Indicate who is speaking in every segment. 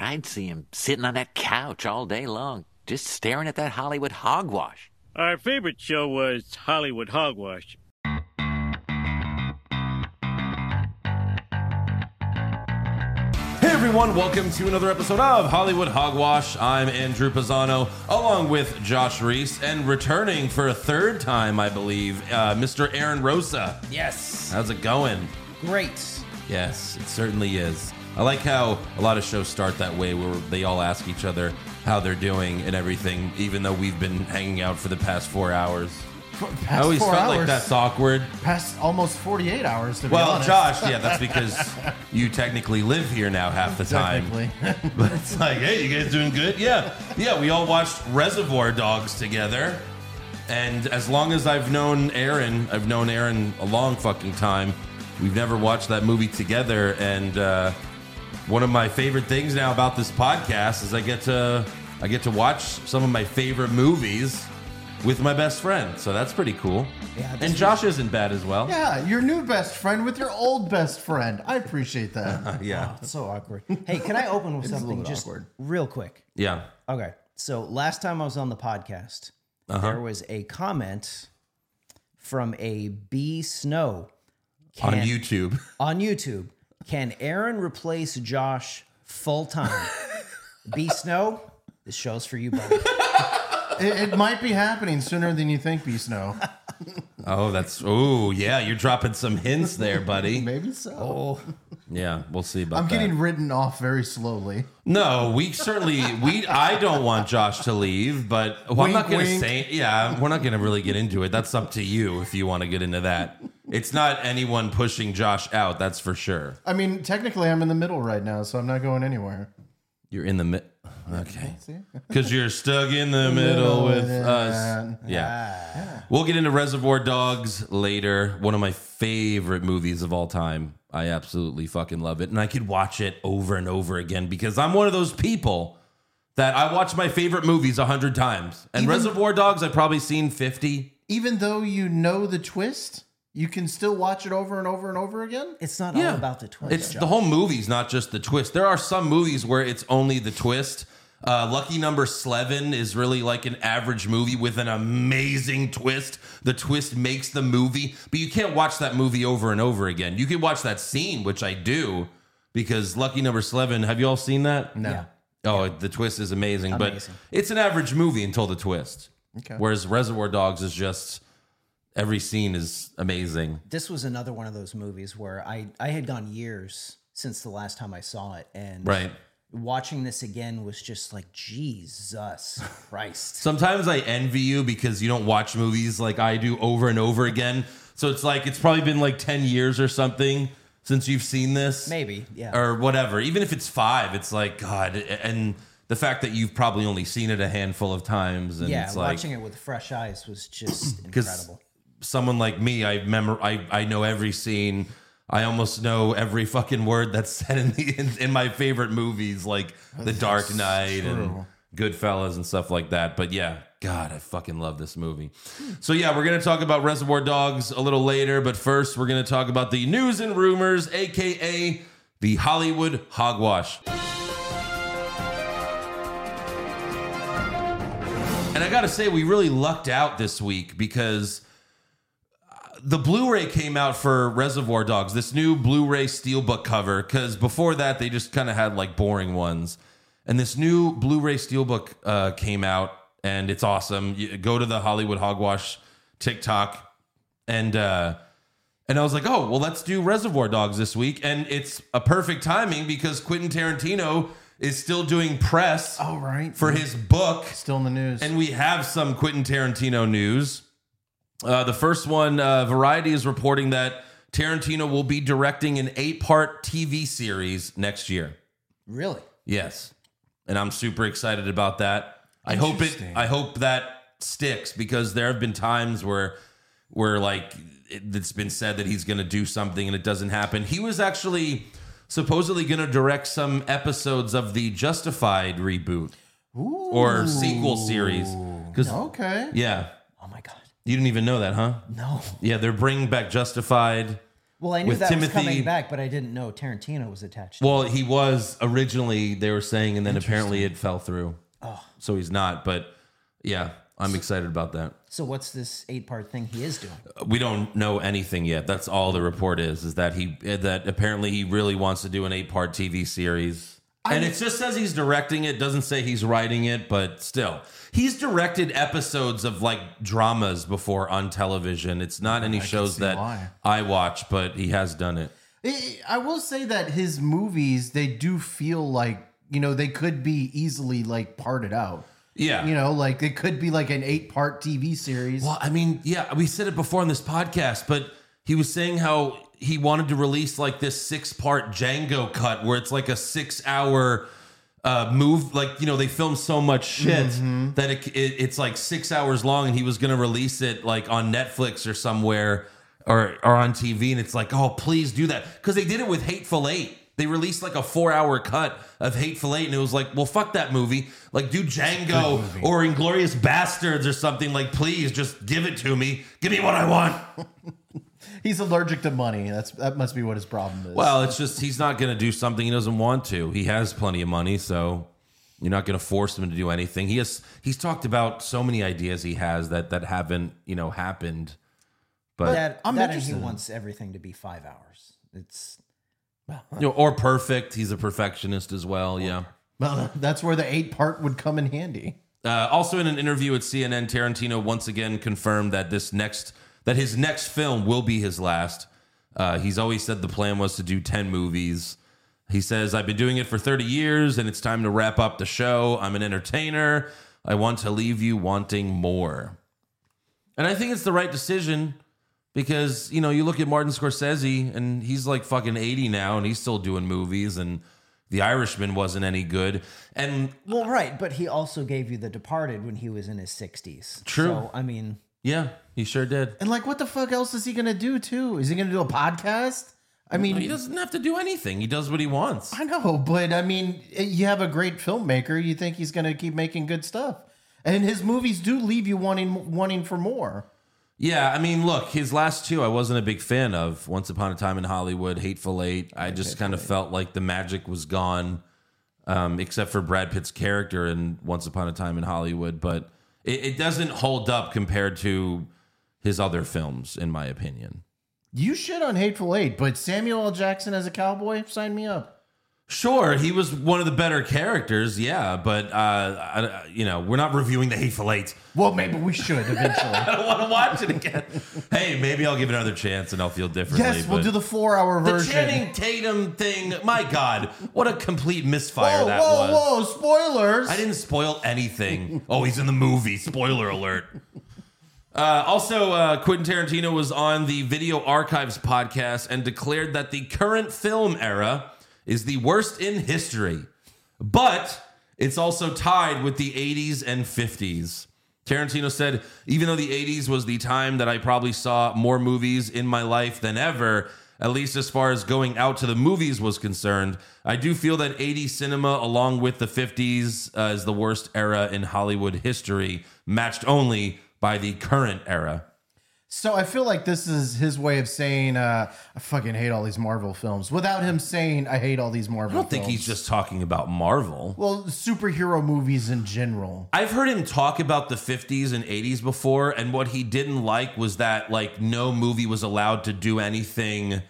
Speaker 1: I'd see him sitting on that couch all day long, just staring at that Hollywood hogwash.
Speaker 2: Our favorite show was Hollywood Hogwash.
Speaker 3: Hey everyone, welcome to another episode of Hollywood Hogwash. I'm Andrew Pisano, along with Josh Reese, and returning for a third time, I believe, uh, Mr. Aaron Rosa.
Speaker 4: Yes.
Speaker 3: How's it going?
Speaker 4: Great.
Speaker 3: Yes, it certainly is. I like how a lot of shows start that way, where they all ask each other how they're doing and everything, even though we've been hanging out for the past four hours.
Speaker 4: Past
Speaker 3: I always
Speaker 4: four
Speaker 3: felt
Speaker 4: hours.
Speaker 3: like that's awkward.
Speaker 4: Past almost 48 hours, to
Speaker 3: Well,
Speaker 4: be honest.
Speaker 3: Josh, yeah, that's because you technically live here now half the time.
Speaker 4: Technically.
Speaker 3: But it's like, hey, you guys doing good? Yeah. Yeah, we all watched Reservoir Dogs together. And as long as I've known Aaron, I've known Aaron a long fucking time. We've never watched that movie together. And uh, one of my favorite things now about this podcast is I get to I get to watch some of my favorite movies with my best friend. So that's pretty cool.
Speaker 4: Yeah, this
Speaker 3: and
Speaker 4: was-
Speaker 3: Josh isn't bad as well.
Speaker 4: yeah, your new best friend with your old best friend. I appreciate that.
Speaker 3: Yeah.
Speaker 5: It's so awkward. Hey, can I open with
Speaker 4: little
Speaker 5: something
Speaker 4: bit
Speaker 5: just
Speaker 4: awkward.
Speaker 5: real quick?
Speaker 3: Yeah.
Speaker 5: Okay. So last time I was on the podcast, there was a comment from a B Snow
Speaker 3: On
Speaker 5: Can-
Speaker 3: YouTube.
Speaker 5: on YouTube. Can Aaron replace Josh full time? B Snow, this show's for you, buddy.
Speaker 4: It, it might be happening sooner than you think, B Snow.
Speaker 3: Oh, that's oh yeah, you're dropping some hints there, buddy. Oh,
Speaker 4: Maybe so.
Speaker 3: Yeah, we'll see about
Speaker 4: I'm
Speaker 3: that.
Speaker 4: getting written off very slowly.
Speaker 3: No, we certainly we I don't want Josh to leave, but well, I'm
Speaker 4: Wink,
Speaker 3: not gonna
Speaker 4: wink.
Speaker 3: say yeah, we're not gonna really get into it. That's up to you if you want to get into that. It's not anyone pushing Josh out, that's for sure.
Speaker 4: I mean, technically, I'm in the middle right now, so I'm not going anywhere.
Speaker 3: You're in the mid Okay.
Speaker 4: See?
Speaker 3: Because you're stuck in the middle with us. Yeah. We'll get into Reservoir Dogs later. One of my favorite movies of all time. I absolutely fucking love it. And I could watch it over and over again because I'm one of those people that I watch my favorite movies a hundred times. And Reservoir Dogs, I've probably seen 50.
Speaker 4: Even though you know the twist, you can still watch it over and over and over again.
Speaker 5: It's not
Speaker 3: Yeah.
Speaker 5: all about the twist.
Speaker 3: It's
Speaker 5: Josh.
Speaker 3: the whole movie's not just the twist. There are some movies where it's only the twist. Uh, Lucky Number Eleven is really like an average movie with an amazing twist. The twist makes the movie, but you can't watch that movie over and over again. You can watch that scene, which I do, because Lucky Number Eleven. Have you all seen that? No.
Speaker 5: Yeah.
Speaker 3: Oh, the twist is amazing,
Speaker 5: Amazing.
Speaker 3: but it's an average movie until the twist.
Speaker 4: Okay.
Speaker 3: Whereas Reservoir Dogs is just every scene is amazing.
Speaker 5: This was another one of those movies where I, I had gone years since the last time I saw it. And
Speaker 3: Right.
Speaker 5: watching this again was just like Jesus Christ.
Speaker 3: Sometimes I envy you because you don't watch movies like I do over and over again. So it's like it's probably been like 10 years or something since you've seen this.
Speaker 5: Maybe, yeah.
Speaker 3: Or whatever. Even if it's 5, it's like god and the fact that you've probably only seen it a handful of times and
Speaker 5: yeah,
Speaker 3: it's like
Speaker 5: watching it with fresh eyes was just
Speaker 3: 'Cause-
Speaker 5: incredible.
Speaker 3: someone like me, I memor I, I know every scene. I almost know every fucking word that's said in the in, in my favorite movies like The Dark Knight and Goodfellas and stuff like that. But yeah, God, I fucking love this movie. So yeah, we're gonna talk about Reservoir Dogs a little later, but first we're gonna talk about the news and rumors, aka the Hollywood hogwash. And I gotta say, we really lucked out this week because uh, the Blu-ray came out for Reservoir Dogs, this new Blu-ray steelbook cover. Because before that, they just kind of had like boring ones, and this new Blu-ray steelbook uh, came out, and it's awesome. You go to the Hollywood Hogwash TikTok, and uh, and I was like, oh well, let's do Reservoir Dogs this week, and it's a perfect timing because Quentin Tarantino is still doing press
Speaker 4: All right.
Speaker 3: for his book
Speaker 4: still in the news.
Speaker 3: Oh, and we have some Quentin Tarantino news. Uh, the first one, uh, Variety is reporting that Tarantino will be directing an eight part TV series next year.
Speaker 5: Really?
Speaker 3: Yes. And I'm super excited about that. I hope it I hope that sticks because there have been times where where like it, it's been said that he's going to do something and it doesn't happen. He was actually supposedly going to direct some episodes of the Justified reboot or sequel series cuz
Speaker 4: okay.
Speaker 3: yeah,
Speaker 5: Oh my god.
Speaker 3: you didn't even know that, huh?
Speaker 5: No.
Speaker 3: Yeah, they're bringing back Justified.
Speaker 5: Well, I knew
Speaker 3: With
Speaker 5: that was
Speaker 3: Timothy-
Speaker 5: coming back, but I didn't know Tarantino was attached.
Speaker 3: Well, he was originally they were saying, and then apparently it fell through. Oh. So he's not, but yeah, I'm excited about that.
Speaker 5: so what's this eight-part thing he is doing?
Speaker 3: We don't know anything yet. That's all the report is is that he eh, that apparently he really wants to do an eight part TV series. and it just says he's directing it, doesn't say he's writing it, but still. He's directed episodes of like dramas before on television. It's not any shows
Speaker 4: see
Speaker 3: that
Speaker 4: why.
Speaker 3: I watch, but he has done it.
Speaker 4: I I will say that his movies they do feel like you know they could be easily like parted out.
Speaker 3: Yeah.
Speaker 4: You know, like it could be like an eight-part TV series.
Speaker 3: Well, I mean, yeah, we said it before on this podcast, but he was saying how he wanted to release like this six part Django cut where it's like a six hour uh, move. Like, you know, they film so much shit that it, it, it's like six hours long and he was going to release it like on Netflix or somewhere or, or on TV. And it's like, oh, please do that. Because they did it with Hateful Eight. They released like a four hour cut of Hateful Eight, and it was like, well, fuck that movie. Like, do Django or Inglorious Bastards or something. Like, please just give it to me. Give me what I want.
Speaker 4: He's allergic to money. That's that must be what his problem is.
Speaker 3: Well, it's just he's not going to do something he doesn't want to. He has plenty of money, so you're not going to force him to do anything. He has he's talked about so many ideas he has that that haven't you know happened. But
Speaker 5: that
Speaker 4: I'm
Speaker 5: that and he
Speaker 4: interested in-
Speaker 5: wants everything to be five hours. It's
Speaker 3: you know, or perfect. He's a perfectionist as well. Yeah.
Speaker 4: Well, that's where the eight-part would come in handy.
Speaker 3: Uh, also, in an interview at CNN, Tarantino once again confirmed that this next that his next film will be his last. Uh, he's always said the plan was to do ten movies. He says, "I've been doing it for thirty years, and it's time to wrap up the show. I'm an entertainer. I want to leave you wanting more." And I think it's the right decision because you know you look at Martin Scorsese and he's like fucking 80 now and he's still doing movies and The Irishman wasn't any good and
Speaker 5: well, right, but uh, he also gave you The Departed when he was in his sixties.
Speaker 3: True.
Speaker 5: So, I mean,
Speaker 3: yeah he sure did
Speaker 4: And like, what the fuck else is he gonna do? Too is he gonna do a podcast? I mean,
Speaker 3: No, he doesn't have to do anything. He does what he wants.
Speaker 4: I know, but I mean, eh, you have a great filmmaker. You think he's going to keep making good stuff, and his movies do leave you wanting wanting for more.
Speaker 3: Yeah, I mean, look, his last two I wasn't a big fan of. Once Upon a Time in Hollywood, Hateful Eight. I just kind of felt like the magic was gone, um, except for Brad Pitt's character in Once Upon a Time in Hollywood. But it, it doesn't hold up compared to his other films, in my opinion.
Speaker 4: You shit on Hateful Eight, but Samuel L. Jackson as a cowboy, sign me up.
Speaker 3: Sure, he was one of the better characters, yeah, but uh, I, you know, we're not reviewing the Hateful Eight.
Speaker 4: Well, maybe we should eventually.
Speaker 3: I don't want to watch it again. hey, maybe I'll give it another chance and I'll feel differently.
Speaker 4: yes, we'll
Speaker 3: but-
Speaker 4: do the four-hour
Speaker 3: The
Speaker 4: version.
Speaker 3: Channing Tatum thing, my God, what a complete misfire
Speaker 4: whoa,
Speaker 3: that
Speaker 4: whoa,
Speaker 3: was.
Speaker 4: whoa! Spoilers.
Speaker 3: I didn't spoil anything. oh, he's in the movie. Spoiler alert. Uh, also, uh, Quentin Tarantino was on the Video Archives podcast and declared that the current film era is the worst in history, but it's also tied with the 80s and 50s. Tarantino said, even though the 80s was the time that I probably saw more movies in my life than ever, at least as far as going out to the movies was concerned, I do feel that 80s cinema, along with the 50s, uh, is the worst era in Hollywood history, matched only by the current era.
Speaker 4: So I feel like this is his way of saying uh, I fucking hate all these Marvel films without him saying I hate all these Marvel.
Speaker 3: I don't think he's just talking about Marvel.
Speaker 4: well superhero movies in general.
Speaker 3: I've heard him talk about the 50s and 80s before, and what he didn't like was that like no movie was allowed to do anything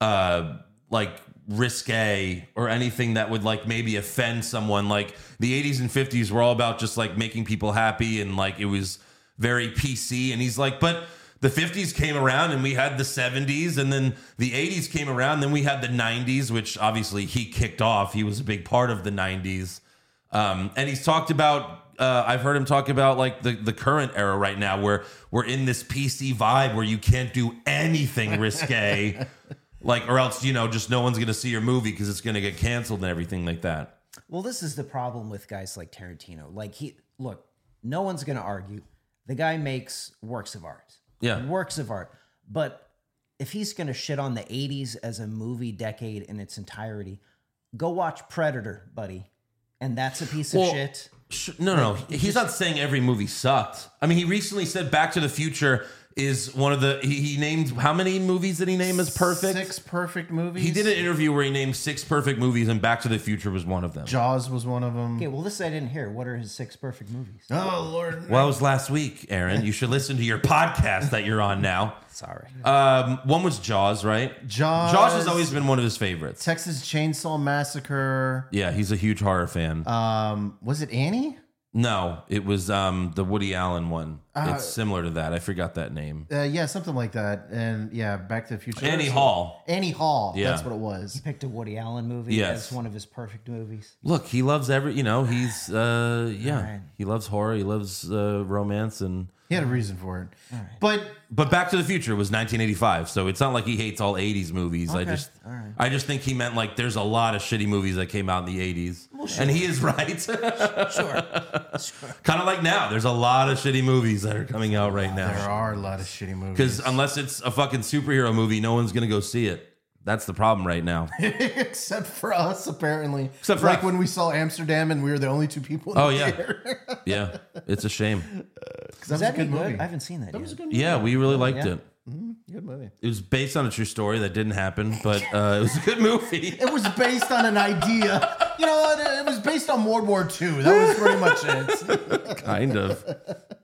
Speaker 3: uh like risque or anything that would like maybe offend someone. Like the 80s and 50s were all about just like making people happy and like it was very PC. And he's like, but the 50s came around and we had the 70s and then the 80s came around. Then we had the 90s, which obviously he kicked off. He was a big part of the 90s. Um, and he's talked about. Uh, I've heard him talk about like the, the current era right now, where we're in this PC vibe where you can't do anything risque, like or else you know just no one's gonna see your movie because it's gonna get canceled and everything like that.
Speaker 5: well, this is the problem with guys like Tarantino. Like he, look, no one's going to argue. The guy makes works of art.
Speaker 3: Yeah.
Speaker 5: works of art. But if he's going to shit on the 80s as a movie decade in its entirety, go watch Predator, buddy. And that's a piece of
Speaker 3: Well,
Speaker 5: shit.
Speaker 3: Sh- No, no, no. he's not saying every movie sucked. I mean, he recently said Back to the Future is one of the he, he named how many movies did he name as perfect?
Speaker 4: Six perfect movies.
Speaker 3: He did an interview where he named six perfect movies, and Back to the Future was one of them.
Speaker 4: Jaws was one of them.
Speaker 5: Okay, well, this I didn't hear. What are his six perfect movies?
Speaker 4: Oh Lord.
Speaker 3: Well, it was last week, Aaron. You should listen to your podcast that you're on now.
Speaker 5: Sorry.
Speaker 3: Um, one was Jaws, right?
Speaker 4: Jaws.
Speaker 3: Jaws has always been one of his favorites.
Speaker 4: Texas Chainsaw Massacre.
Speaker 3: Yeah, he's a huge horror fan.
Speaker 4: Um, was it Annie?
Speaker 3: no, it was um, the Woody Allen one. it's similar to that. I forgot that name.
Speaker 4: Uh, yeah, something like that. And yeah, Back to the Future.
Speaker 3: Annie Hall.
Speaker 4: Annie Hall.
Speaker 3: Yeah.
Speaker 4: That's what it was.
Speaker 5: Picked a Woody Allen movie
Speaker 3: Yes.
Speaker 5: as one of his perfect movies.
Speaker 3: Look, he loves every. You know, he's uh, yeah,
Speaker 5: Alright.
Speaker 3: he loves horror. He loves uh, romance and.
Speaker 4: He had a reason for it. But
Speaker 3: But Back to the Future was 1985, so it's not like he hates all 80s movies. I just, I just think he meant like there's a lot of shitty movies that came out in the 80s, and he is right.
Speaker 5: Sure.
Speaker 3: kind of like now, there's a lot of shitty movies that are coming out right
Speaker 4: there
Speaker 3: now.
Speaker 4: are a lot of shitty movies.
Speaker 3: Because unless it's a fucking superhero movie, no one's gonna go see it. That's the problem right now.
Speaker 4: except for us, apparently.
Speaker 3: Except for
Speaker 4: like
Speaker 3: us.
Speaker 4: when we saw Amsterdam and we were the only two people. In
Speaker 3: Oh
Speaker 4: the
Speaker 3: yeah,
Speaker 4: theater.
Speaker 3: yeah. It's a shame.
Speaker 4: 'Cause that was
Speaker 5: Is that
Speaker 4: a good
Speaker 5: any good?
Speaker 4: movie.
Speaker 5: I haven't seen that yet.
Speaker 3: Yeah, we really liked
Speaker 5: Yeah.
Speaker 3: it.
Speaker 4: Good movie.
Speaker 3: It was based on a true story that didn't happen, but uh, it was a good movie.
Speaker 4: It was based on an idea. You know, what? it was based on World War II. That was pretty much it.
Speaker 3: kind of.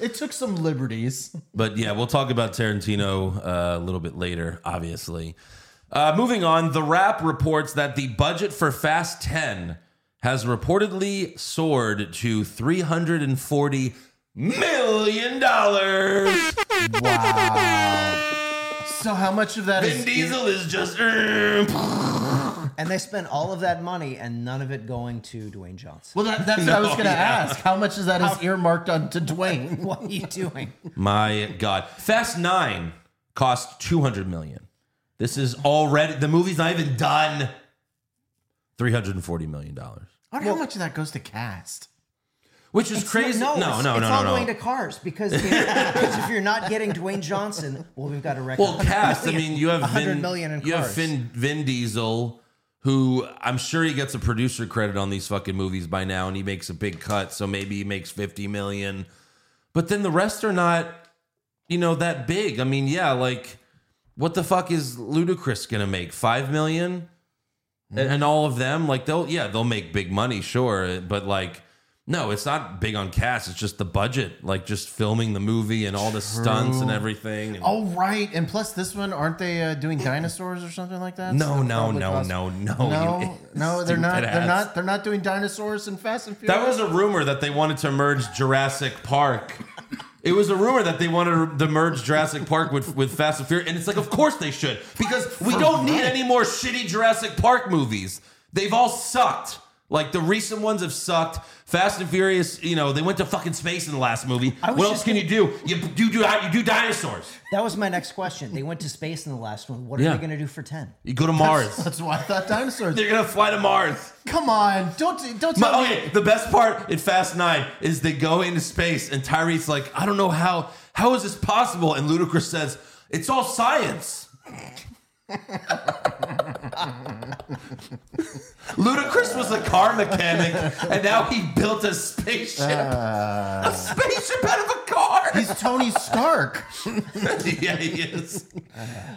Speaker 4: It took some liberties.
Speaker 3: But yeah, we'll talk about Tarantino uh, a little bit later, obviously. Uh, moving on, The Wrap reports that the budget for Fast 10 has reportedly soared to $340 million.
Speaker 4: So how much of that is
Speaker 3: Vin Diesel is just. er, Well,
Speaker 5: And they spent all of that money and none of it going to Dwayne Johnson.
Speaker 4: Well, that, that's what I was
Speaker 3: No,
Speaker 4: going to ask. How much of that is earmarked on to Dwayne?
Speaker 5: What are you doing?
Speaker 3: My God. Fast 9 cost $200 million. This is already. The movie's not even done. $340 million.
Speaker 4: I wonder how much of that goes to cast.
Speaker 3: Which is crazy.
Speaker 5: No,
Speaker 3: no, no,
Speaker 5: it's,
Speaker 3: no,
Speaker 5: it's
Speaker 3: no.
Speaker 5: all
Speaker 3: no.
Speaker 5: going to cars because if, because if you're not getting Dwayne Johnson, well, we've got a record.
Speaker 3: Well, cast. I mean, you have
Speaker 5: 100
Speaker 3: Vin,
Speaker 5: million in
Speaker 3: you have
Speaker 5: cars.
Speaker 3: Vin, Vin Diesel, who I'm sure he gets a producer credit on these fucking movies by now, and he makes a big cut, so maybe he makes 50 million. But then the rest are not, you know, that big. I mean, yeah, like what the fuck is Ludacris gonna make? Five million?
Speaker 5: Mm-hmm.
Speaker 3: And, and all of them, like they'll yeah, they'll make big money, sure, but like. No, it's not big on cast. It's just the budget, like just filming the movie and all the stunts and everything. and-
Speaker 4: Oh, right. And plus, this one, aren't they uh, doing dinosaurs or something like that? So
Speaker 3: No,
Speaker 4: that
Speaker 3: no,
Speaker 4: probably
Speaker 3: no,
Speaker 4: costs-
Speaker 3: no, no,
Speaker 4: No,
Speaker 3: Oh, you
Speaker 4: no, they're not.
Speaker 3: stupid
Speaker 4: They're
Speaker 3: ass.
Speaker 4: not. They're not doing dinosaurs and Fast and Furious.
Speaker 3: That was a rumor that they wanted to merge Jurassic Park. It was a rumor that they wanted to merge Jurassic Park with, with Fast and Furious, and it's like, of course they should, because we don't need any more shitty Jurassic Park movies. They've all sucked. Like the recent ones have sucked. Fast and Furious, you know, they went to fucking space in the last movie. What
Speaker 5: was
Speaker 3: else
Speaker 5: just
Speaker 3: can you do? You do do you do dinosaurs.
Speaker 5: that was my next question. They went to space in the last one. What are
Speaker 3: Yeah.
Speaker 5: they going to do for 10?
Speaker 3: You go to Mars.
Speaker 4: That's why I thought dinosaurs.
Speaker 3: They're gonna fly to Mars.
Speaker 4: Come on, don't don't
Speaker 3: My-
Speaker 4: tell me.
Speaker 3: okay, the best part in Fast Nine is they go into space and Tyree's like, I don't know how how is this possible? And Ludacris says, It's all science. Ludacris was a car mechanic, and now he built a spaceship. a spaceship out of a car.
Speaker 4: He's Tony Stark
Speaker 3: yeah, he is.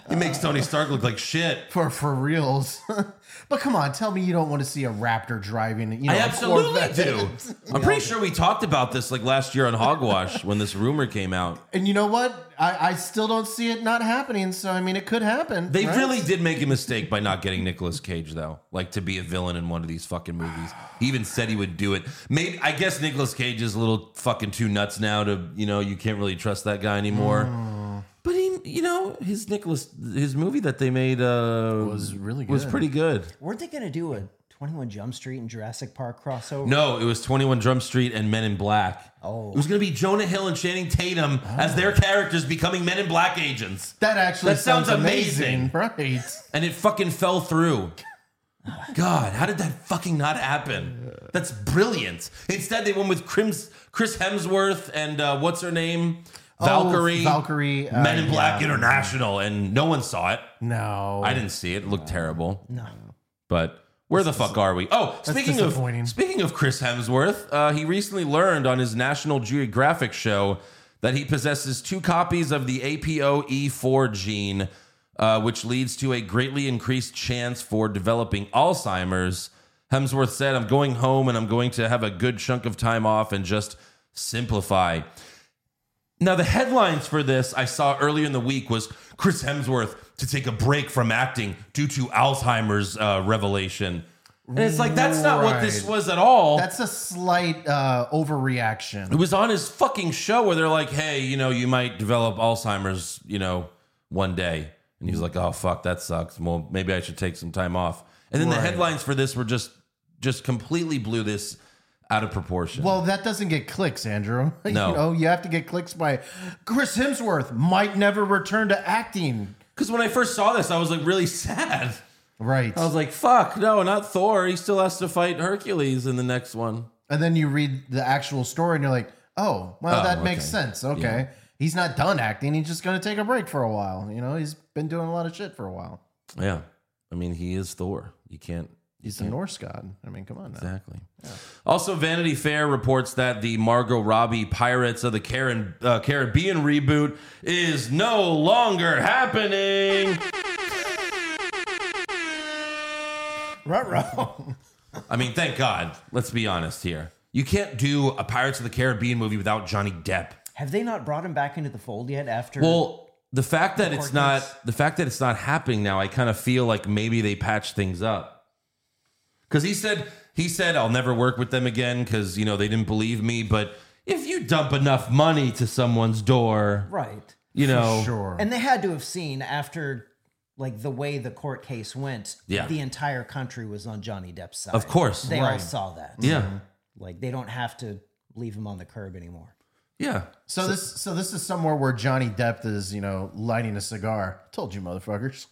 Speaker 3: He makes Tony Stark look like shit.
Speaker 4: for for reals. but come on, tell me you don't want to see a raptor driving. You know,
Speaker 3: I
Speaker 4: a
Speaker 3: absolutely
Speaker 4: Corvette.
Speaker 3: do. I'm pretty sure we talked about this like last year on Hogwash when this rumor came out.
Speaker 4: And you know what? I, I still don't see it not happening. So I mean, it could happen.
Speaker 3: They
Speaker 4: right?
Speaker 3: really did make a mistake by not getting Nicolas Cage though, like to be a villain in one of these fucking movies. He even said he would do it. Maybe I guess Nicolas Cage is a little fucking too nuts now to, you know, you can't really trust that guy anymore.
Speaker 4: Mm.
Speaker 3: But he, you know, his Nicholas, his movie that they made uh, was
Speaker 4: really
Speaker 3: was
Speaker 4: good.
Speaker 3: pretty good.
Speaker 5: Weren't they going to do a 21 Jump Street and Jurassic Park crossover?
Speaker 3: No, it was Twenty One Drum Street and Men in Black.
Speaker 5: Oh.
Speaker 3: it was gonna be Jonah Hill and Channing Tatum
Speaker 4: Oh.
Speaker 3: as their characters becoming Men in Black agents.
Speaker 4: That actually
Speaker 3: That sounds amazing.
Speaker 4: right?
Speaker 3: and it fucking fell through. God, how did that fucking not happen? That's brilliant. Instead, they went with Crims, Chris Hemsworth and uh, what's her name, Valkyrie,
Speaker 4: Valkyrie, uh,
Speaker 3: Men in Black International, and no one saw it.
Speaker 4: No,
Speaker 3: I didn't see it. It looked terrible.
Speaker 5: No.
Speaker 3: But where the fuck are we? Oh, speaking of
Speaker 4: disappointing.
Speaker 3: speaking of Chris Hemsworth, uh, he recently learned on his National Geographic show that he possesses two copies of the APOE4 E gene, uh, which leads to a greatly increased chance for developing Alzheimer's. Hemsworth said, I'm going home and I'm going to have a good chunk of time off and just simplify. Now, the headlines for this I saw earlier in the week was Chris Hemsworth to take a break from acting due to Alzheimer's uh, revelation. And it's like, that's not what this
Speaker 4: Right.
Speaker 3: was at all.
Speaker 4: That's a slight uh, overreaction.
Speaker 3: It was on his fucking show where they're like, "Hey, you know, you might develop Alzheimer's, you know, one day." And he's like, "Oh fuck, that sucks. Well, maybe I should take some time off." And then the headlines for this were just just completely blew this out of proportion.
Speaker 4: Well, Oh, that doesn't get clicks, Andrew. you
Speaker 3: No.
Speaker 4: know, you have to get clicks by Chris Hemsworth might never return to acting.
Speaker 3: cuz when I first saw this, I was like really sad.
Speaker 4: Right.
Speaker 3: I was like, "Fuck, no, not Thor. He still has to fight Hercules in the next one."
Speaker 4: and then you read the actual story and you're like, oh, well,
Speaker 3: Oh,
Speaker 4: that makes
Speaker 3: okay.
Speaker 4: sense. Okay. He's not done acting. He's just going to take a break for a while. You know, he's been doing a lot of shit for a while.
Speaker 3: Yeah. I mean, he is Thor. You can't
Speaker 4: He's a Norse god. I mean, come on now.
Speaker 3: Exactly. Also, Vanity Fair reports that the Margot Robbie Pirates of the Karen, uh, Caribbean reboot is no longer happening.
Speaker 4: Ruh-roh.
Speaker 3: I mean, thank God. Let's be honest here. You can't do a Pirates of the Caribbean movie without Johnny Depp.
Speaker 5: Have they not brought him back into the fold yet? After
Speaker 3: Well, the fact that it's
Speaker 5: Court
Speaker 3: not
Speaker 5: case.
Speaker 3: the fact that it's not happening now, I kind of feel like maybe they patched things up. Because he said he said I'll never work with them again because you know they didn't believe me. But if you dump enough money to someone's door,
Speaker 5: right,
Speaker 3: you know,
Speaker 4: sure.
Speaker 5: and they had to have seen after like the way the court case went.
Speaker 3: Yeah.
Speaker 5: the entire country was on Johnny Depp's side.
Speaker 3: Of course.
Speaker 5: they all
Speaker 4: Right.
Speaker 5: saw that.
Speaker 3: yeah,
Speaker 5: like they don't have to leave him on the curb anymore.
Speaker 3: yeah.
Speaker 4: so this so this is somewhere where Johnny Depp is, you know, lighting a cigar. Told you motherfuckers.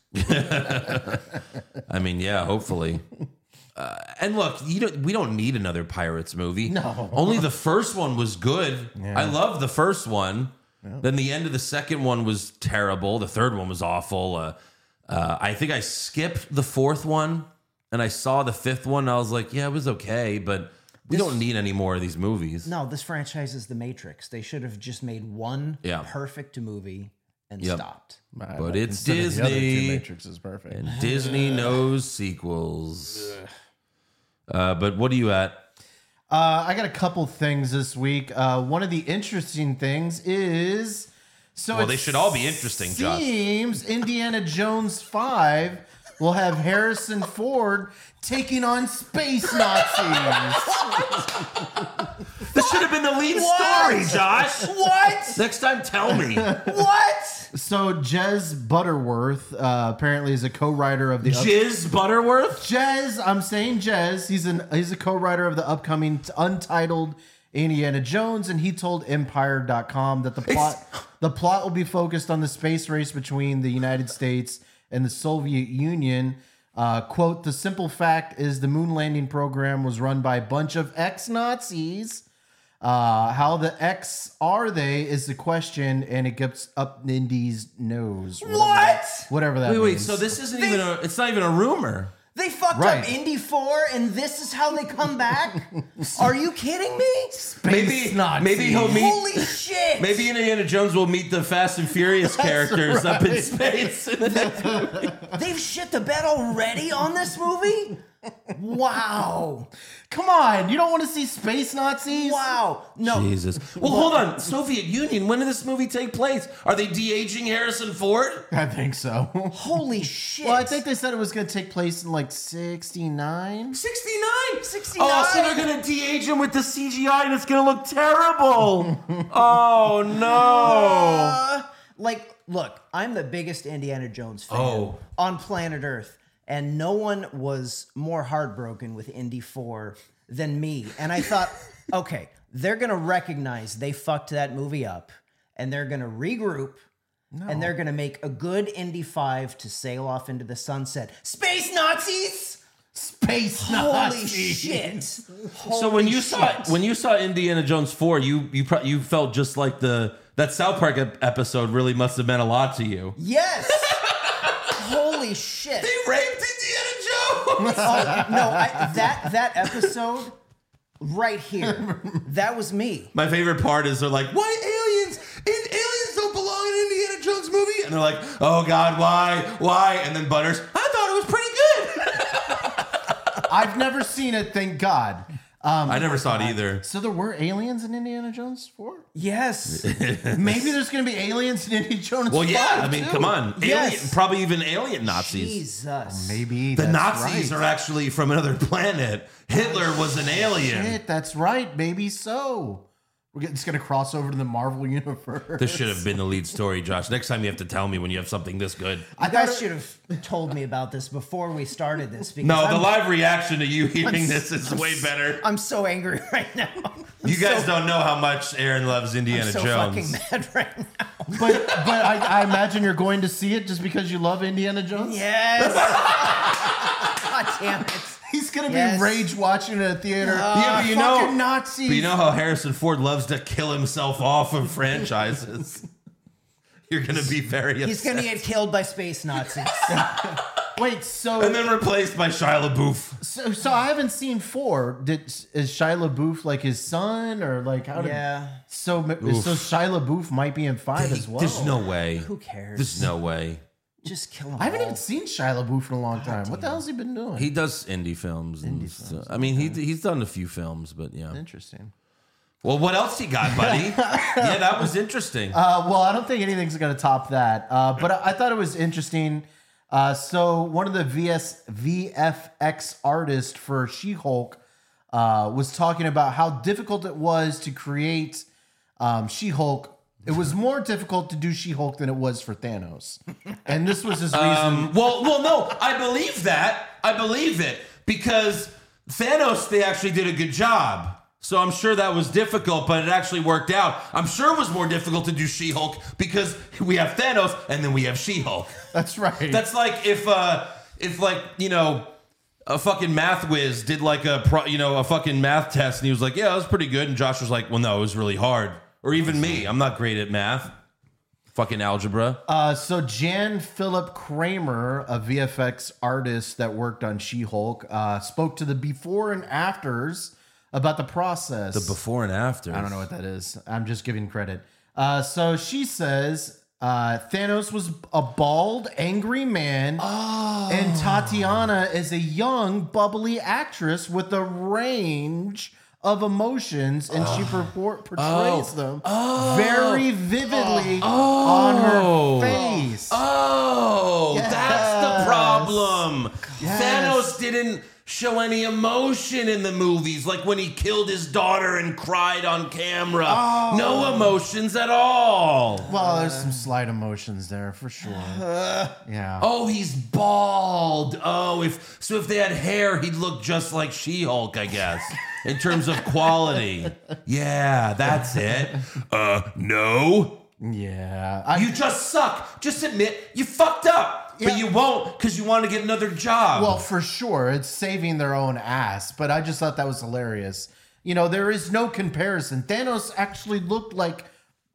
Speaker 3: I mean, yeah. Hopefully. Uh, and look, you don't, we don't need another Pirates movie.
Speaker 4: No.
Speaker 3: Only the first one was good. I love the first one. Then the end of the second one was terrible. The third one was awful. Uh, uh, I think I skipped the fourth one and I saw the fifth one. And I was like, yeah, it was okay, but we don't need any more of these movies.
Speaker 5: No, this franchise is the Matrix. They should have just made one
Speaker 3: Yeah.
Speaker 5: perfect movie and
Speaker 3: Yep.
Speaker 5: stopped.
Speaker 3: But it's
Speaker 4: Instead of The other two
Speaker 3: Disney.
Speaker 4: Matrix is perfect.
Speaker 3: And Disney knows sequels. Uh, but what are you at?
Speaker 4: Uh, I got a couple things this week. Uh, one of the interesting things is so.
Speaker 3: Well,
Speaker 4: it
Speaker 3: they should all be interesting, Josh.
Speaker 4: Seems Indiana Jones Five will have Harrison Ford taking on space Nazis.
Speaker 3: This should have been the lead story, Josh. What? Next time, tell me. what?
Speaker 4: so Jez Butterworth uh, apparently is a co-writer of the. up-
Speaker 3: Jizz Butterworth?
Speaker 4: Jez, I'm saying Jez. He's an he's a co-writer of the upcoming t- untitled Indiana Jones, and he told Empire.com that the plot the plot will be focused on the space race between the United States and the Soviet Union. Uh, quote: The simple fact is the moon landing program was run by a bunch of ex-Nazis. Uh, how the X are they is the question, and it gets up Nindy's nose. Whatever that- Whatever that
Speaker 3: Wait, wait.
Speaker 4: means.
Speaker 3: So this isn't even a. It's not even a rumor.
Speaker 5: They fucked
Speaker 4: Right.
Speaker 5: up Indy 4 and this is how they come back? Are you kidding me?
Speaker 3: Maybe
Speaker 4: Nazis.
Speaker 3: maybe he'll meet.
Speaker 5: Holy shit.
Speaker 3: maybe Indiana Jones will meet the Fast and Furious characters up in space.
Speaker 5: They've shit the bed already on this movie? Wow.
Speaker 4: Come on, you don't want to see space Nazis?
Speaker 5: Wow. No.
Speaker 3: Jesus. Well, hold on. Soviet Union. When did this movie take place? Are they de aging Harrison Ford?
Speaker 4: I think so.
Speaker 5: Holy shit.
Speaker 4: well, I think they said it was going to take place in like 69.
Speaker 3: Sixty nine.
Speaker 5: 69.
Speaker 3: Oh, so they're gonna de-age him with the CGI, and it's gonna look terrible. oh no.
Speaker 5: Uh, like, look, I'm the biggest Indiana Jones fan
Speaker 3: Oh.
Speaker 5: on planet Earth, and no one was more heartbroken with Indy 4 than me. And I thought, okay, they're going to recognize they fucked that movie up, and they're going to regroup. And they're gonna make a good Indy 5 to sail off into the sunset. Space Nazis!
Speaker 4: Space
Speaker 5: Holy
Speaker 4: Nazis.
Speaker 5: shit!
Speaker 3: So when
Speaker 5: Holy
Speaker 3: you saw
Speaker 5: shit.
Speaker 3: when you saw Indiana Jones four, you you pro- you felt just like the that South Park ep- episode really must have meant a lot to you.
Speaker 5: Yes! Holy shit!
Speaker 3: raped Indiana Jones.
Speaker 5: Oh, no, I, that that episode right here, that was me.
Speaker 3: My favorite part is they're like, "Why aliens? "In- aliens don't belong in an Indiana Jones movie. And they're like, oh God, why? Why? And then Butters, I thought it was pretty good.
Speaker 4: I've never seen it, thank God. Um,
Speaker 3: I never saw it either.
Speaker 4: so there were aliens in Indiana Jones 4?
Speaker 5: Yes.
Speaker 4: Maybe there's going to be aliens in Indiana Jones
Speaker 3: Well,
Speaker 4: 5.
Speaker 3: yeah, I mean,
Speaker 4: too.
Speaker 3: come on.
Speaker 5: Yes.
Speaker 3: Alien, probably even alien Nazis.
Speaker 5: Jesus.
Speaker 4: Maybe
Speaker 3: The Nazis are actually from another planet. Hitler was an alien.
Speaker 4: Shit, that's right. Maybe so. We're get- just going to cross over to the Marvel universe.
Speaker 3: This should have been the lead story, Josh. Next time you have to tell me when you have something this good.
Speaker 5: You guys should have told me about this before we started this because
Speaker 3: No,
Speaker 5: I'm,
Speaker 3: the live reaction to you hearing this is way better.
Speaker 5: I'm so angry right now. I'm
Speaker 3: You guys
Speaker 5: so,
Speaker 3: don't know how much Aaron loves Indiana
Speaker 5: so fucking
Speaker 3: Jones.
Speaker 5: mad right now.
Speaker 4: but but I, I imagine you're going to see it just because you love Indiana Jones?
Speaker 5: Yes. God damn it.
Speaker 4: He's going to
Speaker 5: Yes.
Speaker 4: be rage watching it at theater.
Speaker 3: Yeah,
Speaker 5: Uh,
Speaker 3: but you know-
Speaker 4: Fucking Nazis.
Speaker 3: But you know how Harrison Ford loves to kill himself off of franchises. You're gonna be very
Speaker 5: He's going to
Speaker 3: upset.
Speaker 5: get killed by space Nazis.
Speaker 4: Wait, so
Speaker 3: and then replaced by Shia LaBeouf.
Speaker 4: So, so I haven't seen four. Did is Shia LaBeouf like his son or like how? Did,
Speaker 5: yeah.
Speaker 4: So ma- so Shia LaBeouf might be in five as well.
Speaker 3: There's no way.
Speaker 5: Who cares?
Speaker 3: There's no way.
Speaker 5: Just kill him.
Speaker 4: I haven't even seen Shia LaBeouf in a long time. What the hell's he been doing?
Speaker 3: He does indie films. and stuff. I mean, he he's done a few films, but yeah.
Speaker 4: Interesting.
Speaker 3: Well, what else he got, buddy? yeah, that was interesting.
Speaker 4: Uh, well, I don't think anything's going to top that. Uh, but I, I thought it was interesting. Uh, so one of the VS VFX artists for She Hulk uh, was talking about how difficult it was to create um, She Hulk. It was more difficult to do She Hulk than it was for Thanos, and this was his reason.
Speaker 3: Um, well, well, no, I believe that. I believe it because Thanos, they actually did a good job. So I'm sure that was difficult, but it actually worked out. I'm sure it was more difficult to do She-Hulk because we have Thanos and then we have She-Hulk.
Speaker 4: That's right.
Speaker 3: That's like if uh if like, you know, a fucking math whiz did like a pro, you know, a fucking math test and he was like, "Yeah, that was pretty good." And Josh was like, "Well, no, it was really hard." Or even me, I'm not great at math. Fucking algebra.
Speaker 4: Uh, so Jan Philip Kramer, a VFX artist that worked on She-Hulk, uh, spoke to the before and afters about the process.
Speaker 3: the before and after.
Speaker 4: I don't know what that is. I'm just giving credit. Uh, so she says uh, Thanos was a bald, angry man, and Tatiana is a young, bubbly actress with a range of emotions, and she purport, portrays them very vividly on her face.
Speaker 3: Oh, that's the
Speaker 4: Yes.
Speaker 3: problem.
Speaker 4: Yes.
Speaker 3: Thanos didn't show any emotion in the movies, like when he killed his daughter and cried on camera.
Speaker 4: Oh.
Speaker 3: No emotions at all.
Speaker 4: Well, there's some slight emotions there for sure. yeah.
Speaker 3: Oh, he's bald. Oh, if so, if they had hair, he'd look just like She-Hulk, I guess, in terms of quality. Yeah, that's it. Uh, no,
Speaker 4: Yeah. I,
Speaker 3: you just suck. Just admit you fucked up, but
Speaker 4: Yeah.
Speaker 3: you won't because you want to get another job.
Speaker 4: Well, for sure, it's saving their own ass. But I just thought that was hilarious. You know, there is no comparison. Thanos actually looked like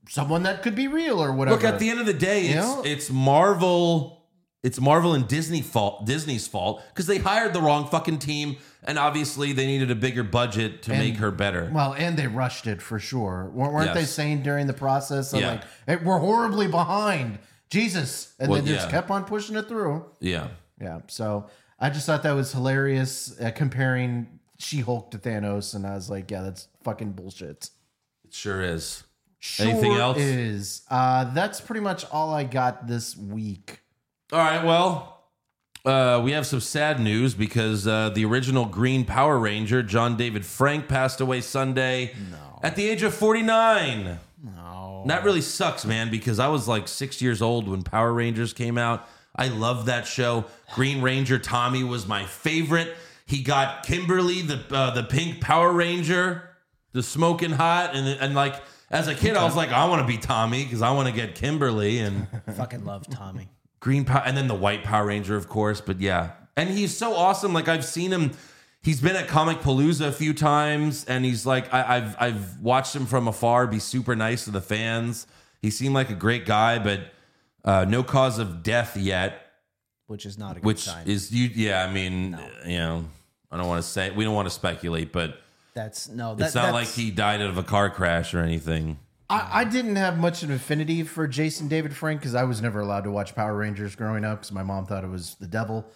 Speaker 4: someone that could be real or whatever.
Speaker 3: Look, at the end of the day, it's
Speaker 4: know?
Speaker 3: it's Marvel, it's Marvel and Disney fault, Disney's fault because they hired the wrong fucking team, and obviously they needed a bigger budget to make her better.
Speaker 4: well, and they rushed it for sure. Weren't, weren't they
Speaker 3: Yes.
Speaker 4: saying during the process, of
Speaker 3: Yeah.
Speaker 4: like, hey, we're horribly behind, Jesus, and
Speaker 3: Well,
Speaker 4: they just
Speaker 3: yeah.
Speaker 4: kept on pushing it through.
Speaker 3: yeah,
Speaker 4: Yeah. So I just thought that was hilarious uh, comparing She Hulk to Thanos, and I was like, yeah, that's fucking bullshit.
Speaker 3: it sure is.
Speaker 4: Sure
Speaker 3: Anything else?
Speaker 4: Is uh, that's pretty much all I got this week.
Speaker 3: All right, well. Uh, we have some sad news because uh, the original Green Power Ranger, John David Frank, passed away Sunday at the age of 49. And that really sucks, man, because I was like six years old when Power Rangers came out. I loved that show. Green Ranger Tommy was my favorite. He got Kimberly, the uh, the pink Power Ranger, the smoking hot, and and like as a kid, I was like, I want to be Tommy because I want to get Kimberly and
Speaker 5: Fucking love Tommy.
Speaker 3: Green Power, and then the White Power Ranger, of course. But yeah, and he's so awesome. Like I've seen him. He's been at Comic Palooza a few times, and he's like I, I've I've watched him from afar be super nice to the fans. He seemed like a great guy, but uh, no cause of death yet,
Speaker 5: Which is not a good
Speaker 3: which
Speaker 5: sign.
Speaker 3: is you. Yeah, I mean, you know, I don't want to say we don't want to speculate, but
Speaker 5: that's no. That,
Speaker 3: it's not
Speaker 5: that's-
Speaker 3: like he died out of a car crash or anything.
Speaker 4: I, I didn't have much of an affinity for Jason David Frank because I was never allowed to watch Power Rangers growing up because my mom thought it was the devil.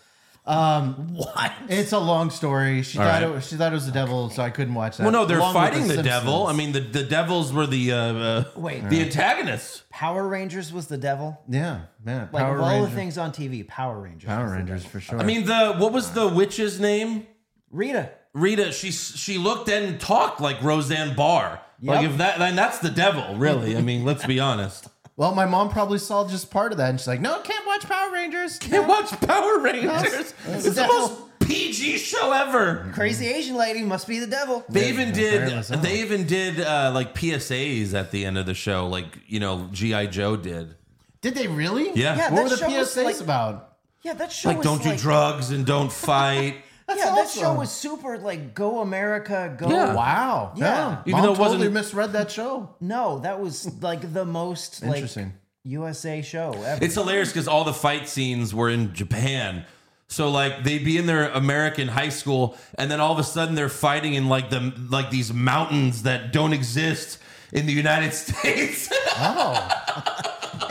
Speaker 4: Um,
Speaker 5: What?
Speaker 4: It's a long story. She thought
Speaker 3: right.
Speaker 4: it, she thought it was the devil, so I couldn't watch that.
Speaker 3: Well, no, they're
Speaker 4: Along with
Speaker 3: fighting the, devil.
Speaker 4: Simpsons.
Speaker 3: I mean, the, the devils were the uh, uh,
Speaker 5: Wait.
Speaker 3: the antagonists.
Speaker 5: Power Rangers was the devil.
Speaker 4: yeah, man,
Speaker 5: Like
Speaker 4: Power
Speaker 5: of all
Speaker 4: Rangers,
Speaker 5: the things on TV, Power Rangers.
Speaker 4: Power
Speaker 5: was the
Speaker 4: Rangers
Speaker 5: devil.
Speaker 4: for sure.
Speaker 3: I mean, the what was the witch's name?
Speaker 5: Rita.
Speaker 3: Rita. She she looked and talked like Roseanne Barr. Like
Speaker 5: Yep.
Speaker 3: if that, then that's the devil, really. I mean, let's be honest.
Speaker 4: well, my mom probably saw just part of that, and she's like, "No, can't watch Power Rangers."
Speaker 3: Can't watch Power Rangers. It's the
Speaker 5: devil.
Speaker 3: most PG show ever.
Speaker 5: Crazy Asian lady must be the devil.
Speaker 3: Mm-hmm. They even did.
Speaker 4: fairness, huh?
Speaker 3: They even did uh, like PSAs at the end of the show, like you know GI Joe did.
Speaker 4: Did they really?
Speaker 3: Yeah.
Speaker 5: Yeah,
Speaker 4: What were
Speaker 5: that
Speaker 4: the
Speaker 5: show was
Speaker 4: PSAs
Speaker 5: like-
Speaker 4: about?
Speaker 5: Yeah, that show
Speaker 3: Like,
Speaker 5: was
Speaker 3: don't do
Speaker 5: like-
Speaker 3: drugs and don't fight.
Speaker 5: Yeah, that
Speaker 4: That's
Speaker 5: show
Speaker 4: awesome.
Speaker 5: was super like go America, go
Speaker 3: Yeah.
Speaker 4: Wow.
Speaker 5: Yeah.
Speaker 3: Even
Speaker 4: Mom
Speaker 3: though it wasn't-
Speaker 4: totally misread that show.
Speaker 5: No, that was like the most like
Speaker 4: Interesting.
Speaker 5: USA show ever.
Speaker 3: It's hilarious because all the fight scenes were in Japan. So like they'd be in their American high school, and then all of a sudden they're fighting in like the like these mountains that don't exist in the United States.
Speaker 4: Oh.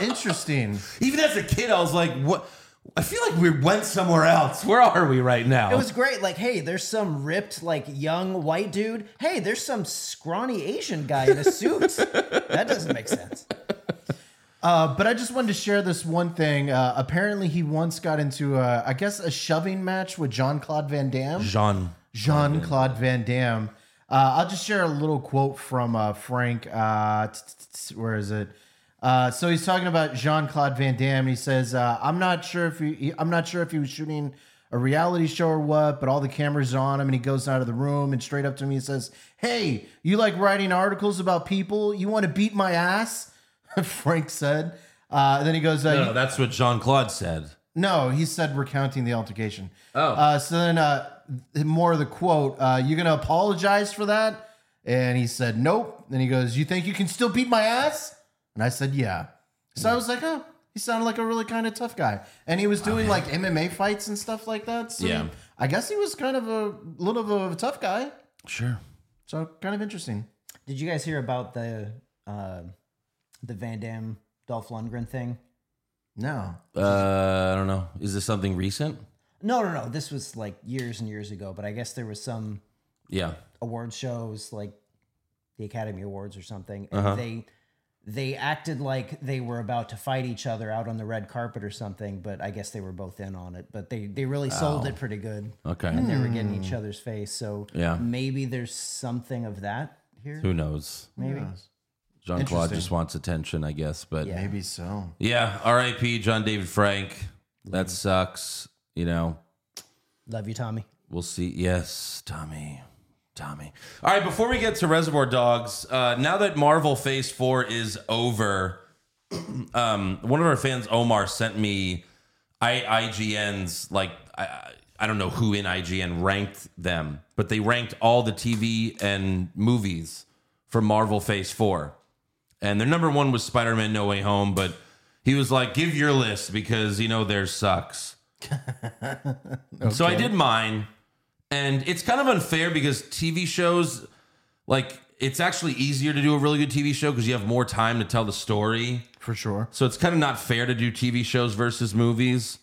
Speaker 4: Interesting.
Speaker 3: Even as a kid, I was like, "What? I feel like we went somewhere else. Where are we right now?"
Speaker 5: It was great. Like, hey, there's some ripped, like, young white dude. Hey, there's some scrawny Asian guy in a suit. that doesn't make sense.
Speaker 4: Uh, but I just wanted to share this one thing. Uh, apparently, he once got into, a, I guess, a shoving match with Jean Claude Van Damme.
Speaker 3: Jean.
Speaker 4: Jean Claude Van Damme. Uh, I'll just share a little quote from uh, Frank. Uh, t- t- t- where is it? Uh, so he's talking about Jean Claude Van Damme. And he says, uh, "I'm not sure if he, he- I'm not sure if he was shooting a reality show or what, but all the cameras are on him." And he goes out of the room and straight up to me and says, "Hey, you like writing articles about people? You want to beat my ass?" Frank said. Uh, and then he goes, uh,
Speaker 3: No,
Speaker 4: "You-
Speaker 3: no, that's what Jean Claude said.
Speaker 4: no, he said recounting the altercation. Oh. Uh, so then, uh, th- more of the quote, uh, you're going to apologize for that? And he said, nope. Then he goes, you think you can still beat my ass? And I said, yeah. So I was like, oh, he sounded like a really kind of tough guy. And he was doing like MMA fights and stuff like that. So
Speaker 3: Yeah.
Speaker 4: I guess he was kind of a little bit of a tough guy.
Speaker 3: Sure.
Speaker 4: So kind of interesting.
Speaker 5: Did you guys hear about the uh, the Van Damme Dolph Lundgren thing?
Speaker 4: No.
Speaker 3: Uh, I don't know. Is this something recent?
Speaker 5: No, no, no. This was like years and years ago, but I guess there was some
Speaker 3: Yeah.
Speaker 5: award shows like the Academy Awards or something, and
Speaker 4: Uh-huh.
Speaker 5: they they acted like they were about to fight each other out on the red carpet or something, but I guess they were both in on it. But they they really sold it pretty good.
Speaker 3: Okay.
Speaker 5: And they were getting each
Speaker 4: Hmm.
Speaker 5: other's face. So
Speaker 3: Yeah.
Speaker 5: maybe there's something of that here.
Speaker 3: Who knows?
Speaker 5: Maybe.
Speaker 3: Jean Claude
Speaker 4: Interesting.
Speaker 3: just wants attention, I guess. But
Speaker 5: Yeah.
Speaker 4: Maybe so.
Speaker 3: Yeah, R.I.P. John David Frank. That sucks. You know,
Speaker 5: Love you, Tommy.
Speaker 3: we'll see. Yes, Tommy. Tommy. All right, before we get to Reservoir Dogs, uh, now that Marvel Phase 4 is over, um, one of our fans, Omar, sent me I- IGN's, like, I- I, I don't know who in IGN ranked them, but they ranked all the TV and movies for Marvel Phase 4 and their number one was Spider-Man No Way Home, but he was like, "Give your list because you know theirs sucks." So I did mine, and it's kind of unfair because TV shows, like, it's actually easier to do a really good TV show because you have more time to tell the story.
Speaker 4: For sure.
Speaker 3: So it's kind of not fair to do TV shows versus movies.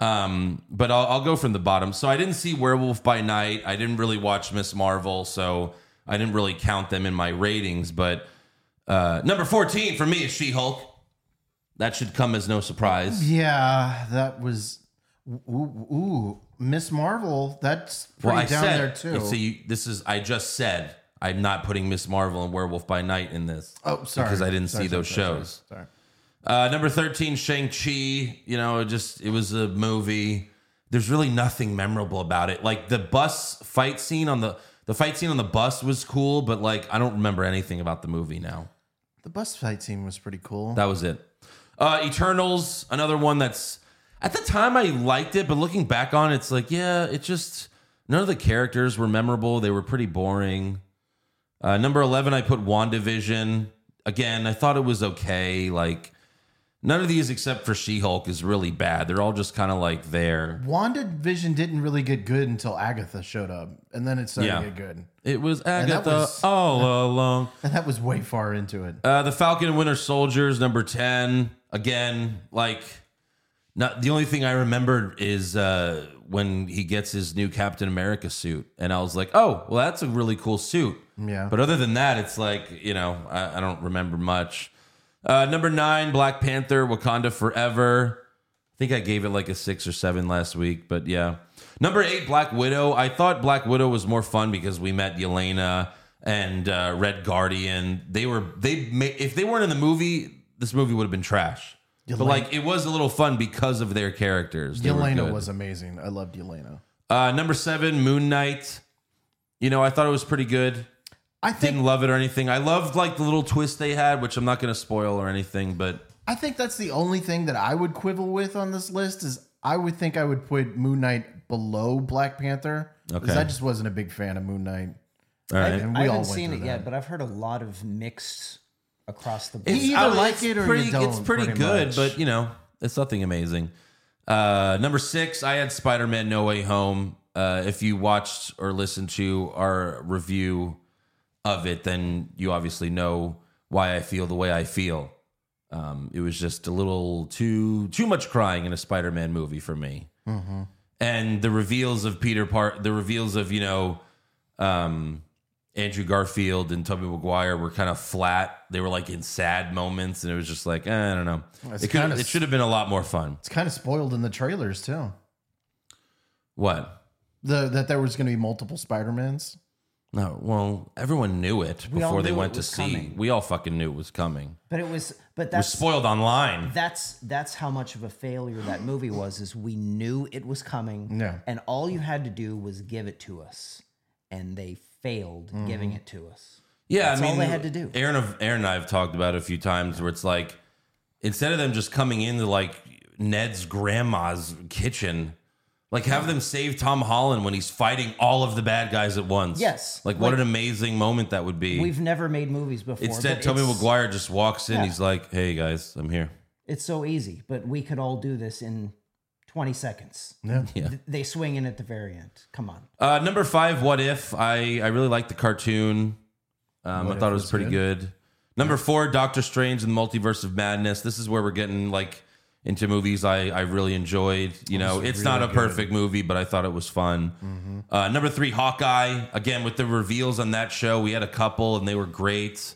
Speaker 3: Um, but I'll, I'll go from the bottom. So I didn't see Werewolf by Night. I didn't really watch Miss Marvel, so I didn't really count them in my ratings. But uh, number fourteen for me is She Hulk. That should come as no surprise.
Speaker 4: Yeah, that was ooh, ooh Miss Marvel. That's pretty down there too.
Speaker 3: So you, this is I just said I'm not putting Miss Marvel and Werewolf by Night in this.
Speaker 4: oh, sorry,
Speaker 3: because I didn't
Speaker 4: Sorry,
Speaker 3: see
Speaker 4: sorry,
Speaker 3: those
Speaker 4: sorry, sorry,
Speaker 3: shows.
Speaker 4: Sorry.
Speaker 3: Uh, number 13, Shang-Chi. You know, it just, it was a movie. There's really nothing memorable about it. Like the bus fight scene on the, the fight scene on the bus was cool, but like I don't remember anything about the movie now.
Speaker 4: The bus fight scene was pretty cool.
Speaker 3: That was it. Uh, Eternals, another one that's, at the time I liked it, but looking back on it, it's like, yeah, it just, none of the characters were memorable. They were pretty boring. Uh, number 11, I put WandaVision. Again, I thought it was okay. Like, None of these, except for She Hulk, is really bad. They're all just kind of like there.
Speaker 4: Wanda Vision didn't really get good until Agatha showed up, and then it started
Speaker 3: Yeah.
Speaker 4: to get good.
Speaker 3: It was Agatha
Speaker 4: was-
Speaker 3: all along.
Speaker 4: And that was way far into it.
Speaker 3: Uh, the Falcon and Winter Soldiers, number 10. Again, like, not the only thing I remembered is uh, when he gets his new Captain America suit. And I was like, oh, well, that's a really cool suit.
Speaker 4: Yeah.
Speaker 3: But other than that, it's like, you know, I, I don't remember much. Uh, number nine, Black Panther, Wakanda Forever. I think I gave it like a six or seven last week, but yeah. Number eight, Black Widow. I thought Black Widow was more fun because we met Yelena and uh, Red Guardian. They were they ma- if they weren't in the movie, this movie would have been trash. But like it was a little fun because of their characters. They were
Speaker 4: Yelena
Speaker 3: good.
Speaker 4: was amazing. I loved Yelena.
Speaker 3: uh, number seven, Moon Knight. You know, I thought it was pretty good.
Speaker 4: I think
Speaker 3: Didn't love it or anything. I loved like the little twist they had, which I'm not going to spoil or anything, but
Speaker 4: I think that's the only thing that I would quibble with on this list is I would think I would put Moon Knight below Black Panther because
Speaker 3: Okay.
Speaker 4: I just wasn't a big fan of Moon Knight.
Speaker 3: all right.
Speaker 4: And we all
Speaker 5: I haven't
Speaker 4: went
Speaker 5: seen
Speaker 4: through
Speaker 5: it
Speaker 4: that.
Speaker 5: yet, but I've heard a lot of mixed across the board.
Speaker 3: It's-
Speaker 4: either
Speaker 3: I-
Speaker 4: like
Speaker 3: it's
Speaker 4: it or you
Speaker 3: pretty, It's
Speaker 4: don't,
Speaker 3: pretty,
Speaker 4: pretty
Speaker 3: good,
Speaker 4: much.
Speaker 3: but you know, it's nothing amazing. Uh, number six, I had Spider Man No Way Home. Uh, if you watched or listened to our review of it, then you obviously know why I feel the way I feel. Um, it was just a little too too much crying in a Spider Man movie for me.
Speaker 5: Mm-hmm.
Speaker 3: And the reveals of Peter Part, the reveals of you know. Um, Andrew Garfield and Tobey Maguire were kind of flat. They were like in sad moments, and it was just like eh, I don't know.
Speaker 4: That's
Speaker 3: It, could,
Speaker 4: kinda-
Speaker 3: it should have been a lot more fun.
Speaker 4: It's kind of spoiled in the trailers too.
Speaker 3: What?
Speaker 4: The that there was going to be multiple Spider Mans.
Speaker 3: No, well, everyone knew it
Speaker 5: We all
Speaker 3: before they
Speaker 5: knew it
Speaker 3: went to
Speaker 5: was
Speaker 3: see.
Speaker 5: coming.
Speaker 3: We all fucking knew it was coming.
Speaker 5: but it was,
Speaker 3: It
Speaker 5: but
Speaker 3: was
Speaker 5: that's
Speaker 3: spoiled online.
Speaker 5: that's that's how much of a failure that movie was. Is we knew it was coming,
Speaker 4: Yeah.
Speaker 5: and all you had to do was give it to us, and they failed
Speaker 4: Mm-hmm.
Speaker 5: giving it to us.
Speaker 3: Yeah,
Speaker 5: That's
Speaker 3: I
Speaker 5: all
Speaker 3: mean,
Speaker 5: they had to do.
Speaker 3: Aaron, of- Aaron and I have talked about it a few times where it's like, instead of them just coming into like Ned's grandma's kitchen, like have them save Tom Holland when he's fighting all of the bad guys at once.
Speaker 5: Yes.
Speaker 3: Like, what
Speaker 5: Like-
Speaker 3: an amazing moment that would be.
Speaker 5: We've never made movies before.
Speaker 3: Instead,
Speaker 5: but
Speaker 3: Tobey
Speaker 5: it's-
Speaker 3: Maguire just walks in.
Speaker 5: Yeah.
Speaker 3: He's like, hey guys, I'm here.
Speaker 5: It's so easy, but we could all do this in twenty seconds.
Speaker 4: Yeah.
Speaker 5: Th- They swing in at the very end. Come on.
Speaker 3: Uh, number five, What If? I, I really liked the cartoon. Um, I
Speaker 4: What
Speaker 3: thought
Speaker 4: If
Speaker 3: it was
Speaker 4: was
Speaker 3: pretty good. Number four, Doctor Strange and the Multiverse of Madness. This is where we're getting like into movies I, I really enjoyed. You know, it's not a perfect movie, but I thought it was fun.
Speaker 4: Mm-hmm.
Speaker 3: Uh, number three, Hawkeye. Again, with the reveals on that show, we had a couple and they were great.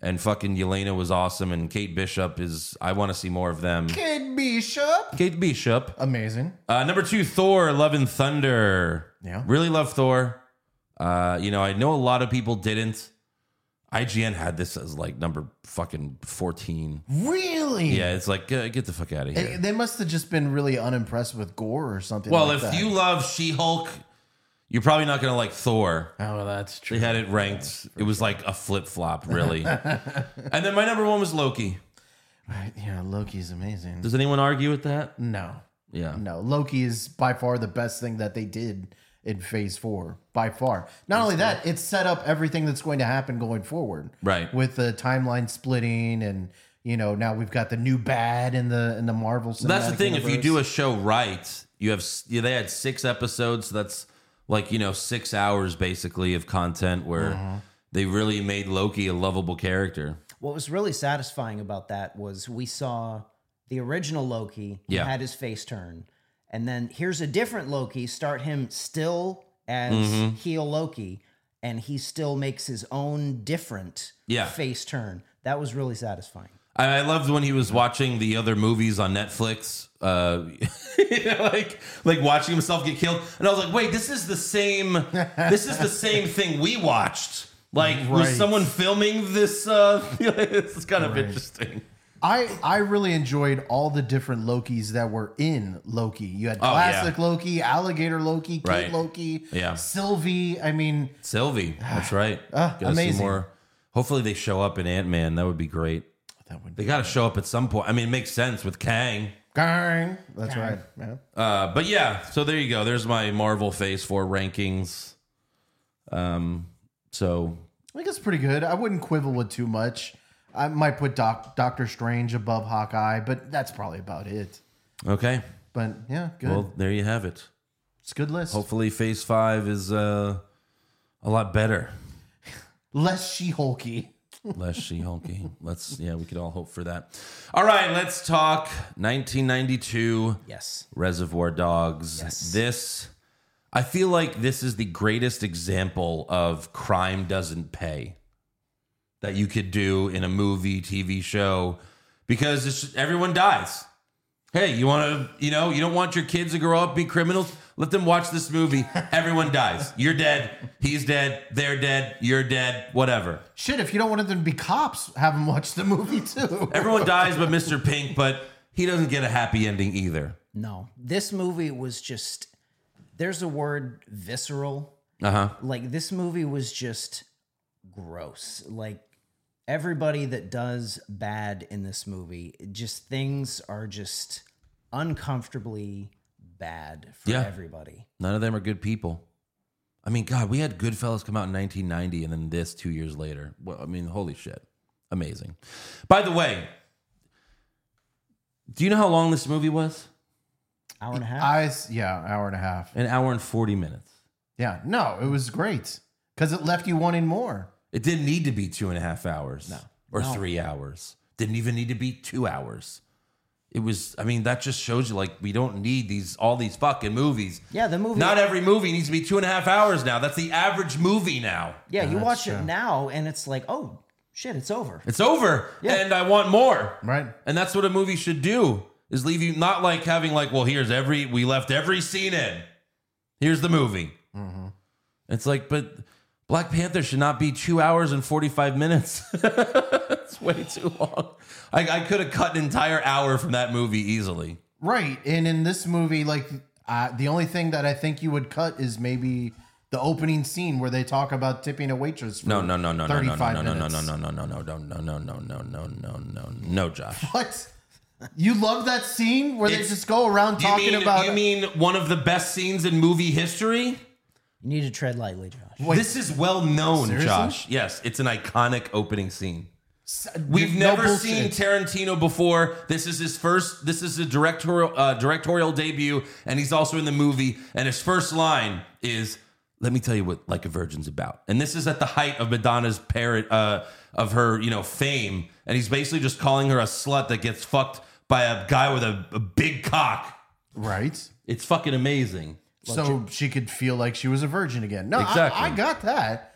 Speaker 3: And fucking Yelena was awesome. And Kate Bishop is, I want to see more of them.
Speaker 4: Kid Bishop.
Speaker 3: Kate Bishop.
Speaker 4: Amazing.
Speaker 3: Uh, number two, Thor, Love and Thunder.
Speaker 4: Yeah.
Speaker 3: Really love Thor. Uh, you know, I know a lot of people didn't. IGN had this as like number fucking 14.
Speaker 4: Really?
Speaker 3: Yeah, it's like, uh, get the fuck out of
Speaker 4: They-
Speaker 3: here.
Speaker 4: they must have just been really unimpressed with gore or something.
Speaker 3: Well,
Speaker 4: like
Speaker 3: if
Speaker 4: that.
Speaker 3: you love She Hulk, you're probably not going to like Thor.
Speaker 4: oh, well, that's true.
Speaker 3: They had it ranked. It was like a flip flop, really. and then my number one was Loki.
Speaker 4: Right, yeah, Loki's amazing.
Speaker 3: Does anyone argue with that?
Speaker 4: No,
Speaker 3: Yeah.
Speaker 4: no, Loki is by far the best thing that they did in Phase Four. By far. Not only that, it set up everything that's going to happen going forward.
Speaker 3: Right.
Speaker 4: With the timeline splitting, and you know, now we've got the new bad in the in the Marvel.
Speaker 3: that's the thing. If you do a show right, you have s- yeah, they had six episodes. So that's like you know six hours basically of content where they really made Loki a lovable character.
Speaker 5: What was really satisfying about that was we saw the original Loki who
Speaker 3: Yeah.
Speaker 5: had his face turn, and then here's a different Loki. Start him still as
Speaker 3: Mm-hmm.
Speaker 5: heel Loki, and he still makes his own different
Speaker 3: Yeah.
Speaker 5: face turn. That was really satisfying.
Speaker 3: I, I loved when he was watching the other movies on Netflix, uh, you know, like like watching himself get killed, and I was like, wait, this is the same. This is the same thing we watched. Like, was
Speaker 4: Right.
Speaker 3: someone filming this? Uh, this is kind of interesting.
Speaker 4: I I really enjoyed all the different Lokis that were in Loki. You had
Speaker 3: Oh, yeah.
Speaker 4: classic Loki, alligator Loki, Kate
Speaker 3: Right.
Speaker 4: Loki,
Speaker 3: Yeah.
Speaker 4: Sylvie. I mean,
Speaker 3: Sylvie. That's right. Gotta
Speaker 4: Ah, amazing.
Speaker 3: Hopefully they show up in Ant Man. That would be great.
Speaker 4: that would
Speaker 3: They
Speaker 4: be
Speaker 3: got to show up at some point. I mean, it makes sense with Kang.
Speaker 4: gang. That's right. Yeah.
Speaker 3: Uh, but yeah, so there you go. There's my Marvel Phase Four rankings. Um, so
Speaker 4: I think it's pretty good. I wouldn't quibble with too much. I might put Doc, Doctor Strange above Hawkeye, but that's probably about it.
Speaker 3: Okay.
Speaker 4: But yeah, good.
Speaker 3: Well, there you have it.
Speaker 4: it's a good list.
Speaker 3: Hopefully, Phase Five is uh, a lot better.
Speaker 4: Less She Hulky.
Speaker 3: Less she honky. Let's yeah, we could all hope for that. All right, let's talk 1992
Speaker 5: Yes.
Speaker 3: Reservoir Dogs.
Speaker 5: Yes.
Speaker 3: This I feel like this is the greatest example of crime doesn't pay that you could do in a movie, TV show because it's just- everyone dies. Hey, you want to, you know, you don't want your kids to grow up be criminals? Let them watch this movie. Everyone dies. You're dead. He's dead. They're dead. You're dead. Whatever.
Speaker 4: Shit, if you don't want them to be cops, have them watch the movie too.
Speaker 3: Everyone dies but Mr. Pink, but he doesn't get a happy ending either.
Speaker 5: No. This movie was just there's a word visceral.
Speaker 3: Uh huh.
Speaker 5: Like this movie was just gross. Like everybody that does bad in this movie, just things are just uncomfortably bad for
Speaker 3: Yeah.
Speaker 5: everybody.
Speaker 3: None of them are good people. I mean, God, we had Goodfellas come out in 1990 and then this two years later. Well, I mean, holy shit. Amazing. By the way, do you know how long this movie was?
Speaker 5: Hour and a half.
Speaker 4: I s- yeah, hour and a half.
Speaker 3: An hour and 40 minutes.
Speaker 4: Yeah, no, it was great because it left you wanting more.
Speaker 3: It didn't need to be two and a half hours. No. Or three hours. Didn't even need to be two hours. It was, I mean, that just shows you like we don't need these, all these fucking movies.
Speaker 5: yeah, the movie
Speaker 3: Not every movie needs to be two and a half hours now. That's the average movie now.
Speaker 5: Yeah, you watch it now and it's like, "Oh, shit, it's over."
Speaker 3: It's over, and I want more.
Speaker 4: Right.
Speaker 3: And that's what a movie should do: is leave you not like having like, well, here's every we left every scene in. Here's the movie.
Speaker 4: Mm-hmm.
Speaker 3: It's like, but Black Panther should not be two hours and forty five minutes. it's way too long. I, I could have cut an entire hour from that movie easily.
Speaker 4: Right. And in this movie, like uh, the only thing that I think you would cut is maybe the opening scene where they talk about tipping a waitress. For
Speaker 3: No, no, no, no, no, no, no,
Speaker 4: 35
Speaker 3: no, no, no,
Speaker 4: minutes.
Speaker 3: no, no, no, no, no, no, no, no, no, no, no, no, no, Josh.
Speaker 4: What? You love that scene where
Speaker 3: It's-
Speaker 4: they just go around
Speaker 3: You
Speaker 4: talking
Speaker 3: mean,
Speaker 4: about.
Speaker 3: you mean one of the best scenes in movie history?
Speaker 5: You need to tread lightly, Josh.
Speaker 4: Wait.
Speaker 3: this is well known,
Speaker 4: Seriously?
Speaker 3: Josh. Yes, it's an iconic opening scene.
Speaker 4: S- uh,
Speaker 3: We've
Speaker 4: no
Speaker 3: never
Speaker 4: bullshit.
Speaker 3: seen Tarantino before. This is his first. This is a directorial uh, directorial debut, and he's also in the movie. And his first line is, "Let me tell you what Like a Virgin's about." And this is at the height of Madonna's parrot uh, of her, you know, fame. And he's basically just calling her a slut that gets fucked by a guy with a, a big cock.
Speaker 4: Right.
Speaker 3: It's fucking amazing.
Speaker 4: So she could feel like she was a virgin again. No, I-
Speaker 3: Exactly.
Speaker 4: I got that.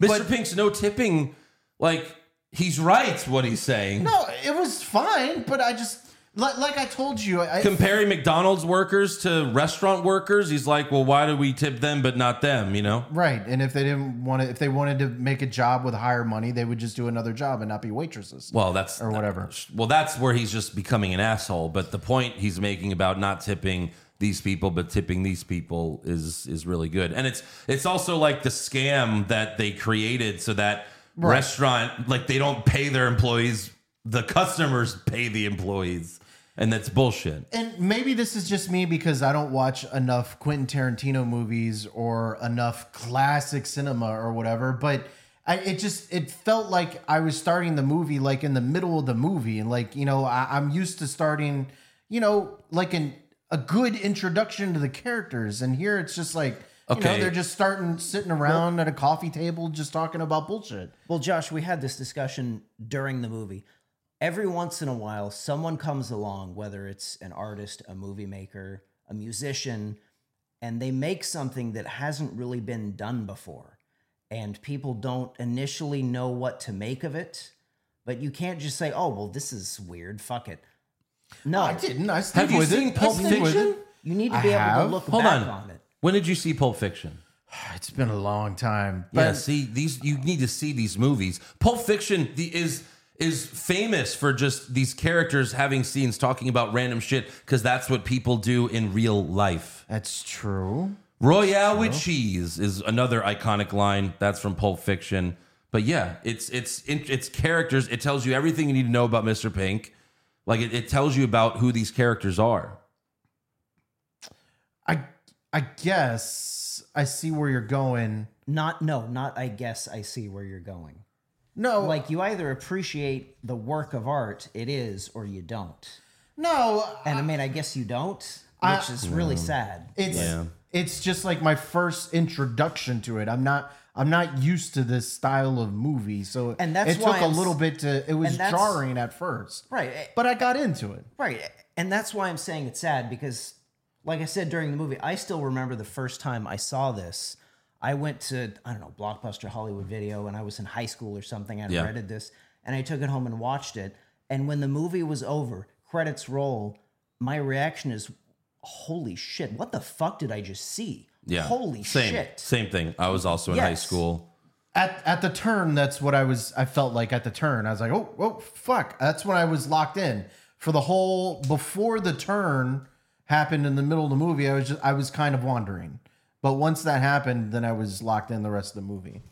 Speaker 3: Mr. Pink's no tipping. Like he's right what he's saying.
Speaker 4: No, it was fine, but I just like, like I told you, I
Speaker 3: comparing McDonald's workers to restaurant workers, he's like, well, why do we tip them but not them? You know,
Speaker 4: right. And if they didn't want to, if they wanted to make a job with higher money, they would just do another job and not be waitresses.
Speaker 3: well, that's
Speaker 4: Or whatever.
Speaker 3: Well, that's where he's just becoming an asshole. But the point he's making about not tipping these people but tipping these people is is really good, and it's it's also like the scam that they created so that restaurant like they don't pay their employees, the customers pay the employees, and that's bullshit.
Speaker 4: and maybe this is just me because I don't watch enough Quentin Tarantino movies or enough classic cinema or whatever, but I, it just it felt like I was starting the movie like in the middle of the movie, and like you know I, I'm used to starting you know like an a good introduction to the characters, and here it's just like you know
Speaker 3: Okay.
Speaker 4: they're just starting sitting around at a coffee table just talking about bullshit.
Speaker 5: Well, Josh, we had this discussion during the movie. Every once in a while, someone comes along, whether it's an artist, a movie maker, a musician, and they make something that hasn't really been done before. And people don't initially know what to make of it. But you can't just say, oh, well, this is weird. Fuck it. No,
Speaker 4: I didn't. I
Speaker 3: Have
Speaker 4: stayed
Speaker 3: you
Speaker 4: with it.
Speaker 3: seen
Speaker 4: I
Speaker 3: Pulp
Speaker 4: stayed with
Speaker 3: Fiction?
Speaker 4: it.
Speaker 5: you need to
Speaker 4: I
Speaker 5: be able
Speaker 4: have.
Speaker 5: to look
Speaker 3: Hold
Speaker 5: back
Speaker 3: on.
Speaker 5: on it.
Speaker 3: When did you see Pulp Fiction?
Speaker 4: It's been a long time. But
Speaker 3: yeah, see these. You need to see these movies. Pulp Fiction the, is is famous for just these characters having scenes talking about random shit because that's what people do in real life.
Speaker 4: that's true.
Speaker 3: Royale with cheese is another iconic line that's from Pulp Fiction. But yeah, it's it's it's characters. It tells you everything you need to know about Mr. Pink. Like it, it tells you about who these characters are.
Speaker 4: I I guess I see where you're going.
Speaker 5: Not, no, not, I guess I see where you're going.
Speaker 4: No,
Speaker 5: Like you either appreciate the work of art it is, or you don't.
Speaker 4: no,
Speaker 5: And I mean, I guess you don't, which is really sad.
Speaker 4: it's it's just like my first introduction to it. I'm not I'm not used to this style of movie, so
Speaker 5: And that's
Speaker 4: it
Speaker 5: why
Speaker 4: took a
Speaker 5: I'm s-
Speaker 4: little bit to. It was
Speaker 5: and that's-
Speaker 4: jarring at first,
Speaker 5: Right. eh,
Speaker 4: But I got into it.
Speaker 5: Right. eh, And that's why I'm saying it's sad because, like I said during the movie, I still remember the first time I saw this. I went to, I don't know, Blockbuster Hollywood Video, and I was in high school or something. I
Speaker 3: Yeah.
Speaker 5: rented this and I took it home and watched it. And when the movie was over, credits roll, my reaction is, holy shit, what the fuck did I just see?
Speaker 3: Yeah.
Speaker 5: Holy
Speaker 3: same,
Speaker 5: shit.
Speaker 3: Same thing. I was also in high
Speaker 5: Yes.
Speaker 3: school.
Speaker 4: At at the turn, that's what I was. I felt like at the turn, I was like, oh, oh, fuck. That's when I was locked in for the whole before the turn happened in the middle of the movie. I was just I was kind of wandering, but once that happened, then I was locked in the rest of the movie.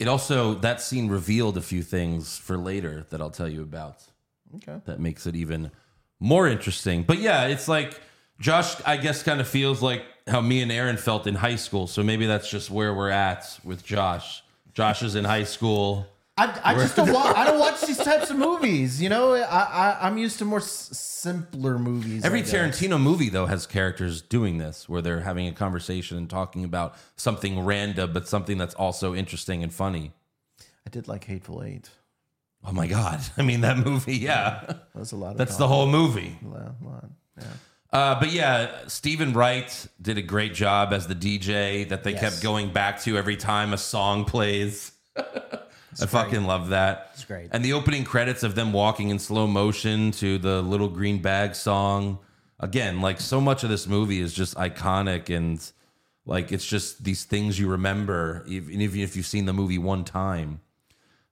Speaker 3: It also that scene revealed a few things for later that I'll tell you about.
Speaker 4: Okay.
Speaker 3: That makes it even more interesting. But yeah, it's like Josh, I guess, kind of feels like how me and Aaron felt in high school. So maybe that's just where we're at with Josh. Josh is in high school.
Speaker 4: I, I just don't watch. I don't watch these types of movies. You know, I, I I'm used to more s- simpler movies.
Speaker 3: Every
Speaker 4: I guess.
Speaker 3: Tarantino movie, though, has characters doing this where they're having a conversation and talking about something random, but something that's also interesting and funny.
Speaker 4: I did like Hateful Eight.
Speaker 3: Oh my God. I mean, that movie, yeah.
Speaker 4: That was a lot. Of
Speaker 3: That's the whole movie.
Speaker 4: whole.
Speaker 3: Uh, but yeah, Stephen Wright did a great job as the DJ that they kept going back to every time a song plays. I fucking love that. It's
Speaker 5: great.
Speaker 3: And the opening credits of them walking in slow motion to the Little Green Bag song. Again, like so much of this movie is just iconic and like it's just these things you remember, even even if you've seen the movie one time.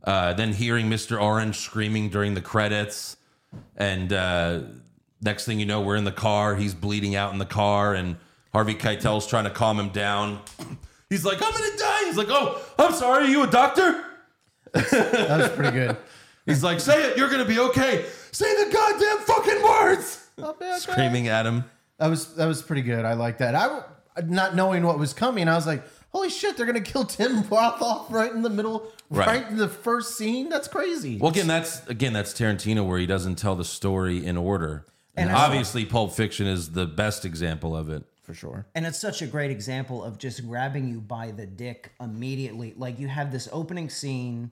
Speaker 3: Uh, then hearing Mr. Orange screaming during the credits and uh, next thing you know, we're in the car. He's bleeding out in the car, and Harvey Keitel's trying to calm him down. He's like, "I'm gonna die." He's like, "Oh, I'm sorry. Are you a doctor?"
Speaker 4: That was pretty good.
Speaker 3: He's like, "Say it. You're gonna be okay. Say the goddamn fucking words." Screaming at him.
Speaker 4: That was that was pretty good. I like that. I w- not knowing what was coming, I was like, "Holy shit! They're gonna kill Tim Roth right in the middle,
Speaker 3: Right.
Speaker 4: right. in the first scene. That's crazy."
Speaker 3: Well, again, that's again that's Tarantino where he doesn't tell the story in order. And,
Speaker 5: And I-
Speaker 3: obviously, Pulp Fiction is the best example of it.
Speaker 4: for sure.
Speaker 5: And it's such a great example of just grabbing you by the dick immediately. Like you have this opening scene,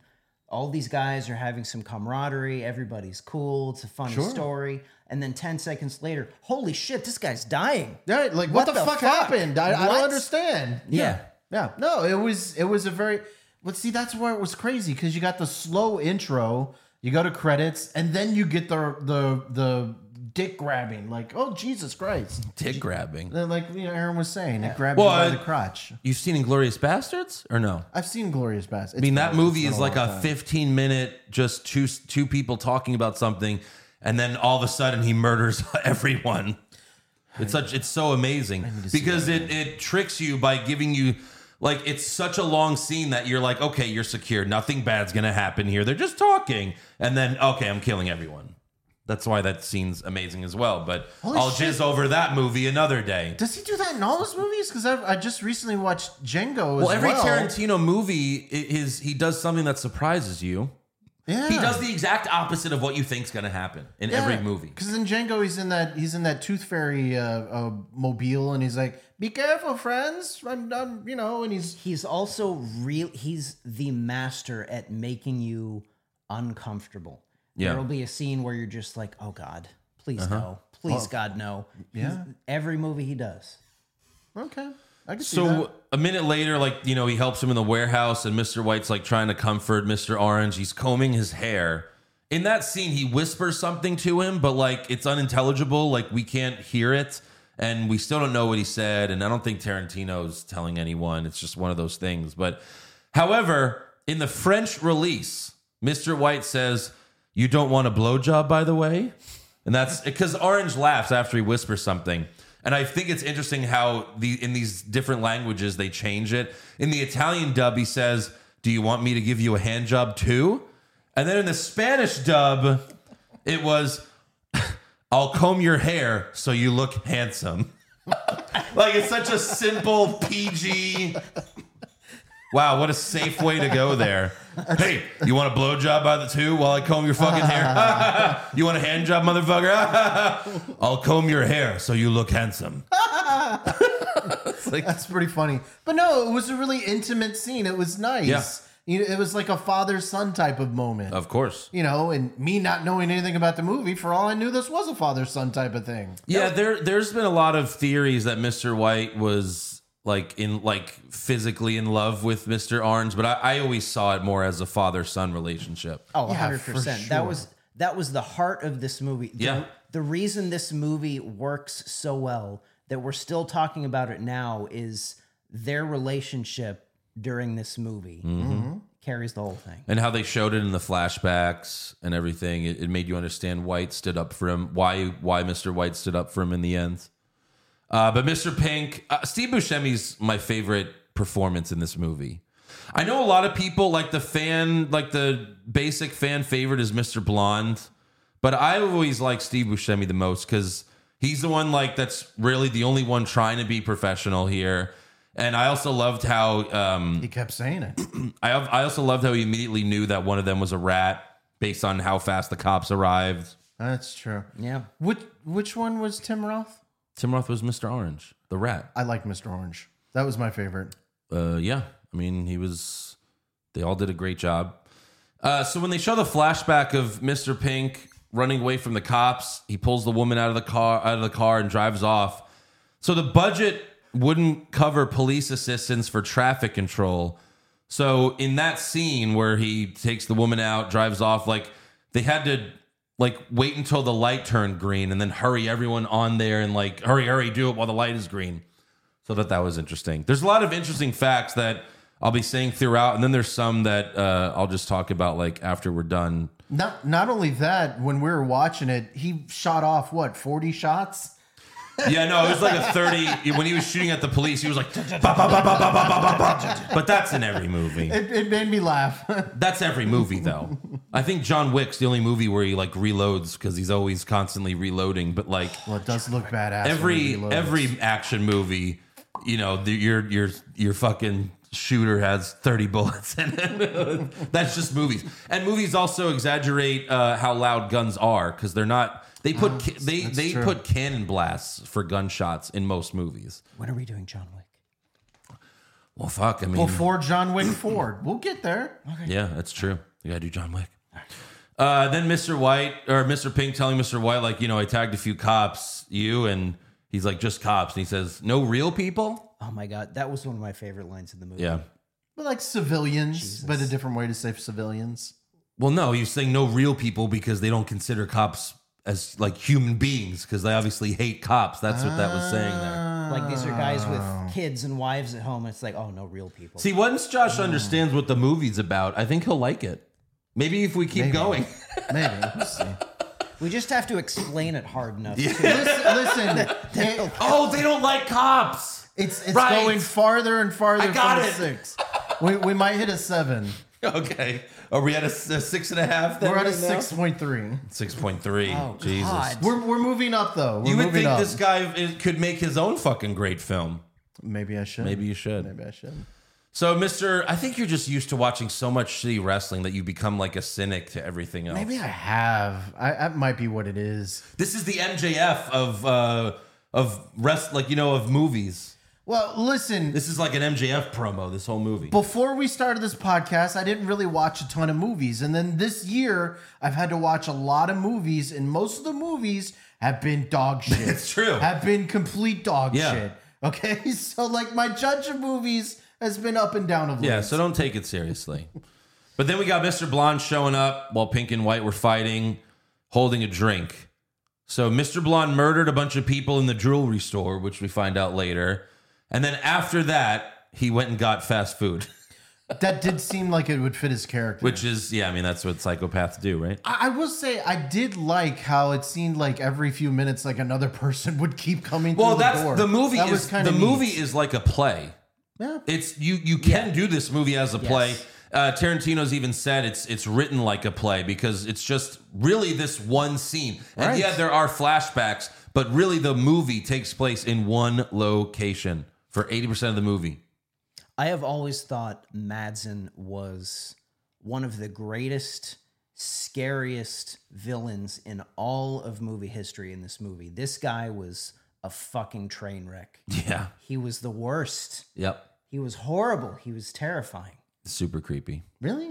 Speaker 5: all these guys are having some camaraderie, everybody's cool, it's a funny story. And then 10 seconds later, holy shit, this guy's dying.
Speaker 4: Yeah, like what, the, fuck, happened? I, I
Speaker 5: What?
Speaker 4: don't understand.
Speaker 3: Yeah.
Speaker 4: Yeah. No, it was it was a very but see that's where it was crazy because you got the slow intro, you go to credits, and then you get the the the dick grabbing, like, oh Jesus Christ.
Speaker 3: Dick grabbing.
Speaker 4: Then, Like you know, Aaron was saying, it grabbed
Speaker 3: Well,
Speaker 4: you by
Speaker 3: I-
Speaker 4: the crotch.
Speaker 3: You've seen Inglorious Bastards or no?
Speaker 4: I've seen Glorious Bass.
Speaker 3: I mean, that movie is like a 15 minute, just two two people talking about something, and then all of a sudden he murders everyone. It's such it's so amazing because it it tricks you by giving you like it's such a long scene that you're like, okay, you're secure, nothing bad's gonna happen here. They're just talking, and then okay, I'm killing everyone. That's why that scene's amazing as well. But
Speaker 4: Holy
Speaker 3: I'll
Speaker 4: shit.
Speaker 3: jizz over that movie another day.
Speaker 4: Does he do that in all his movies? Because I just recently watched Django. As
Speaker 3: Well, every
Speaker 4: well.
Speaker 3: Tarantino movie, i- his he does something that surprises you.
Speaker 4: yeah.
Speaker 3: He does the exact opposite of what you think's going to happen in every movie.
Speaker 4: Because in Django, he's in that he's in that Tooth Fairy uh, uh, mobile, and he's like, "Be careful, friends! I'm, I'm you know." And he's
Speaker 5: He's also real, he's the master at making you uncomfortable.
Speaker 3: Yeah.
Speaker 5: There'll be a scene where you're just like, oh God, please no. Please, God, no.
Speaker 4: Yeah.
Speaker 5: He's- every movie he does.
Speaker 4: okay. I can see
Speaker 3: So
Speaker 4: that.
Speaker 3: a minute later, like you know, he helps him in the warehouse, and Mr. White's like trying to comfort Mr. Orange. He's combing his hair. In that scene, he whispers something to him, but like it's unintelligible. Like we can't hear it, and we still don't know what he said. And I don't think Tarantino's telling anyone. It's just one of those things. But however, in the French release, Mr. White says, "You don't want a blowjob, by the way." And that's because Orange laughs after he whispers something. And I think it's interesting how the in these different languages they change it. In the Italian dub, he says, Do you want me to give you a hand job too? And then in the Spanish dub, it was I'll comb your hair so you look handsome. like it's such a simple PG Wow, what a safe way to go there. hey, you want a blowjob by the two while I comb your fucking hair? you want a hand job, motherfucker? I'll comb your hair so you look handsome.
Speaker 4: That's pretty funny. But no, it was a really intimate scene. It was nice.
Speaker 3: Yeah.
Speaker 4: You know, it was like a father son type of moment.
Speaker 3: Of course.
Speaker 4: you know, and me not knowing anything about the movie, for all I knew, this was a father son type of thing.
Speaker 3: Yeah, there there's been a lot of theories that Mr. White was like in like physically in love with Mr. Orange, but I, I always saw it more as a father son relationship.
Speaker 5: Oh,
Speaker 4: Yeah,
Speaker 5: 100%.
Speaker 4: for
Speaker 5: That
Speaker 4: sure.
Speaker 5: was that was the heart of this movie. The-
Speaker 3: Yeah.
Speaker 5: The reason this movie works so well that we're still talking about it now is their relationship during this movie Mm-hmm. carries the whole thing.
Speaker 3: And how they showed it in the flashbacks and everything, it, it made you understand White stood up for him. Why why Mr. White stood up for him in the end. Uh, but Mr. Pink, uh, Steve Buscemi's my favorite performance in this movie. I know a lot of people like the fan, like the basic fan favorite is Mr. Blonde, but I always like Steve Buscemi the most because he's the one like that's really the only one trying to be professional here. And I also loved how um,
Speaker 4: He kept saying it.
Speaker 3: I I also loved how he immediately knew that one of them was a rat based on how fast the cops arrived.
Speaker 4: That's true.
Speaker 5: Yeah.
Speaker 4: Which which one was Tim Roth?
Speaker 3: Tim Roth was Mr. Orange, the rat.
Speaker 4: I like Mr. Orange. That was my favorite.
Speaker 3: Uh, yeah, I mean he was. They all did a great job. Uh, so when they show the flashback of Mr. Pink running away from the cops, he pulls the woman out of the car out of the car and drives off. So the budget wouldn't cover police assistance for traffic control. So in that scene where he takes the woman out, drives off, like they had to like wait until the light turned green and then hurry everyone on there and like hurry, hurry, do it while the light is green. So that that was interesting. There's a lot of interesting facts that I'll be saying throughout, and then there's some that uh, I'll just talk about like after we're done.
Speaker 4: Not not only that, when we were watching it, he shot off what forty shots.
Speaker 3: Yeah, no, it was like a 30 when he was shooting at the police. He was like, "Ba, ba, ba, ba, ba, ba, ba, ba." but that's in every movie.
Speaker 4: It, it made me laugh.
Speaker 3: That's every movie, though. I think John Wick's the only movie where he like reloads because he's always constantly reloading. But like
Speaker 4: well, it does look badass. when he
Speaker 3: every
Speaker 4: reloads.
Speaker 3: every action movie, you know, the, your your your fucking shooter has thirty bullets in it. That's just movies, and movies also exaggerate uh, how loud guns are because they're not. They put ca- they they
Speaker 4: true.
Speaker 3: put cannon blasts for gunshots in most movies.
Speaker 5: When are we doing John Wick?
Speaker 3: Well, fuck. I mean,
Speaker 4: before John Wick Ford. We'll get there.
Speaker 3: Yeah, that's true. You gotta do John Wick. Uh, then Mr. White or Mr. Pink telling Mr. White, like, you know, I tagged a few cops, you, and he's like, just cops. And he says, no real people?
Speaker 5: Oh my god, that was one of my favorite lines in the movie.
Speaker 3: Yeah.
Speaker 4: But like civilians, but a different way to say civilians.
Speaker 3: Well, no, he's saying no real people because they don't consider cops as like human beings because they obviously hate cops. That's what that was saying there.
Speaker 4: Ah.
Speaker 5: Like these are guys with kids and wives at home. It's like, oh no, real people.
Speaker 3: See, once Josh
Speaker 4: Hmm.
Speaker 3: understands what the movie's about, I think he'll like it. Maybe if we keep going.
Speaker 4: Maybe. We'll see.
Speaker 5: we just have to explain it hard enough.
Speaker 4: listen, listen it-
Speaker 3: oh, they don't like cops.
Speaker 4: it's it's
Speaker 3: Right.
Speaker 4: going farther and farther
Speaker 3: I got
Speaker 4: from
Speaker 3: it.
Speaker 4: a six. We, we might hit a seven.
Speaker 3: Okay. Are we at a, s- a six and a half? Then
Speaker 4: We're at a
Speaker 3: right now?
Speaker 4: six point three.
Speaker 3: Six point three.
Speaker 5: Oh,
Speaker 3: Jesus.
Speaker 5: God.
Speaker 4: We're, we're moving up though. We're
Speaker 3: You would
Speaker 4: moving
Speaker 3: think
Speaker 4: up.
Speaker 3: this guy is- could make his own fucking great film.
Speaker 4: Maybe I should.
Speaker 3: Maybe you should.
Speaker 4: Maybe I should.
Speaker 3: So, Mister, I think you're just used to watching so much shitty wrestling that you become like a cynic to everything else.
Speaker 4: Maybe I have. I, that might be what it is.
Speaker 3: this is the MJF of uh, of rest, like you know, of movies.
Speaker 4: Well, listen.
Speaker 3: This is like an MJF promo. This whole movie.
Speaker 4: Before we started this podcast, I didn't really watch a ton of movies, and then this year I've had to watch a lot of movies, and most of the movies have been dog shit.
Speaker 3: It's true.
Speaker 4: Have been complete dog
Speaker 3: Yeah.
Speaker 4: shit. Okay, so like my judge of movies has been up and down of late.
Speaker 3: Yeah, so don't take it seriously. but then we got Mr. Blonde showing up while Pink and White were fighting, holding a drink. So Mr. Blonde murdered a bunch of people in the jewelry store, which we find out later. And then after that, he went and got fast food,
Speaker 4: That did seem like it would fit his character.
Speaker 3: which is, yeah, I mean, that's what psychopaths do, right?
Speaker 4: I I will say I did like how it seemed like every few minutes, like another person would keep coming.
Speaker 3: Well,
Speaker 4: through
Speaker 3: that's
Speaker 4: the, door.
Speaker 3: the movie
Speaker 4: That
Speaker 3: is
Speaker 4: kinda
Speaker 3: the
Speaker 4: neat.
Speaker 3: movie is like a play.
Speaker 4: Yeah.
Speaker 3: It's you you can do this movie as a play. Uh, Tarantino's even said it's it's written like a play because it's just really this one scene. And
Speaker 4: Right.
Speaker 3: yeah, there are flashbacks, but really the movie takes place in one location for 80% of the movie.
Speaker 5: I have always thought Madsen was one of the greatest, scariest villains in all of movie history in this movie. This guy was a fucking train wreck.
Speaker 3: Yeah.
Speaker 5: He was the worst.
Speaker 3: Yep.
Speaker 5: He was horrible. He was terrifying.
Speaker 3: Super creepy.
Speaker 4: Really?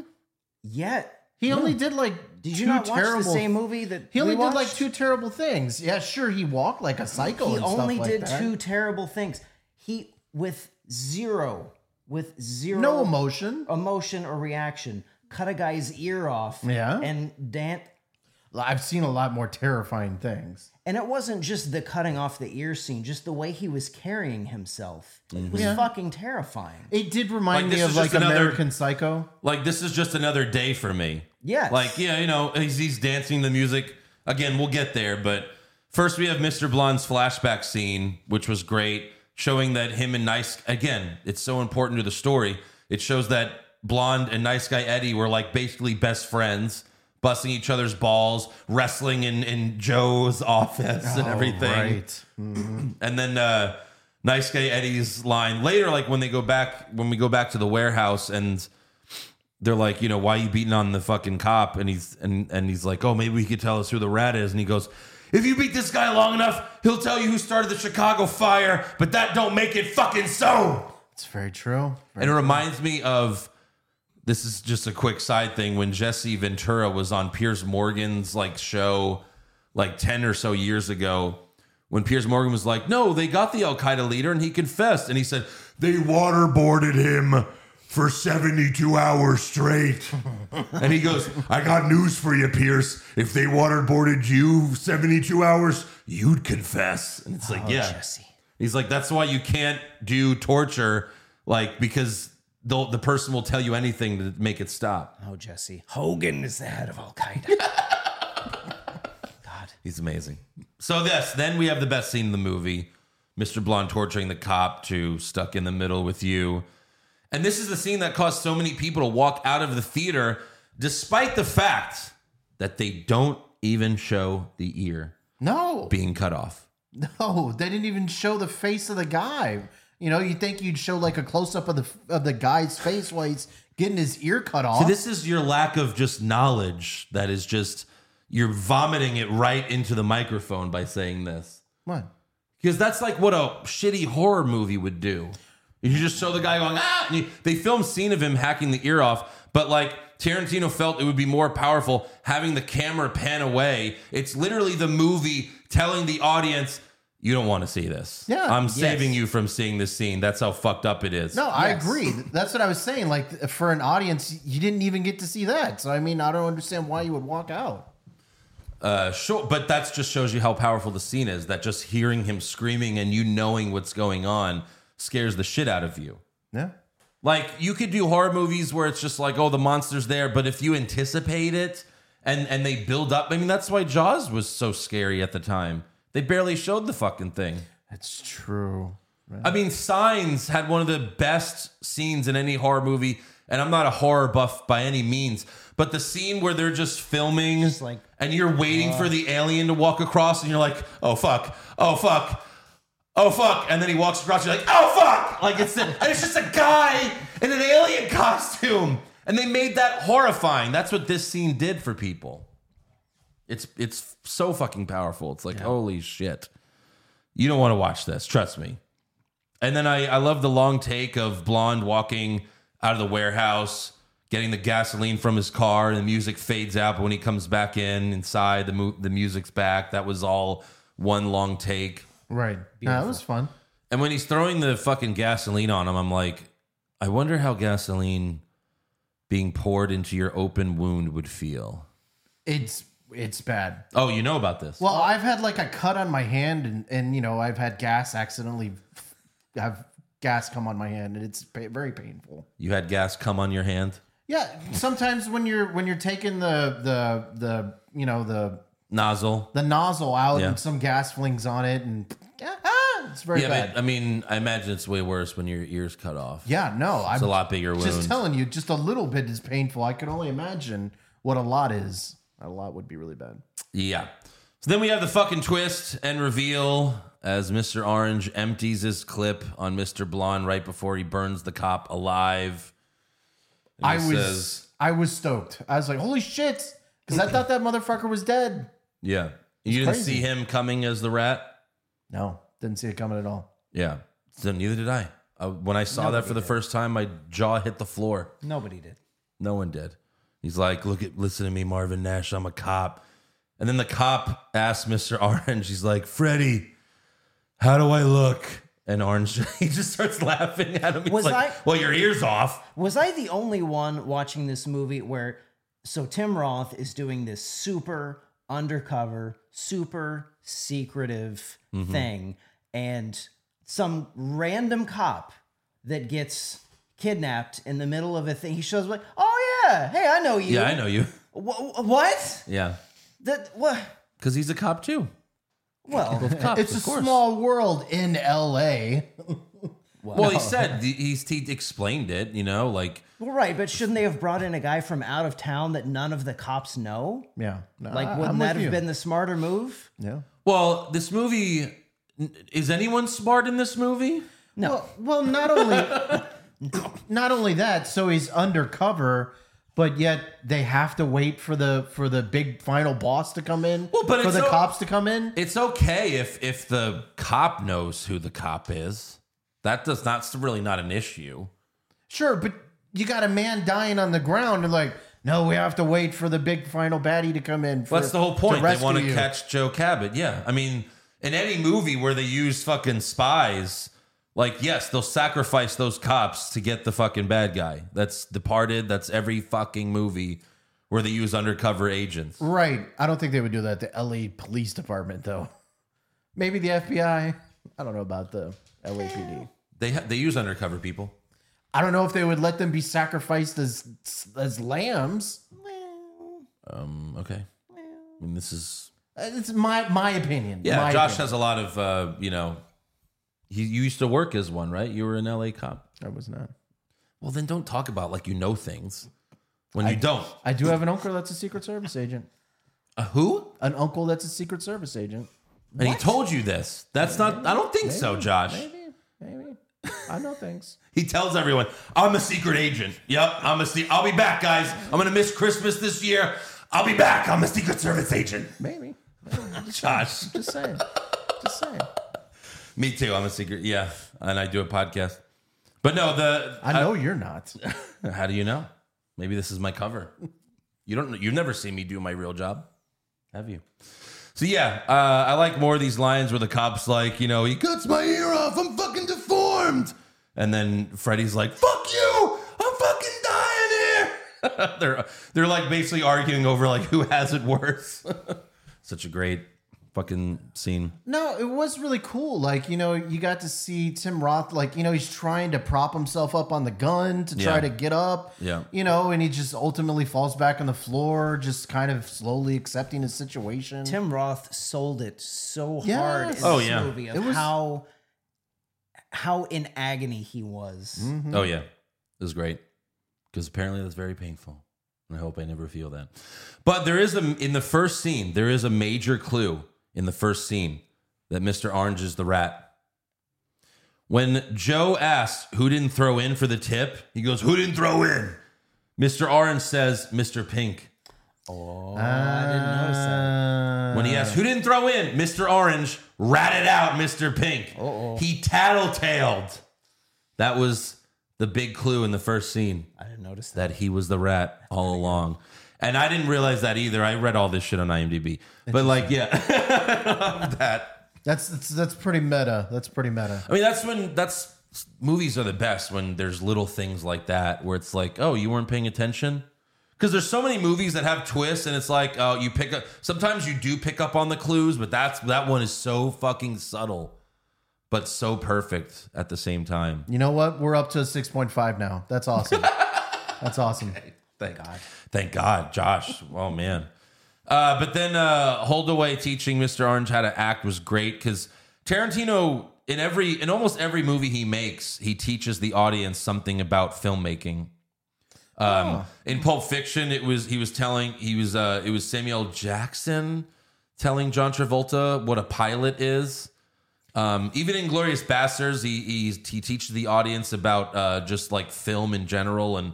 Speaker 5: Yet,
Speaker 4: He only did like
Speaker 5: did
Speaker 4: two
Speaker 5: you not watch
Speaker 4: terrible
Speaker 5: the same movie that
Speaker 4: He only
Speaker 5: we
Speaker 4: did like
Speaker 5: watched?
Speaker 4: two terrible things. Yeah, sure, he walked like a psycho.
Speaker 5: He
Speaker 4: and stuff
Speaker 5: only
Speaker 4: like
Speaker 5: did
Speaker 4: that.
Speaker 5: two terrible things. He with zero, with zero
Speaker 4: No emotion.
Speaker 5: Oh. emotion or reaction, cut a guy's ear off.
Speaker 4: Yeah.
Speaker 5: and dance.
Speaker 4: I've seen a lot more terrifying things.
Speaker 5: And it wasn't just the cutting off the ear scene; just the way he was carrying himself
Speaker 3: Mm-hmm.
Speaker 5: was fucking terrifying.
Speaker 4: It did remind
Speaker 3: Like, this
Speaker 4: me
Speaker 3: is
Speaker 4: of like
Speaker 3: just another-
Speaker 4: American Psycho.
Speaker 3: Like this is just another day for me.
Speaker 5: Yes.
Speaker 3: Like yeah, you know, he's, he's dancing the music. Again, we'll get there, but first we have Mr. Blonde's flashback scene, which was great, showing that him and nice again, it's so important to the story. It shows that Blonde and nice guy Eddie were like basically best friends, busting each other's balls, wrestling in in Joe's office and everything.
Speaker 4: Right.
Speaker 3: And then uh, nice guy Eddie's line later, like when they go back, when we go back to the warehouse, and they're like, you know, why you beating on the fucking cop? And he's and and he's like, oh, maybe he could tell us who the rat is. And he goes, if you beat this guy long enough, he'll tell you who started the Chicago fire. But that don't make it fucking so.
Speaker 4: It's very true.
Speaker 3: And it reminds me of this is just a quick side thing when Jesse Ventura was on Piers Morgan's like show like 10 or so years ago when Piers Morgan was like, "No, they got the Al-Qaeda leader and he confessed." And he said, "They waterboarded him for 72 hours straight." and he goes, "I got news for you, Pierce. If they waterboarded you 72 hours, you'd confess." And it's like, "Yeah."
Speaker 5: Jesse.
Speaker 3: He's like, that's why you can't do torture, like because the the person will tell you anything to make it stop.
Speaker 5: Oh, Jesse. Hogan is the head of Al Qaeda. God.
Speaker 3: He's amazing. So this, then we have the best scene in the movie: Mr. Blonde torturing the cop to "Stuck in the Middle with You," and this is the scene that caused so many people to walk out of the theater, despite the fact that they don't even show the ear
Speaker 4: No,
Speaker 3: being cut off.
Speaker 4: no, they didn't even show the face of the guy. You know, you think you'd show like a close up of the of the guy's face while he's getting his ear cut off.
Speaker 3: So this is your lack of just knowledge that is just you're vomiting it right into the microphone by saying this.
Speaker 4: What?
Speaker 3: Because that's like what a shitty horror movie would do. You just show the guy going, ah, and you, they film scene of him hacking the ear off, but like Tarantino felt it would be more powerful having the camera pan away. It's literally the movie telling the audience, you don't want to see this.
Speaker 4: Yeah.
Speaker 3: I'm
Speaker 4: Yes.
Speaker 3: saving you from seeing this scene. That's how fucked up it is.
Speaker 4: No, I agree. That's what I was saying. Like for an audience, you didn't even get to see that. So I mean, I don't understand why you would walk out.
Speaker 3: Uh, sure, but that just shows you how powerful the scene is. That just hearing him screaming and you knowing what's going on scares the shit out of you.
Speaker 4: Yeah.
Speaker 3: Like you could do horror movies where it's just like, oh, the monster's there, but if you anticipate it and and they build up, I mean, that's why Jaws was so scary at the time. They barely showed the fucking thing.
Speaker 4: That's true.
Speaker 3: I mean, Signs had one of the best scenes in any horror movie, and I'm not a horror buff by any means, but the scene where they're just filming
Speaker 5: like,
Speaker 3: and you're waiting for the alien to walk across, and you're like, oh fuck, oh fuck, oh fuck, and then he walks across, you're like, oh fuck, like it's the, and it's just a guy in an alien costume, and they made that horrifying. That's what this scene did for people. It's it's so fucking powerful. It's like holy shit. You don't want to watch this. Trust me. And then I, I love the long take of Blonde walking out of the warehouse, getting the gasoline from his car, and the music fades out. But when he comes back in inside, the mu- the music's back. That was all one long take.
Speaker 4: Right. Yeah, that was fun.
Speaker 3: And when he's throwing the fucking gasoline on him, I'm like, I wonder how gasoline being poured into your open wound would feel.
Speaker 4: It's it's bad.
Speaker 3: Oh, you know about this?
Speaker 4: Well, I've had like a cut on my hand, and and you know I've had gas accidentally f- have gas come on my hand, and it's pa- very painful.
Speaker 3: you had gas come on your hand.
Speaker 4: Yeah, sometimes when you're when you're taking the the the you know the
Speaker 3: Nozzle.
Speaker 4: the nozzle out
Speaker 3: Yeah.
Speaker 4: and some gas flings on it, and ah, it's very
Speaker 3: Yeah,
Speaker 4: bad.
Speaker 3: but I mean, I imagine it's way worse when your ear's cut off.
Speaker 4: yeah, no, I'm
Speaker 3: It's a lot bigger wound.
Speaker 4: just telling you, just a little bit is painful. I can only imagine what a lot is. A lot would be really bad.
Speaker 3: Yeah. So then we have the fucking twist and reveal as Mr. Orange empties his clip on Mr. Blonde right before he burns the cop alive. And
Speaker 4: I
Speaker 3: he
Speaker 4: was
Speaker 3: says-
Speaker 4: I was stoked. I was like, holy shit. Because I thought that motherfucker was dead.
Speaker 3: yeah. You didn't
Speaker 4: crazy.
Speaker 3: see him coming as the rat?
Speaker 4: No, didn't see it coming at all.
Speaker 3: Yeah. So neither did I. Uh, when I saw that for the first time, my jaw hit the floor.
Speaker 5: Nobody did.
Speaker 3: No one did. He's like, look at, listen to me, Marvin Nash. I'm a cop. And then the cop asked Mr. Orange, he's like, Freddie, how do I look? And Orange, he just starts laughing at him. He's
Speaker 5: Was
Speaker 3: like,
Speaker 5: I-
Speaker 3: well, your ear's off.
Speaker 5: Was I the only one watching this movie where so Tim Roth is doing this super undercover, super secretive
Speaker 3: Mm-hmm.
Speaker 5: thing and some random cop that gets kidnapped in the middle of a thing he shows up like, "Oh yeah, hey, I know you."
Speaker 3: Yeah, I know you.
Speaker 5: Wh- what?
Speaker 3: Yeah.
Speaker 5: That what?
Speaker 3: Because he's a cop too.
Speaker 5: Well,
Speaker 3: Cops,
Speaker 4: It's
Speaker 3: of
Speaker 4: a
Speaker 3: course.
Speaker 4: small world in LA.
Speaker 3: Well, he said he's, he explained it, you know, like
Speaker 5: well, right, but shouldn't they have brought in a guy from out of town that none of the cops know?
Speaker 4: Yeah. No,
Speaker 5: Like,
Speaker 4: I-
Speaker 5: wouldn't
Speaker 4: Uh, I'm
Speaker 5: that
Speaker 4: with
Speaker 5: have
Speaker 4: you. Mm.
Speaker 5: been the smarter move?
Speaker 4: Yeah.
Speaker 3: Well, this movie is anyone smart in this movie?
Speaker 4: Well, well, not only not only that, so he's undercover, but yet they have to wait for the for the big final boss to come in,
Speaker 3: Well, but
Speaker 4: for
Speaker 3: it's
Speaker 4: the
Speaker 3: so-
Speaker 4: cops to come in.
Speaker 3: It's okay if if the cop knows who the cop is. That does not it's really not an issue.
Speaker 4: Sure, but you got a man dying on the ground and like, no, we have to wait for the big final baddie to come in. For,
Speaker 3: That's the whole point. They
Speaker 4: rescue
Speaker 3: want to
Speaker 4: you.
Speaker 3: catch Joe Cabot. Yeah, I mean, in any movie where they use fucking spies, like yes, they'll sacrifice those cops to get the fucking bad guy. That's Departed. That's every fucking movie where they use undercover agents.
Speaker 4: Right. I don't think they would do that. The LA Police Department, though. Maybe the FBI. I don't know about the LAPD.
Speaker 3: They ha- they use undercover people.
Speaker 4: I don't know if they would let them be sacrificed as as lambs.
Speaker 3: Um, okay. I mean, this is
Speaker 4: Uh, It's my my opinion.
Speaker 3: Yeah,
Speaker 4: My
Speaker 3: Josh
Speaker 4: opinion.
Speaker 3: has a lot of uh, you know. He, you used to work as one, right? You were an LA cop.
Speaker 4: I was not.
Speaker 3: Well, then don't talk about like you know things when you don't.
Speaker 4: I do have an uncle that's a Secret Service agent.
Speaker 3: A Uh, who?
Speaker 4: An uncle that's a Secret Service agent.
Speaker 3: And he told you this. That's not. I don't think so, Josh.
Speaker 4: Maybe, maybe. I know things.
Speaker 3: He tells everyone, "I'm a secret agent. Yep, I'm a. Se- I'll be back, guys. I'm gonna miss Christmas this year. I'll be back. I'm a Secret Service agent."
Speaker 4: Maybe.
Speaker 3: Josh,
Speaker 4: Just saying. Just saying.
Speaker 3: me too. I'm a secret. Yeah, and I do a podcast. But no, the
Speaker 4: I know you're not.
Speaker 3: How do you know? Maybe this is my cover. You don't. You've never seen me do my real job, have you? So yeah, uh, I like more of these lines where the cops like, you know, he cuts my ear off. I'm fucking deformed. And then Freddy's like, "Fuck you! I'm fucking dying here." they're they're like basically arguing over like who has it worse. Such a great fucking scene.
Speaker 4: No, it was really cool. Like, you know, you got to see Tim Roth, like, you know, he's trying to prop himself up on the gun to try
Speaker 3: Yeah.
Speaker 4: to get up.
Speaker 3: Yeah.
Speaker 4: You know, and he just ultimately falls back on the floor, just kind of slowly accepting his situation.
Speaker 5: Tim Roth sold it so
Speaker 4: Yes.
Speaker 5: hard in
Speaker 3: Oh,
Speaker 5: this
Speaker 3: yeah.
Speaker 5: movie of
Speaker 4: It was-
Speaker 5: how how in agony he was.
Speaker 4: Mm.
Speaker 3: Oh yeah, it was great because apparently that's very painful, and I hope I never feel that. But there is a in the first scene there is a major clue in the first scene that Mister Orange is the rat. When Joe asks who didn't throw in for the tip, he goes, "Who didn't throw in?" Mister Orange says, "Mister Pink."
Speaker 5: Oh, I didn't notice
Speaker 4: Uh.
Speaker 5: that.
Speaker 3: When he asks who didn't throw in, Mr. Orange ratted out Mr. Pink. He tattletaled. That was the big clue in the first scene.
Speaker 5: I didn't notice that.
Speaker 3: that he was the rat all along. And I didn't realize that either. I read all this shit on IMDb. But like, yeah, that.
Speaker 4: That's, that's that's pretty meta. That's pretty meta.
Speaker 3: I mean, that's when that's movies are the best when there's little things like that where it's like, oh, you weren't paying attention. Because there's so many movies that have twists, and it's like, oh, you pick up. Sometimes you do pick up on the clues, but that's that one is so fucking subtle, but so perfect at the same time.
Speaker 4: You know what? We're up to a 6.5 now. That's awesome. that's awesome.
Speaker 3: Thank God. Thank God, Josh. Oh man. Uh, but then uh, Holdaway teaching Mr. Orange how to act was great because Tarantino in every in almost every movie he makes, he teaches the audience something about filmmaking. Um, In Pulp Fiction, it was he was telling he was uh, it was Samuel Jackson telling John Travolta what a pilot is. Um, even in Glorious Bastards, he, he he teaches the audience about uh, just like film in general and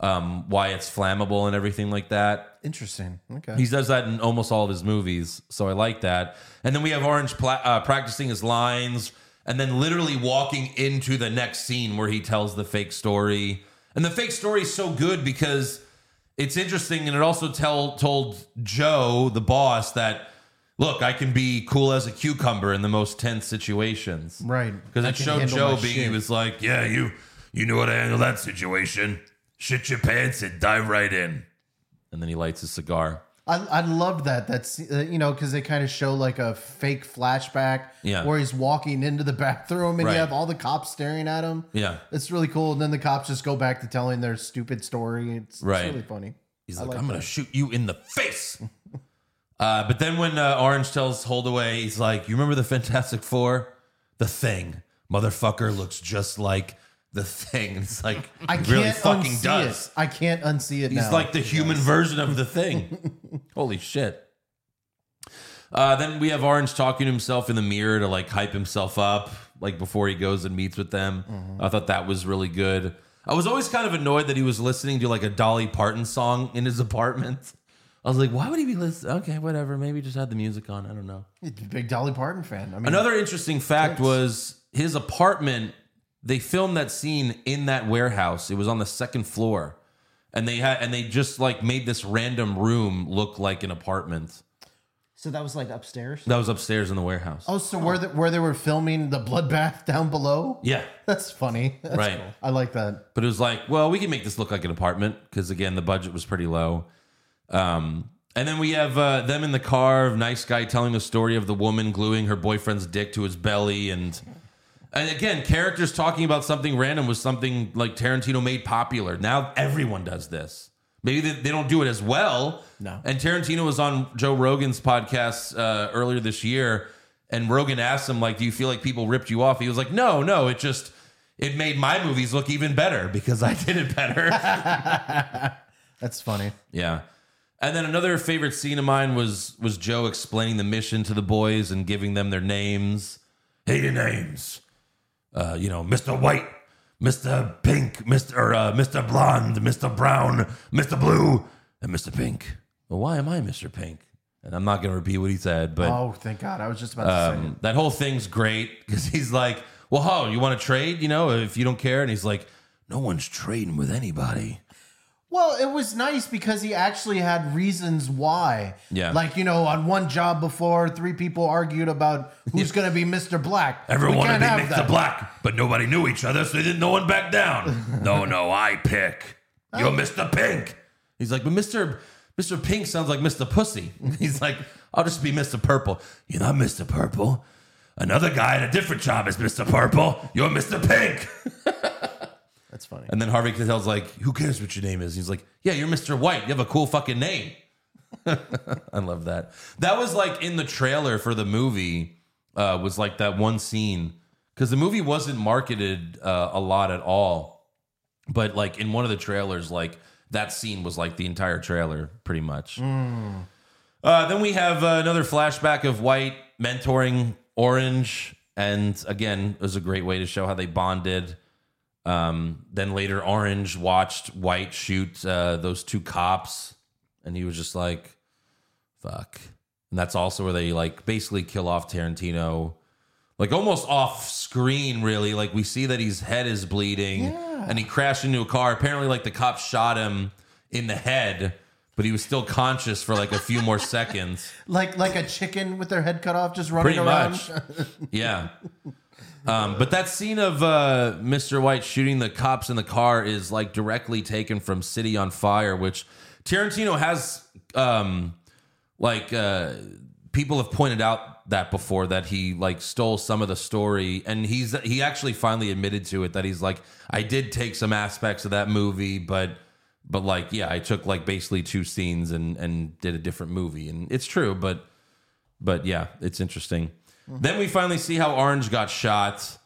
Speaker 3: um, why it's flammable and everything like that.
Speaker 4: Interesting. Okay.
Speaker 3: He does that in almost all of his movies, so I like that. And then we have Orange pla- uh, practicing his lines, and then literally walking into the next scene where he tells the fake story. And the fake story is so good because it's interesting, and it also tell told Joe the boss that. Look, I can be cool as a cucumber in the most tense situations.
Speaker 4: Right.
Speaker 3: Because
Speaker 4: I
Speaker 3: it
Speaker 4: can
Speaker 3: showed
Speaker 4: handle
Speaker 3: Joe
Speaker 4: my
Speaker 3: being, he
Speaker 4: shit.
Speaker 3: was like, yeah, you you know how to handle that situation. Shit your pants and dive right in. And then he lights his cigar.
Speaker 4: I, I loved that. That's uh, you know because they kind of show like a fake flashback
Speaker 3: Yeah.
Speaker 4: where he's walking into the bathroom and
Speaker 3: Right.
Speaker 4: you have all the cops staring at him.
Speaker 3: Yeah.
Speaker 4: It's really cool. And then the cops just go back to telling their stupid story. It's,
Speaker 3: Right.
Speaker 4: it's really funny.
Speaker 3: He's like, I'm going to shoot you in the face. uh, but then when uh, Orange tells Holdaway, he's like, You remember the Fantastic Four? The thing. Motherfucker looks just like the thing. It's like,
Speaker 4: I
Speaker 3: I
Speaker 4: can't
Speaker 3: really fucking
Speaker 4: unsee
Speaker 3: does.
Speaker 4: it. I can't unsee it
Speaker 3: He's
Speaker 4: now.
Speaker 3: like the human version of the thing. Holy shit. Uh, then we have Orange talking to himself in the mirror to like hype himself up, like before he goes and meets with them.
Speaker 4: Mm-hmm.
Speaker 3: I thought that was really good. I was always kind of annoyed that he was listening to like a Dolly Parton song in his apartment. I was like, why would he be listening? Okay, whatever. Maybe just had the music on. I don't know.
Speaker 4: big Dolly Parton fan. I mean,
Speaker 3: Another interesting fact was his apartment. They filmed that scene in that warehouse. It was on the second floor, and they had and they just like made this random room look like an apartment
Speaker 5: So that was like upstairs.
Speaker 3: that was upstairs in the warehouse.
Speaker 4: oh, so where the, where they were filming the bloodbath down below?
Speaker 3: Yeah,
Speaker 4: That's funny. That's
Speaker 3: Right.
Speaker 4: cool. I like that.
Speaker 3: but it was like, well, we can make this look like an apartment because again, the budget was pretty low. Um, and then we have uh, them in the car of nice guy telling the story of the woman gluing her boyfriend's dick to his belly and. And again, characters talking about something random was something like Tarantino made popular. Now everyone does this. Maybe they, they don't do it as well.
Speaker 4: No.
Speaker 3: And Tarantino was on Joe Rogan's podcast uh, earlier this year, and Rogan asked him like, "Do you feel like people ripped you off?" He was like, "No, no. It just it made my movies look even better because I did it better."
Speaker 4: That's funny.
Speaker 3: Yeah. And then another favorite scene of mine was was Joe explaining the mission to the boys and giving them their names. Hey, your names. Uh, you know, Mr. White, Mr. Pink, Mr. Or, uh, Mr. Blonde, Mr. Brown, Mr. Blue, and Mr. Pink. Well, why am I Mr. Pink? And I'm not going to repeat what he said, but
Speaker 4: Oh, thank God. I was just about to say. it.
Speaker 3: um, that whole thing's great because he's like, "Well, how you want to trade? You know, if you don't care." And he's like, "No one's trading with anybody."
Speaker 4: Well, it was nice because he actually had reasons why.
Speaker 3: Yeah.
Speaker 4: Like, you know, on one job before, three people argued about who's going to be Mr. Black.
Speaker 3: Everyone
Speaker 4: We
Speaker 3: wanted
Speaker 4: can't
Speaker 3: to
Speaker 4: have
Speaker 3: be Nick
Speaker 4: that.
Speaker 3: the Black, but nobody knew each other, so they didn't. No one backed down. no, no, I pick. You're Mr. Pink. He's like, but Mr. Mr. Pink sounds like Mr. Pussy. He's like, I'll just be Mr. Purple. You're not Mr. Purple. Another guy at a different job is Mr. Purple. You're Mr. Pink.
Speaker 4: That's funny.
Speaker 3: And then Harvey Keitel's like, who cares what your name is? He's like, yeah, you're Mr. White. You have a cool fucking name. I love that. That was like in the trailer for the movie uh, was like that one scene because the movie wasn't marketed uh, a lot at all, but like in one of the trailers, like that scene was like the entire trailer pretty much. Uh, then we have uh, another flashback of White mentoring Orange, and again, it was a great way to show how they bonded. Um, then later, Orange watched White shoot uh, those two cops, and he was just like, fuck and that's also where they like basically kill off tarantino like almost off screen really like we see that his head is bleeding and he crashed into a car apparently like the cop shot him in the head but he was still conscious for like a few more seconds
Speaker 4: Like like a chicken with their head cut off, just running
Speaker 3: pretty
Speaker 4: around.
Speaker 3: much yeah um, but that scene of uh, mr white shooting the cops in the car is like directly taken from city on fire which tarantino has um, like uh, people have pointed out that before that he like stole some of the story and he's he actually finally admitted to it that he's like i did take some aspects of that movie but but like yeah i took like basically two scenes and and did a different movie and it's true but but yeah, it's interesting. Then we finally see how Orange got shot,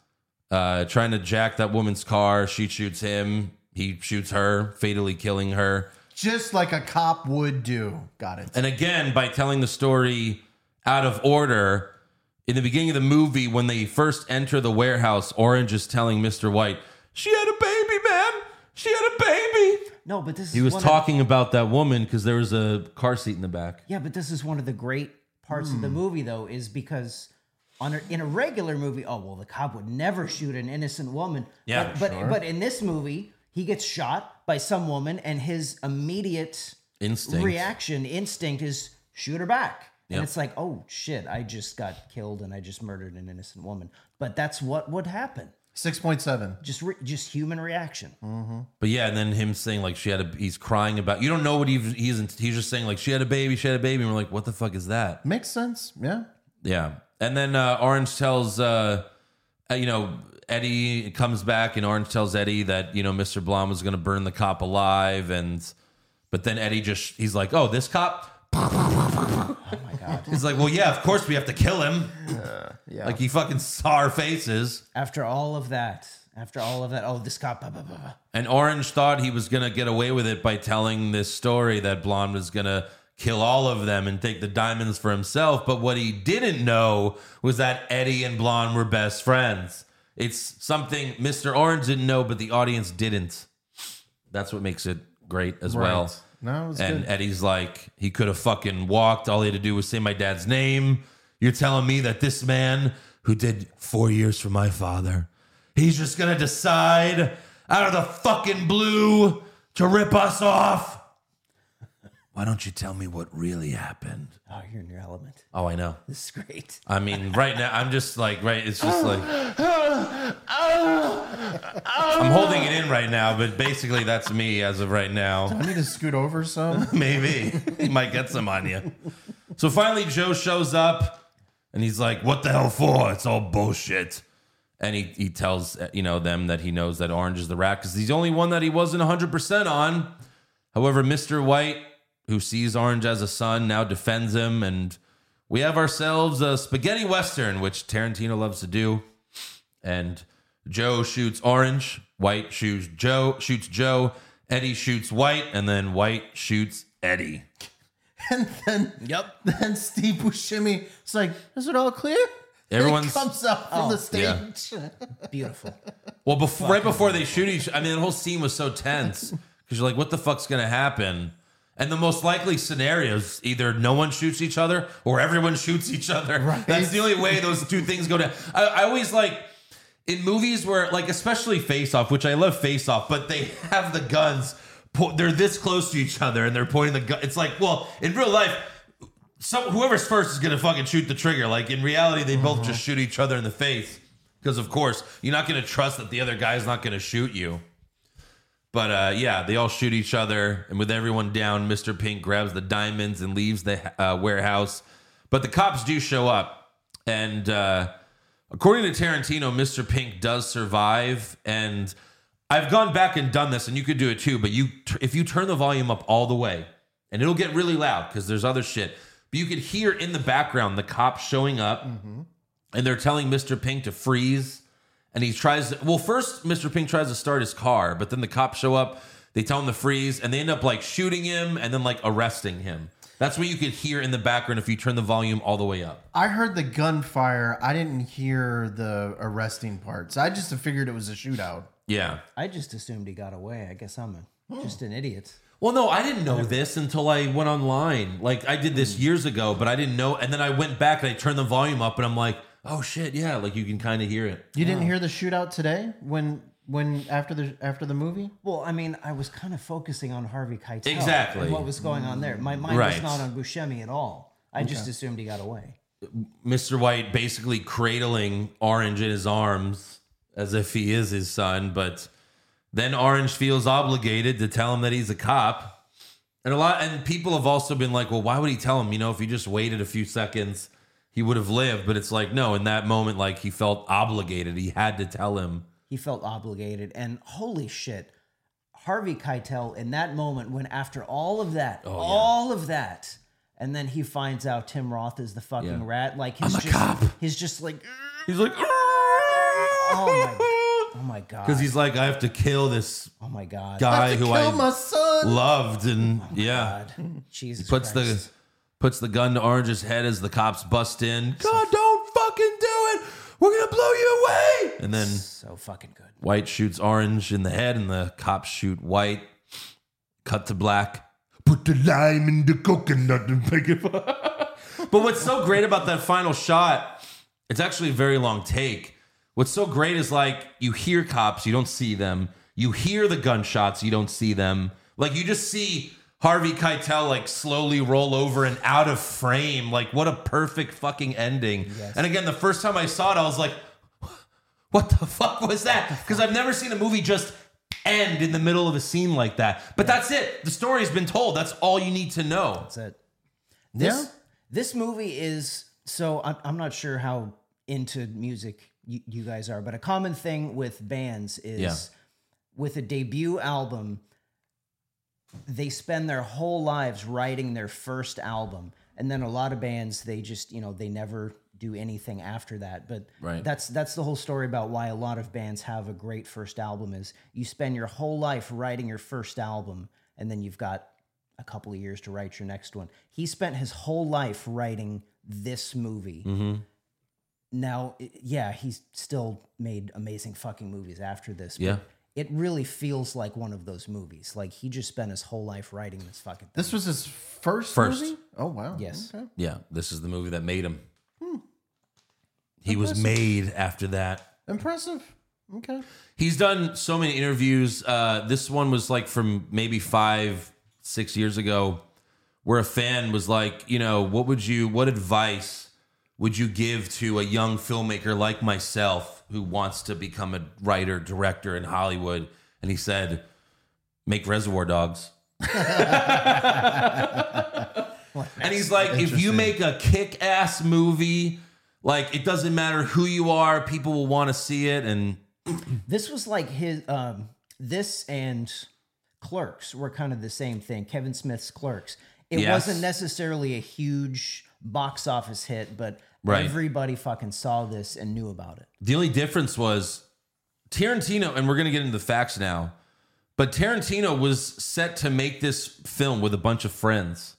Speaker 3: uh, trying to jack that woman's car. She shoots him. He shoots her, fatally killing her.
Speaker 4: Just like a cop would do. Got it.
Speaker 3: And again, by telling the story out of order, in the beginning of the movie, when they first enter the warehouse, Orange is telling Mr. White, She had a baby, man. She had a baby.
Speaker 5: No, but this
Speaker 3: He
Speaker 5: is
Speaker 3: was
Speaker 5: one Of,
Speaker 3: talking about that woman because there was a car seat in the back.
Speaker 5: yeah, but this is one of the great parts
Speaker 3: Hmm.
Speaker 5: of the movie, though, is because on a, in a regular movie, oh well, the cop would never shoot an innocent woman.
Speaker 3: Yeah,
Speaker 5: but but,
Speaker 3: sure.
Speaker 5: but in this movie, he gets shot by some woman, and his immediate
Speaker 3: Instinct.
Speaker 5: reaction instinct is shoot her back.
Speaker 3: Yep.
Speaker 5: And it's like, oh shit, I just got killed and I just murdered an innocent woman. But that's what would happen.
Speaker 4: Six point seven.
Speaker 5: Just re- just human reaction.
Speaker 3: Hmm. But yeah, and then him saying like she had a he's crying about you don't know what he he's he's just saying like she had a baby, she had a baby, and we're like, what the fuck is that?
Speaker 4: Makes sense. Yeah.
Speaker 3: Yeah. And then uh, Orange tells uh, uh, you know, Eddie comes back and Orange tells Eddie that, you know, Mr. Blom was gonna burn the cop alive and but then Eddie just he's like, Oh, this cop?
Speaker 5: My God.
Speaker 3: He's like, Well, yeah, of course we have to kill him.
Speaker 4: Yeah.
Speaker 3: Like he fucking saw our faces.
Speaker 5: after all of that, after all of that, oh, this cop, blah, blah, blah, blah.
Speaker 3: And Orange thought he was going to get away with it by telling this story that Blonde was going to kill all of them and take the diamonds for himself. But what he didn't know was that Eddie and Blonde were best friends. It's something Mr. Orange didn't know, but the audience didn't. That's what makes it great as well.
Speaker 4: No, it was
Speaker 3: And
Speaker 4: good.
Speaker 3: Eddie's like, he could have fucking walked. All he had to do was say my dad's name. You're telling me that this man who did four years for my father, he's just gonna decide out of the fucking blue to rip us off. Why don't you tell me what really happened?
Speaker 5: Oh, you're in your element.
Speaker 3: Oh, I know.
Speaker 5: This is great.
Speaker 3: I mean, right now, I'm just like, right, it's just like. I'm holding it in right now, but basically, that's me as of right now.
Speaker 4: I need to scoot over some.
Speaker 3: Maybe he might get some on you. So finally, Joe shows up and he's like, "What the hell for? It's all bullshit." And he he tells uh, you know them that he knows that Orange is the rat because he's the only one that he wasn't 100 percent on. However, Mister White, who sees Orange as a son, now defends him, and we have ourselves a spaghetti western, which Tarantino loves to do. And Joe shoots Orange, White shoots Joe, shoots Joe, Eddie shoots White, and then White shoots Eddie.
Speaker 4: And then, yep. Then Steve Buscemi is like, "Is it all clear?" And he
Speaker 3: Everyone's- Oh,
Speaker 4: comes up from the stage.
Speaker 5: Beautiful.
Speaker 3: Well, before right before they shoot each, I mean, the whole scene was so tense because you're like, what the fuck's gonna happen? And the most likely scenario is either no one shoots each other or everyone shoots each other. That's the only way those two things go down. I, I always like in movies where, like, especially Face Off, which I love Face Off, but they have the guns. Po- they're this close to each other and they're pointing the gun. It's like, well, in real life, some whoever's first is gonna fucking shoot the trigger. Like in reality, they both just shoot each other in the face because, of course, you're not gonna trust that the other guy's not gonna shoot you. But uh, yeah, they all shoot each other, and with everyone down, Mister Pink grabs the diamonds and leaves the uh, warehouse. But the cops do show up, and uh, according to Tarantino, Mister Pink does survive. And I've gone back and done this, and you could do it too. But you, if you turn the volume up all the way, and it'll get really loud because there's other shit. But you could hear in the background the cops showing up, and they're telling Mister Pink to freeze and he tries to, well first mr pink tries to start his car but then the cops show up they tell him to freeze and they end up like shooting him and then like arresting him that's what you could hear in the background if you turn the volume all the way up
Speaker 4: I heard the gunfire. I didn't hear the arresting part, so I just figured it was a shootout.
Speaker 3: yeah
Speaker 5: I just assumed he got away. I guess I'm a,
Speaker 3: Hmm.
Speaker 5: just an idiot.
Speaker 3: well no i didn't know this until i went online like i did this years ago but i didn't know and then i went back and i turned the volume up and i'm like oh shit yeah like you can kind of hear it
Speaker 4: You didn't hear the shootout today when when after the after the movie?
Speaker 5: Well, I mean, I was kind of focusing on Harvey Keitel.
Speaker 3: Exactly.
Speaker 5: And what was going on there. My mind
Speaker 3: Right.
Speaker 5: was not on Buscemi at all. I just assumed he got away.
Speaker 3: Mr. White basically cradling Orange in his arms as if he is his son, but then Orange feels obligated to tell him that he's a cop. And a lot and people have also been like, "Well, why would he tell him? You know, if he just waited a few seconds, he would have lived." But it's like, no, in that moment like he felt obligated. He had to tell him.
Speaker 5: He felt obligated. And holy shit, Harvey Keitel in that moment when after all of that,
Speaker 3: Oh,
Speaker 5: all of that, and then he finds out Tim Roth is the fucking
Speaker 3: Yeah.
Speaker 5: rat. Like he's
Speaker 3: a
Speaker 5: just
Speaker 3: cop.
Speaker 5: he's just like
Speaker 3: He's like
Speaker 5: Oh Oh my god.
Speaker 3: Cuz he's like, "I have to kill this
Speaker 5: oh my god.
Speaker 3: guy who
Speaker 4: kill
Speaker 3: I
Speaker 4: my son. Oh
Speaker 3: loved and yeah."
Speaker 5: God. Jesus
Speaker 3: puts
Speaker 5: Christ.
Speaker 3: the puts the gun to Orange's head as the cops bust in. God, don't fucking We're gonna blow you away. And then
Speaker 5: So fucking good.
Speaker 3: White shoots Orange in the head, and the cops shoot White. Cut to black. Put the lime in the coconut and pick it up. but what's so great about that final shot, it's actually a very long take. What's so great is like you hear cops, you don't see them. You hear the gunshots, you don't see them. Like you just see Harvey Keitel like slowly roll over and out of frame. Like what a perfect fucking ending. And again, the first time I saw it, I was like, what the fuck was that? Because I've never seen a movie just end in the middle of a scene like that. But that's it. The story's been told. That's all you need to know.
Speaker 5: That's it. This this movie is so I'm, I'm not sure how into music you, you guys are, but a common thing with bands is
Speaker 3: Yeah.
Speaker 5: with a debut album, they spend their whole lives writing their first album, and then a lot of bands they just you know they never do anything after that. But
Speaker 3: Right.
Speaker 5: that's that's the whole story about why a lot of bands have a great first album is you spend your whole life writing your first album, and then you've got a couple of years to write your next one. He spent his whole life writing this movie. Now, i- yeah, he's still made amazing fucking movies after this. but
Speaker 3: Yeah.
Speaker 5: It really feels like one of those movies. Like he just spent his whole life writing this fucking thing.
Speaker 4: This was his first,
Speaker 3: First.
Speaker 4: movie? Oh wow.
Speaker 5: Yes.
Speaker 4: Okay.
Speaker 3: Yeah, this is the movie that made him. He was made after that.
Speaker 4: Impressive. Okay.
Speaker 3: He's done so many interviews. Uh, this one was like from maybe five, six years ago, where a fan was like, you know, what would you, what advice would you give to a young filmmaker like myself who wants to become a writer, director in Hollywood? And he said, make Reservoir Dogs. and he's like, if you make a kick ass movie, like it doesn't matter who you are, people will want to see it. And
Speaker 5: This was like his um this and Clerks were kind of the same thing. Kevin Smith's Clerks. It
Speaker 3: Yes.
Speaker 5: wasn't necessarily a huge box office hit, but
Speaker 3: Right.
Speaker 5: everybody fucking saw this and knew about it.
Speaker 3: The only difference was Tarantino, and we're going to get into the facts now, but Tarantino was set to make this film with a bunch of friends.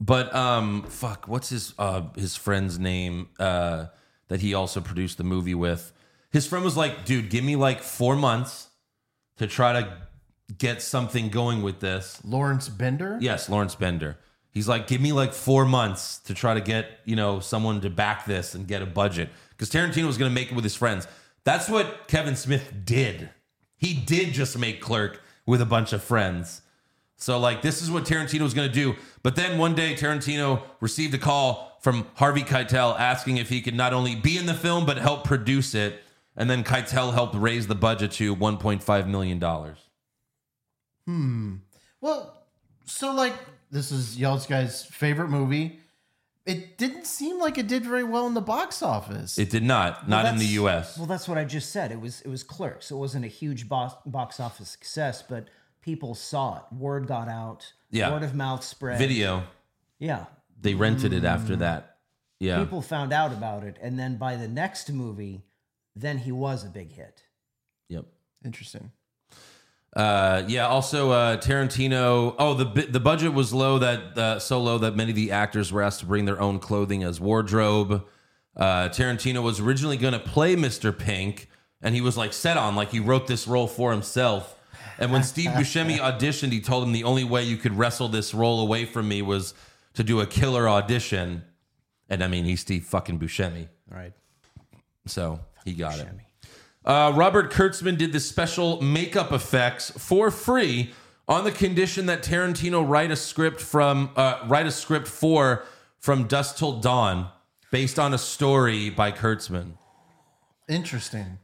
Speaker 3: But um, fuck, what's his uh his friend's name uh that he also produced the movie with? His friend was like, "Dude, give me like four months to try to get something going with this."
Speaker 4: Lawrence Bender.
Speaker 3: Yes, Lawrence Bender. He's like, give me like four months to try to get you know someone to back this and get a budget because Tarantino was going to make it with his friends. That's what Kevin Smith did. He did just make Clerk with a bunch of friends. So like this is what Tarantino was going to do. But then one day Tarantino received a call from Harvey Keitel asking if he could not only be in the film but help produce it. And then Keitel helped raise the budget to 1.5 million dollars.
Speaker 4: Well, so like this is y'all's guys' favorite movie. It didn't seem like it did very well in the box office.
Speaker 3: It did not, not in the
Speaker 5: that's-
Speaker 3: U.S.
Speaker 5: Well, that's what I just said. It was it was Clerks. It wasn't a huge box, box office success, but people saw it. Word got out.
Speaker 3: Yeah.
Speaker 5: Word of mouth spread.
Speaker 3: Video.
Speaker 5: Yeah.
Speaker 3: they rented it after that. Yeah.
Speaker 5: Mm. People found out about it, and then by the next movie, then he was a big hit.
Speaker 3: yep.
Speaker 4: Interesting.
Speaker 3: Uh, yeah. Also, uh, Tarantino. Oh, the bu- the budget was low that uh, so low that many of the actors were asked to bring their own clothing as wardrobe. Uh, Tarantino was originally going to play Mr. Pink, and he was like set on like he wrote this role for himself. And when Steve Buscemi auditioned, he told him the only way you could wrestle this role away from me was to do a killer audition. And I mean, he's Steve fucking Buscemi,
Speaker 5: Right.
Speaker 3: so he got it. Uh, Robert Kurtzman did the special makeup effects for free on the condition that Tarantino write a script from uh, write a script for from Dust Till Dawn, based on a story by Kurtzman.
Speaker 4: Interesting.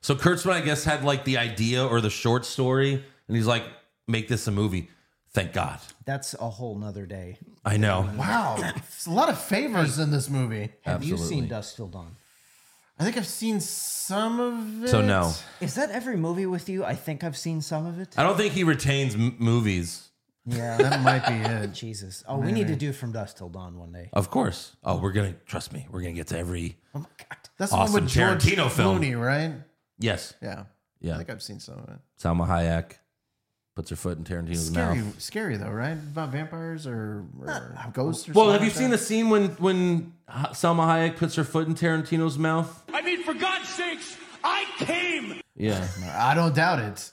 Speaker 3: So Kurtzman, I guess, had like the idea or the short story, and he's like, "Make this a movie." Thank God.
Speaker 5: That's a whole nother day.
Speaker 3: I know.
Speaker 4: Wow. It's a lot of favors in this movie.
Speaker 5: Have you seen Dust Till Dawn?
Speaker 4: I think I've seen some of it.
Speaker 3: So no,
Speaker 5: Is that every movie with you? I think I've seen some of it.
Speaker 3: I don't think he retains m- movies.
Speaker 5: Yeah.
Speaker 4: That might be it.
Speaker 5: Jesus. Oh, we need to do From Dust Till Dawn one day.
Speaker 3: Of course. Oh, we're gonna trust me. We're gonna get to every.
Speaker 5: Oh my god.
Speaker 4: That's the
Speaker 3: Awesome
Speaker 4: one with George
Speaker 3: Tarantino film.
Speaker 4: Clooney, right?
Speaker 3: Yes.
Speaker 4: Yeah.
Speaker 3: Yeah.
Speaker 4: I think I've seen some of it.
Speaker 3: Salma Hayek. puts her foot in Tarantino's
Speaker 4: Scary,
Speaker 3: mouth.
Speaker 4: scary though, right? About vampires or, or ghosts. Or
Speaker 3: Well,
Speaker 4: something
Speaker 3: have you
Speaker 4: like
Speaker 3: seen the scene when when Ha- Salma Hayek puts her foot in Tarantino's mouth?
Speaker 6: I mean, for God's sakes, I came.
Speaker 3: Yeah,
Speaker 4: that? I don't doubt it.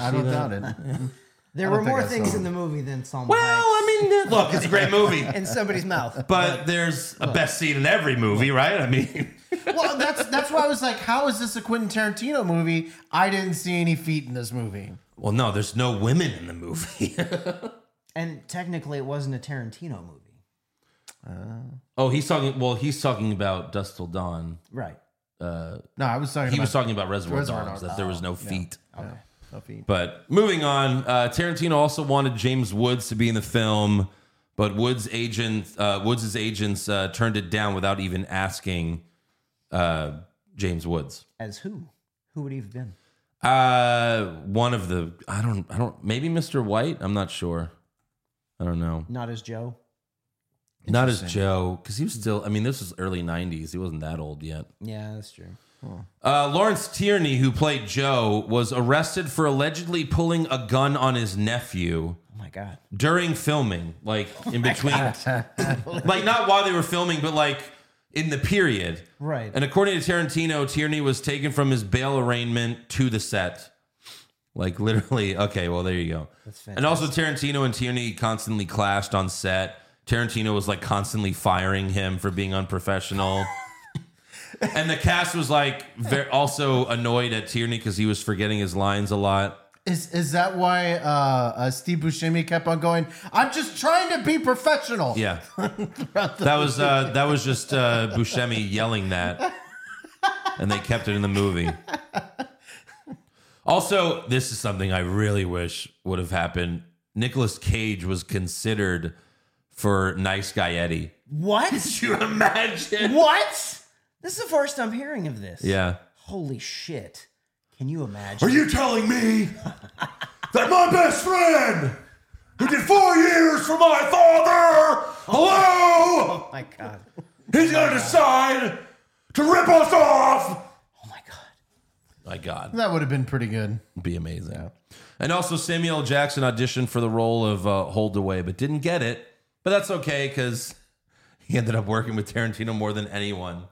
Speaker 4: I don't doubt it.
Speaker 5: There were
Speaker 4: think
Speaker 5: more
Speaker 4: I saw
Speaker 5: things in
Speaker 4: it.
Speaker 5: the movie than Salma
Speaker 3: Well,
Speaker 5: Hayek
Speaker 3: I mean, look, it's a great movie,
Speaker 5: in somebody's mouth.
Speaker 3: but there's a best scene in every movie, right? I mean,
Speaker 4: well, that's that's why I was like, how is this a Quentin Tarantino movie? I didn't see any feet in this movie.
Speaker 3: well, no, there's no women in the movie.
Speaker 5: And technically, it wasn't a Tarantino movie,
Speaker 3: oh, he's talking. Well, he's talking about Dust Till Dawn.
Speaker 5: right?
Speaker 4: No, I was talking.
Speaker 3: He
Speaker 4: about
Speaker 3: was talking about Reservoir,
Speaker 4: Reservoir
Speaker 3: Dogs.
Speaker 4: Dogs. Oh,
Speaker 3: That there was no feet.
Speaker 4: no feet.
Speaker 3: But moving on, uh, Tarantino also wanted James Woods to be in the film, but Woods' agent, uh, Woods' agents uh, turned it down without even asking uh, James Woods.
Speaker 5: As who? Who would he have been?
Speaker 3: Uh, one of the I don't I don't maybe Mr. White. I'm not sure. I don't know.
Speaker 5: Not as Joe.
Speaker 3: Not as Joe because he was still. I mean, this was early '90s. He wasn't that old yet.
Speaker 5: Yeah, that's true.
Speaker 3: Uh, Lawrence Tierney, who played Joe, was arrested for allegedly pulling a gun on his nephew.
Speaker 5: Oh my god.
Speaker 3: during filming, like in between, like not while they were filming, but like in the period.
Speaker 5: Right.
Speaker 3: And according to Tarantino, Tierney was taken from his bail arraignment to the set. Like literally, okay, well, there you go. That's and also, Tarantino and Tierney constantly clashed on set. Tarantino was like constantly firing him for being unprofessional. and the cast was like very, also annoyed at Tierney because he was forgetting his lines a lot.
Speaker 4: Is is that why uh, uh, Steve Buscemi kept on going? I'm just trying to be professional.
Speaker 3: Yeah, that was uh, that was just uh, Buscemi yelling that, and they kept it in the movie. Also, this is something I really wish would have happened. Nicolas Cage was considered for Nice Guy Eddie.
Speaker 5: What?
Speaker 3: Do you imagine?
Speaker 5: what? This is the first I'm hearing of this.
Speaker 3: Yeah.
Speaker 5: Holy shit. Can you imagine?
Speaker 3: you telling me that my best friend, who did four years for my father, hello,
Speaker 5: oh my god.
Speaker 3: he's gonna decide to rip us off?
Speaker 5: Oh my god.
Speaker 3: My God.
Speaker 4: that would have been pretty good.
Speaker 3: be amazing. And also, Samuel L. Jackson auditioned for the role of uh, Holdaway, but didn't get it. But that's okay because he ended up working with Tarantino more than anyone.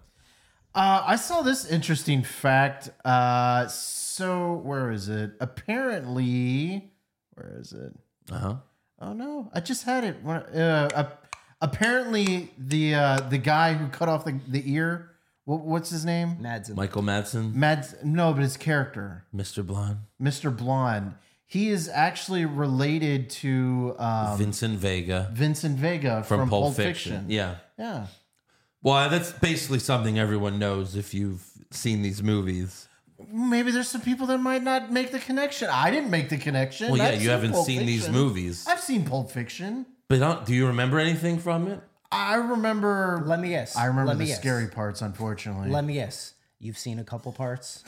Speaker 4: Uh, I saw this interesting fact. Uh, so where is it? Apparently, where is it?
Speaker 3: Uh huh.
Speaker 4: Oh no, I just had it. When- Uh, ap- apparently, the uh, the guy who cut off the the ear. What, what's his name?
Speaker 5: Mads and
Speaker 3: Michael Madsen,
Speaker 4: Mads. No, but his character.
Speaker 3: Mr. Blonde,
Speaker 4: Mr. Blonde. He is actually related to um,
Speaker 3: Vincent Vega
Speaker 4: Vincent Vega
Speaker 3: from,
Speaker 4: from,
Speaker 3: Pulp, Fiction. Yeah.
Speaker 4: Yeah.
Speaker 3: Well, that's basically something everyone knows if you've seen these movies.
Speaker 4: Maybe there's some people that might not make the connection. I didn't make the connection.
Speaker 3: Well, yeah,
Speaker 4: I've
Speaker 3: you
Speaker 4: seen
Speaker 3: haven't
Speaker 4: Pulp
Speaker 3: seen these
Speaker 4: Fiction.
Speaker 3: movies.
Speaker 4: I've seen Pulp Fiction.
Speaker 3: But uh, do you remember anything from it?
Speaker 4: I remember.
Speaker 5: Let me guess.
Speaker 4: I remember
Speaker 5: Let
Speaker 4: the
Speaker 5: me guess.
Speaker 4: scary parts, unfortunately.
Speaker 5: Let me guess. You've seen a couple parts.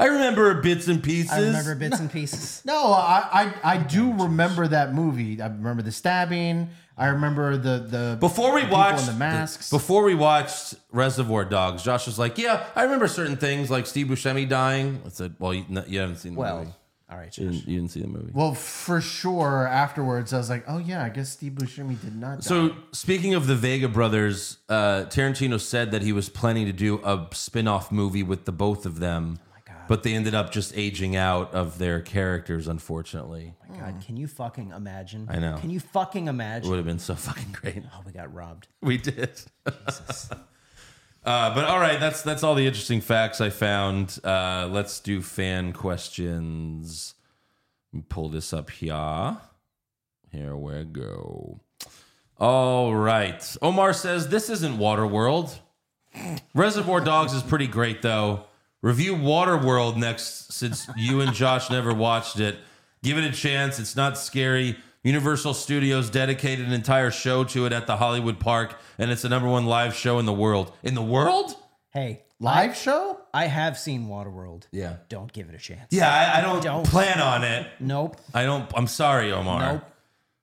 Speaker 3: I remember bits and pieces.
Speaker 5: I remember bits and pieces.
Speaker 4: no, I, I I do remember that movie. I remember the stabbing. I remember the the
Speaker 3: Before we
Speaker 4: the people
Speaker 3: watched
Speaker 4: in the masks.
Speaker 3: Before we watched Reservoir Dogs, Josh was like, "Yeah, I remember certain things, like Steve Buscemi dying." I said, "Well, you, no, you haven't seen the movie.
Speaker 5: Well, all right,
Speaker 3: You
Speaker 5: Josh.
Speaker 3: didn't, you didn't see the movie."
Speaker 4: well, for sure. Afterwards, I was like, oh yeah, I guess Steve Buscemi did not. die.
Speaker 3: so speaking of the Vega brothers, uh, Tarantino said that he was planning to do a spin-off movie with the both of them,
Speaker 4: Oh
Speaker 3: but they ended up just aging out of their characters. Unfortunately,
Speaker 5: Oh God, can you fucking imagine?
Speaker 3: I know.
Speaker 5: Can you fucking
Speaker 3: it
Speaker 5: imagine?
Speaker 3: would have been so fucking great.
Speaker 5: Oh, we got robbed.
Speaker 3: We did. uh, but all right, that's that's all the interesting facts I found. Uh, let's do fan questions. Let me Pull this up here. Here we go. All right. Omar says this isn't Waterworld. Reservoir Dogs is pretty great though. Review Waterworld next since you and Josh never watched it. Give it a chance. It's not scary. Universal Studios dedicated an entire show to it at the Hollywood Park, and it's the number one live show in the world. In the world?
Speaker 5: Hey,
Speaker 4: live show.
Speaker 5: I have seen Waterworld.
Speaker 3: Yeah.
Speaker 5: Don't give it a chance.
Speaker 3: Yeah, I, I don't,
Speaker 5: Don't.
Speaker 3: plan on it.
Speaker 5: Nope.
Speaker 3: I don't. I'm sorry, Omar.
Speaker 5: Nope.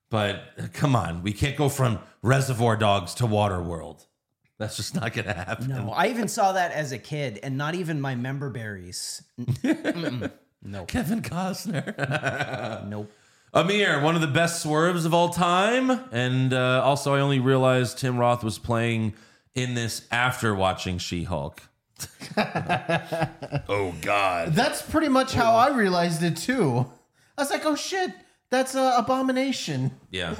Speaker 3: But uh, come on, we can't go from Reservoir Dogs to Waterworld. That's just not gonna happen.
Speaker 5: No. I even saw that as a kid, and not even my member berries. Mm-mm. Nope.
Speaker 3: Kevin Costner.
Speaker 5: Nope.
Speaker 3: Amir, one of the best swerves of all time. And uh, also, I only realized Tim Roth was playing in this after watching She Hulk. oh, God.
Speaker 4: That's pretty much how I realized it too. I was like, oh shit, that's an abomination.
Speaker 3: Yeah.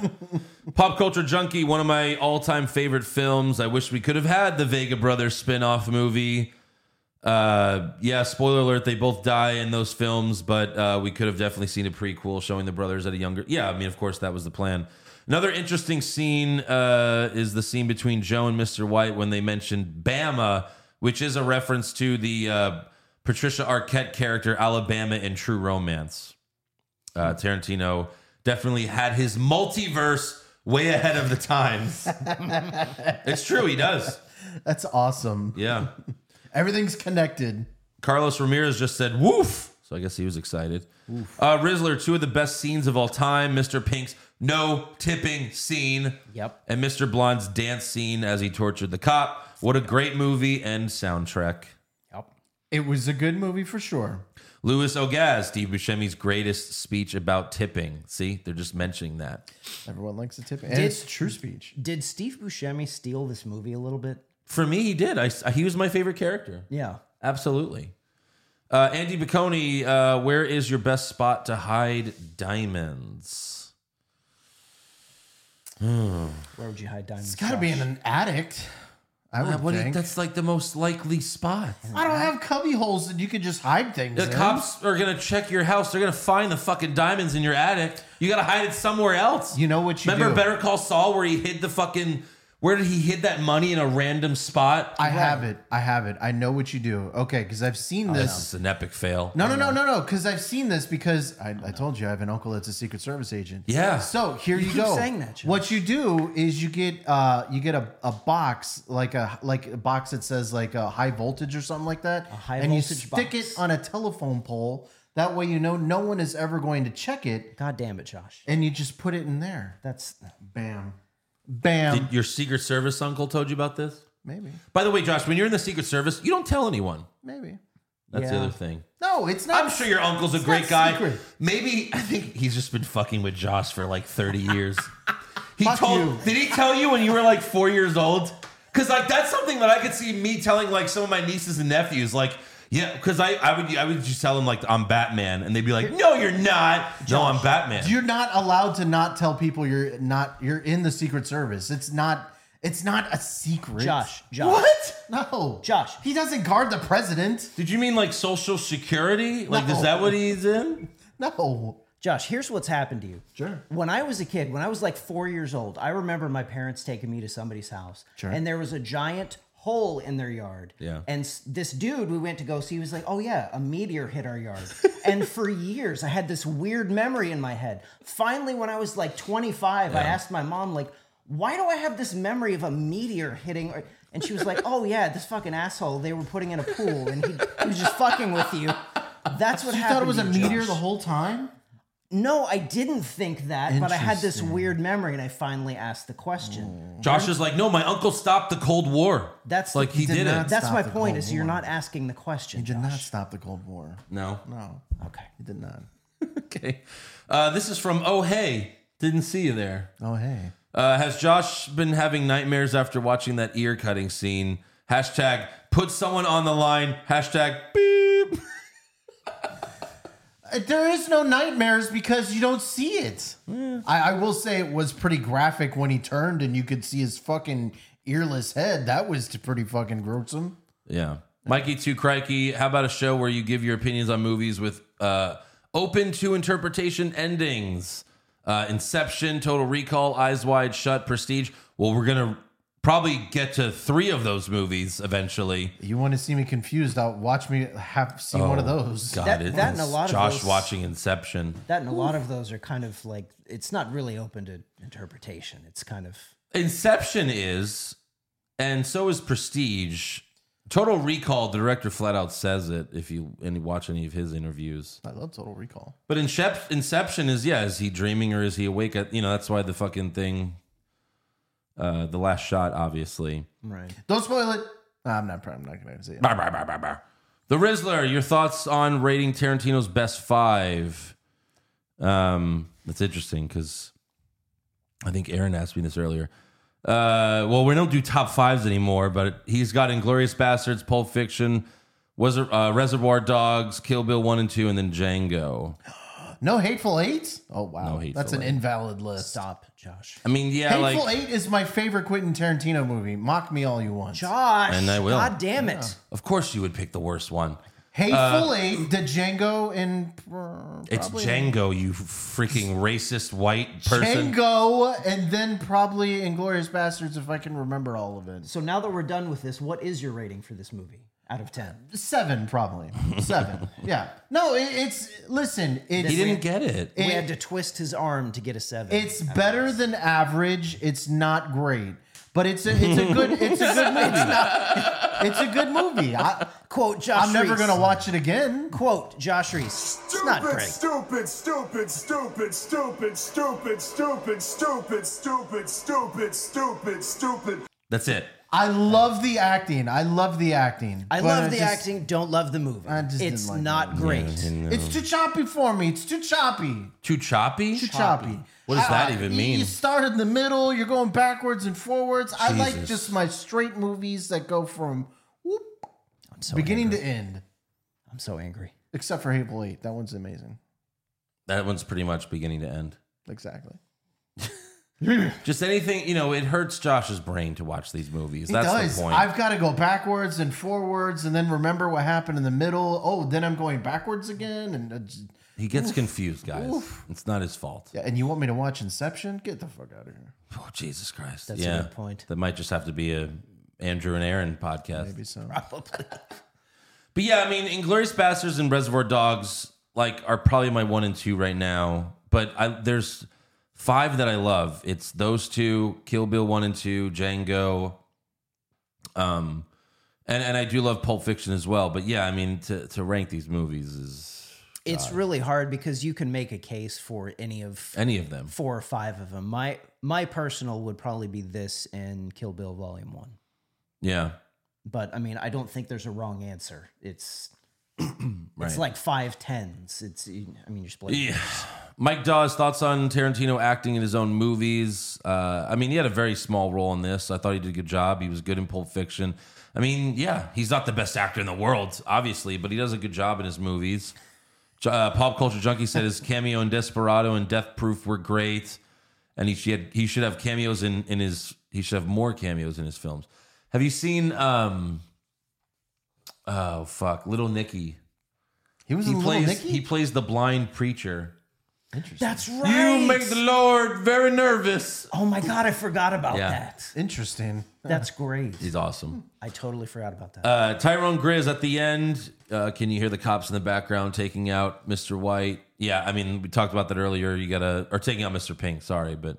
Speaker 3: Pop Culture Junkie, one of my all time favorite films. I wish we could have had the Vega Brothers spin off movie. Uh, yeah, spoiler alert, they both die in those films, but uh, we could have definitely seen a prequel showing the brothers at a younger. Yeah, I mean, of course, that was the plan. Another interesting scene uh, is the scene between Joe and Mr. White when they mentioned Bama, which is a reference to the uh, Patricia Arquette character Alabama in True Romance uh, Tarantino definitely had his multiverse way ahead of the times. it's true, he does.
Speaker 4: That's awesome.
Speaker 3: Yeah.
Speaker 4: Everything's connected.
Speaker 3: Carlos Ramirez just said woof. So I guess he was excited. Uh, Rizzler, two of the best scenes of all time Mr. Pink's no tipping scene.
Speaker 5: Yep.
Speaker 3: And Mr. Blonde's dance scene as he tortured the cop. What a great movie and soundtrack.
Speaker 5: Yep.
Speaker 4: It was a good movie for sure.
Speaker 3: Louis O'Gaz, Steve Buscemi's greatest speech about tipping. See, they're just mentioning that.
Speaker 4: Everyone likes a tip. And it's true speech.
Speaker 5: Did Steve Buscemi steal this movie a little bit?
Speaker 3: For me, he did. I, he was my favorite character.
Speaker 5: Yeah.
Speaker 3: Absolutely. Uh, Andy Baconi, uh, where is your best spot to hide diamonds?
Speaker 5: Where would you hide diamonds?
Speaker 4: It's gotta be in an attic. I would
Speaker 3: Uh, what do you-
Speaker 4: think.
Speaker 3: that's like the most likely spot.
Speaker 4: I don't have cubby holes that you could just hide things
Speaker 3: The
Speaker 4: in.
Speaker 3: cops are gonna check your house. They're gonna find the fucking diamonds in your attic. You gotta hide it somewhere else.
Speaker 4: You know what you
Speaker 3: Remember
Speaker 4: do.
Speaker 3: Better Call Saul, where he hid the fucking. Where did he hid that money in a random spot?
Speaker 4: I have it. I have it. I know what you do. Okay, because I've seen
Speaker 3: this
Speaker 4: this.
Speaker 3: is an epic fail.
Speaker 4: No, no, no, no, no. Because I've seen this because I, I told you I have an uncle that's a Secret Service agent.
Speaker 3: Yeah.
Speaker 4: So here you,
Speaker 5: keep
Speaker 4: go.
Speaker 5: saying that, John.
Speaker 4: what you do is you get uh you get a, a box like a like a box that says like a high voltage or something like that. A
Speaker 5: high
Speaker 4: and
Speaker 5: voltage
Speaker 4: you stick
Speaker 5: box.
Speaker 4: it on a telephone pole. That way you know no one is ever going to check it,
Speaker 5: God damn it, Josh.
Speaker 4: and you just put it in there.
Speaker 5: That's
Speaker 4: Bam. Bam.
Speaker 3: Did your Secret Service uncle told you about this?
Speaker 4: maybe.
Speaker 3: By the way, Josh, when you're in the Secret Service, you don't tell anyone.
Speaker 4: Maybe.
Speaker 3: That's the
Speaker 5: Yeah.
Speaker 3: other thing.
Speaker 4: No, it's not.
Speaker 3: I'm sure your uncle's a
Speaker 4: It's
Speaker 3: great
Speaker 4: not
Speaker 3: guy.
Speaker 4: secret.
Speaker 3: Maybe I think he's just been fucking with Josh for like 30 years. He
Speaker 4: Fuck
Speaker 3: told
Speaker 4: you.
Speaker 3: Did he tell you when you were like 4 years old? Cuz like that's something that I could see me telling like some of my nieces and nephews like yeah, because I, I would I would just tell them like I'm Batman, and they'd be like, "No, you're not. no, I'm Batman."
Speaker 4: You're not allowed to not tell people you're not you're in the Secret Service. It's not it's not a secret.
Speaker 5: Josh. Josh.
Speaker 3: what?
Speaker 4: No.
Speaker 5: Josh.
Speaker 4: He doesn't guard the president.
Speaker 3: Did you mean like Social Security? Like, is
Speaker 4: No.
Speaker 3: that what he's in?
Speaker 4: No.
Speaker 5: Josh, here's what's happened to you.
Speaker 4: Sure.
Speaker 5: When I was a kid, when I was like four years old, I remember my parents taking me to somebody's house.
Speaker 4: Sure.
Speaker 5: And there was a giant hole in their yard.
Speaker 3: Yeah.
Speaker 5: And s- this dude we went to go see was like, oh, yeah, a meteor hit our yard. and for years, I had this weird memory in my head. Finally, when I was like 25, I asked my mom, like, why do I have this memory of a meteor hitting? our-" And she was like, oh, yeah, this fucking asshole they were putting in a pool and he, he was just fucking with you. That's what
Speaker 4: You
Speaker 5: happened.
Speaker 4: thought it was
Speaker 5: to
Speaker 4: a
Speaker 5: you,
Speaker 4: meteor
Speaker 5: Josh.
Speaker 4: the whole time?
Speaker 5: No, I didn't think that, but I had this
Speaker 4: Interesting. Oh.
Speaker 5: weird memory and I finally asked the question.
Speaker 3: Josh is like, "No, my uncle stopped the Cold War."
Speaker 5: That's
Speaker 3: like he,
Speaker 4: did
Speaker 3: did,
Speaker 4: not
Speaker 3: it.
Speaker 5: That's
Speaker 4: Stop
Speaker 5: my
Speaker 4: the
Speaker 5: point
Speaker 4: Cold
Speaker 5: is you're
Speaker 4: War.
Speaker 5: not asking the question.
Speaker 4: He did not
Speaker 5: Josh.
Speaker 4: stop the Cold War.
Speaker 3: No.
Speaker 4: No.
Speaker 5: Okay.
Speaker 4: He did not.
Speaker 3: Okay. Uh, this is from Oh Hey. Didn't see you there.
Speaker 4: Oh hey.
Speaker 3: Uh, has Josh been having nightmares after watching that ear cutting scene? Hashtag put someone on the line. Hashtag beep.
Speaker 4: Uh, There is no nightmares because you don't see it. I, I will say it was pretty graphic when he turned and you could see his fucking earless head. That was pretty fucking gruesome.
Speaker 3: Yeah. Mikey Two Crikey, how about a show where you give your opinions on movies with uh, open to interpretation endings? Uh, Inception, Total Recall, Eyes Wide Shut, Prestige. Well, we're going to probably get to three of those movies eventually.
Speaker 4: You want to see me confused? I'll watch me have see one of those.
Speaker 3: Oh, God,
Speaker 5: That-
Speaker 3: it
Speaker 5: that and
Speaker 3: is
Speaker 5: a lot of
Speaker 3: Josh
Speaker 5: those-
Speaker 3: watching Inception.
Speaker 5: That and a lot of those are kind of like it's not really open to interpretation. It's kind of
Speaker 3: Inception is, and so is Prestige. Total Recall, the director flat out says it if you and watch any of his interviews.
Speaker 4: I love Total Recall.
Speaker 3: But Incep- Inception is, yeah, is he dreaming or is he awake? At, you know, that's why the fucking thing, uh, the last shot, obviously.
Speaker 5: right.
Speaker 4: Don't spoil it. I'm not. I'm not going to say it.
Speaker 3: Bah, bah, bah, bah, bah. The Rizzler, your thoughts on rating Tarantino's best five? Um, that's interesting because I think Aaron asked me this earlier. Uh, well, we don't do top fives anymore, but he's got Inglorious Bastards, Pulp Fiction, was uh, Reservoir Dogs, Kill Bill one and two, and then Django.
Speaker 4: No hateful eight. Oh wow,
Speaker 3: No Hateful
Speaker 4: that's an
Speaker 3: Eight.
Speaker 4: invalid list.
Speaker 5: Stop, Josh.
Speaker 3: I mean, yeah,
Speaker 4: Hateful
Speaker 3: like
Speaker 4: Eight is my favorite Quentin Tarantino movie. Mock me all you want.
Speaker 5: Josh.
Speaker 3: And I will.
Speaker 5: God damn it.
Speaker 3: of course you would pick the worst one.
Speaker 4: Hateful
Speaker 3: Uh,
Speaker 4: Eight, the Django and
Speaker 3: It's Django, you freaking racist white person.
Speaker 4: Django, and then probably Inglorious Bastards if I can remember all of it.
Speaker 5: So now that we're done with this, what is your rating for this movie out of 10?
Speaker 4: Seven probably. Seven. yeah. No, it, it's listen. It's
Speaker 3: He didn't get it.
Speaker 5: we
Speaker 4: It-
Speaker 5: had to twist his arm to get a seven.
Speaker 4: It's better than average. It's not great, but it's a it's a good it's a good movie. it's a good movie. I,
Speaker 5: quote Josh.
Speaker 4: I'm never
Speaker 5: Reese.
Speaker 4: gonna watch it again.
Speaker 5: quote Josh Reese. It's not
Speaker 7: Stupid,
Speaker 5: great.
Speaker 7: stupid, stupid, stupid, stupid, stupid, stupid, stupid, stupid, stupid, stupid, stupid.
Speaker 3: That's it.
Speaker 4: I love the acting. I love the acting.
Speaker 5: I
Speaker 4: but
Speaker 5: love the
Speaker 4: just-
Speaker 5: acting. Don't love the movie.
Speaker 4: I just didn't
Speaker 5: it's
Speaker 4: like
Speaker 5: not great.
Speaker 4: It's too choppy for me. It's too choppy.
Speaker 3: Too choppy?
Speaker 4: Too choppy.
Speaker 3: What does that
Speaker 4: I-
Speaker 3: even
Speaker 4: you-
Speaker 3: mean?
Speaker 4: You start in the middle. You're going backwards and forwards. I like
Speaker 3: Jesus.
Speaker 4: just my straight movies that go from whoop,
Speaker 5: I'm so
Speaker 4: beginning
Speaker 5: angry.
Speaker 4: to end.
Speaker 5: I'm so angry.
Speaker 4: Except for Hateful Eight. That one's amazing.
Speaker 3: That one's pretty much beginning to end.
Speaker 4: Exactly.
Speaker 3: Just anything, you know, it hurts Josh's brain to watch these movies.
Speaker 4: It
Speaker 3: That's
Speaker 4: does.
Speaker 3: the point.
Speaker 4: I've got to go backwards and forwards, and then remember what happened in the middle. Oh, then I'm going backwards again, and uh, it's-
Speaker 3: he gets confused, guys. It's not his fault.
Speaker 4: yeah, and you want me to watch Inception? Get the fuck out of here.
Speaker 3: Oh, Jesus Christ.
Speaker 5: That's a
Speaker 3: yeah.
Speaker 5: good point.
Speaker 3: That might just have to be a Andrew and Aaron podcast.
Speaker 4: Maybe so.
Speaker 3: But yeah, I mean, Inglorious Bastards and Reservoir Dogs like are probably my one and two right now. But I there's five that I love. It's those two, Kill Bill one and two, Django. Um, and and I do love Pulp Fiction as well. But yeah, I mean, to to rank these movies is
Speaker 5: It's really hard because you can make a case for any of
Speaker 3: any of them.
Speaker 5: four or five of them. My my personal would probably be this and Kill Bill Volume One.
Speaker 3: Yeah,
Speaker 5: But I mean, I don't think there's a wrong answer. It's
Speaker 3: right.
Speaker 5: it's like five tens. It's I mean, you're split.
Speaker 3: Yeah. Mike Dawes, thoughts on Tarantino acting in his own movies? Uh, I mean, he had a very small role in this. I thought he did a good job. He was good in Pulp Fiction. I mean, yeah, he's not the best actor in the world, obviously, but he does a good job in his movies. J- Uh, Pop Culture Junkie said his cameo in Desperado and Death Proof were great, and he should he should have cameos in in his he should have more cameos in his films. Have you seen? um Oh fuck, Little Nicky.
Speaker 4: He was
Speaker 3: He
Speaker 4: in
Speaker 3: plays
Speaker 4: Little Nicky.
Speaker 3: he plays the blind preacher.
Speaker 5: That's right.
Speaker 3: You make the Lord very nervous.
Speaker 5: oh my god, I forgot about
Speaker 3: Yeah.
Speaker 5: that.
Speaker 4: Interesting.
Speaker 5: That's great.
Speaker 3: He's awesome.
Speaker 5: I totally forgot about that.
Speaker 3: Uh, Tyrone Grizz at the end. Uh, can you hear the cops in the background taking out Mr. White? Yeah, I mean, we talked about that earlier. You gotta, or taking out Mr. Pink, sorry, but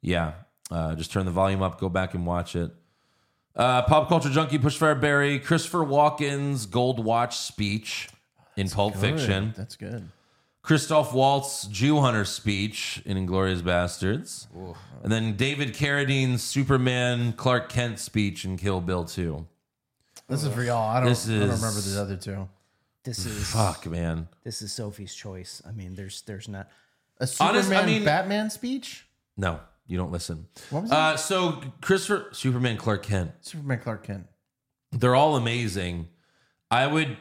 Speaker 3: yeah, uh, just turn the volume up, go back and watch it. Uh, Pop Culture Junkie, Push Fair Barry, Christopher Walken's Gold Watch speech in Pulp Fiction.
Speaker 4: That's good.
Speaker 3: Christoph Waltz Jew Hunter speech in Inglorious Bastards. And then David Carradine's Superman Clark Kent speech in Kill Bill 2.
Speaker 4: This is for y'all. I don't.
Speaker 3: This
Speaker 4: I don't
Speaker 3: is-
Speaker 4: remember the other two.
Speaker 5: this is
Speaker 3: Fuck, man.
Speaker 5: this is Sophie's choice. I mean, there's there's not.
Speaker 4: A
Speaker 3: I
Speaker 4: Superman
Speaker 3: mean-
Speaker 4: Batman speech.
Speaker 3: No, you don't listen.
Speaker 4: What was
Speaker 3: uh, so, Christopher, Superman Clark Kent,
Speaker 4: Superman Clark Kent.
Speaker 3: they're all amazing. I would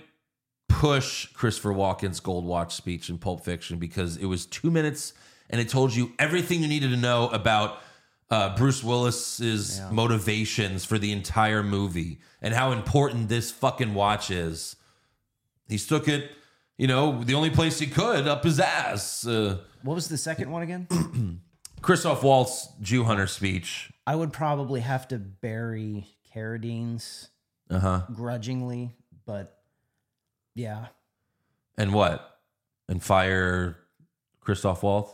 Speaker 3: push Christopher Walken's Gold Watch speech in Pulp Fiction because it was two minutes and it told you everything you needed to know about uh, Bruce Willis's motivations for the entire movie and how important this fucking watch is. He stuck it, you know, the only place he could up his ass. Uh,
Speaker 5: What was the second one again?
Speaker 3: Christoph Waltz Jew Hunter speech.
Speaker 5: I would probably have to bury Carradine's
Speaker 3: Uh huh.
Speaker 5: grudgingly, but yeah,
Speaker 3: And what? And fire Christoph Waltz?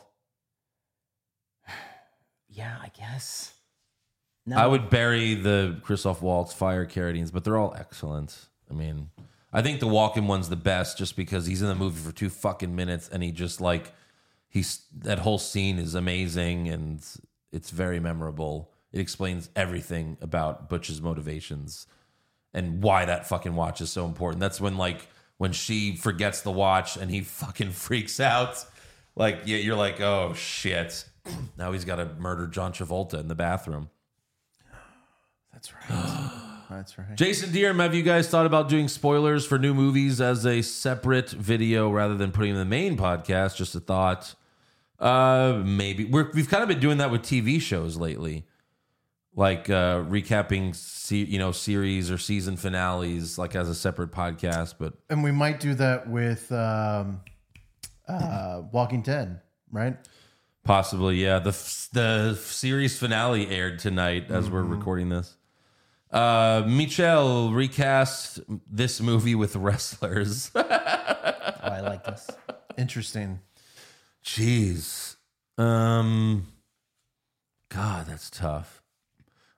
Speaker 5: yeah, I guess. No,
Speaker 3: I would bury the Christoph Waltz fire caradines, but they're all excellent. I mean, I think the Walken one's the best just because he's in the movie for two fucking minutes and he just like he's that whole scene is amazing and it's very memorable. It explains everything about Butch's motivations and why that fucking watch is so important. That's when like when she forgets the watch and he fucking freaks out. Like yeah, you're like, oh shit. Now he's got to murder John Travolta in the bathroom.
Speaker 4: That's right. That's right.
Speaker 3: Jason Deerham, have you guys thought about doing spoilers for new movies as a separate video rather than putting in the main podcast? Just a thought. Uh, maybe We're, we've kind of been doing that with TV shows lately, like uh, recapping, se- you know, series or season finales, like as a separate podcast. But
Speaker 4: And we might do that with um, uh, Walking Dead, right?
Speaker 3: Possibly, yeah. The f- the f- series finale aired tonight as we're recording this. Uh, Michelle recast this movie with wrestlers.
Speaker 5: Oh, I like this.
Speaker 4: Interesting.
Speaker 3: Jeez. Um. God, that's tough.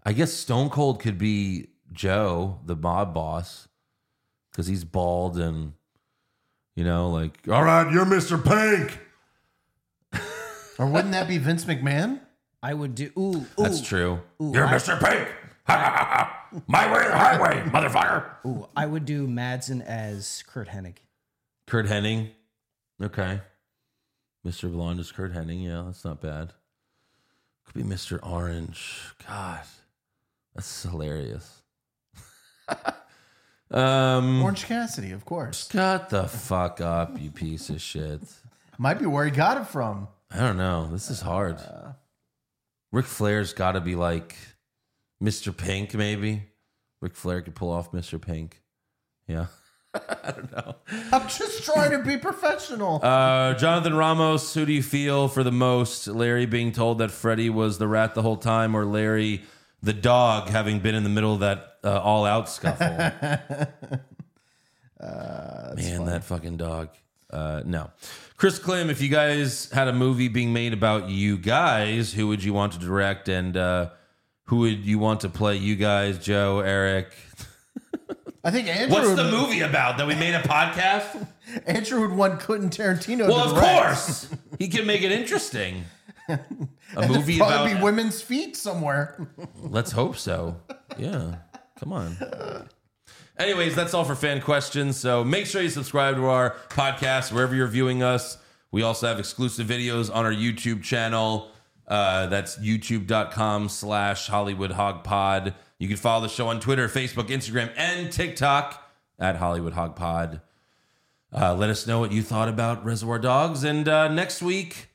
Speaker 3: I guess Stone Cold could be Joe, the mob boss, because he's bald and, you know, like, all right, you're Mr. Pink.
Speaker 4: Or wouldn't that be Vince McMahon?
Speaker 5: I would do. Ooh, ooh,
Speaker 3: That's true. you're Mr. Pink. My way or the highway, motherfucker.
Speaker 5: Ooh, I would do Madsen as Kurt Hennig.
Speaker 3: Kurt Henning. Okay. Mr. Blonde is Kurt Henning. Yeah, that's not bad. Could be Mr. Orange. God, that's hilarious. um,
Speaker 4: Orange Cassidy, of course.
Speaker 3: Shut the fuck up, you piece of shit.
Speaker 4: Might be where he got it from.
Speaker 3: I don't know. This is hard. Ric Flair's got to be like Mr. Pink, maybe. Ric Flair could pull off Mr. Pink. Yeah. I don't know.
Speaker 4: I'm just trying to be professional.
Speaker 3: Uh, Jonathan Ramos, who do you feel for the most? Larry being told that Freddie was the rat the whole time, or Larry the dog having been in the middle of that uh, all out scuffle? Man, that fucking dog. Uh, no. Chris Klim, if you guys had a movie being made about you guys, who would you want to direct and uh, who would you want to play? You guys, Joe, Eric.
Speaker 4: I think Andrew.
Speaker 3: What's
Speaker 4: would,
Speaker 3: the movie about that we made a podcast?
Speaker 4: Andrew would want Quentin Tarantino.
Speaker 3: Well,
Speaker 4: to
Speaker 3: of
Speaker 4: direct.
Speaker 3: course. He can make it interesting. A
Speaker 4: There'd
Speaker 3: movie
Speaker 4: probably
Speaker 3: about
Speaker 4: be women's feet somewhere.
Speaker 3: Let's hope so. Yeah. Come on. Anyways, that's all for fan questions. So make sure you subscribe to our podcast wherever you're viewing us. We also have exclusive videos on our YouTube channel. Uh, that's youtube.com slash Hollywood Hog Pod. You can follow the show on Twitter, Facebook, Instagram, and TikTok at Hollywood Hog Pod. Uh, let us know what you thought about Reservoir Dogs. And uh, next week,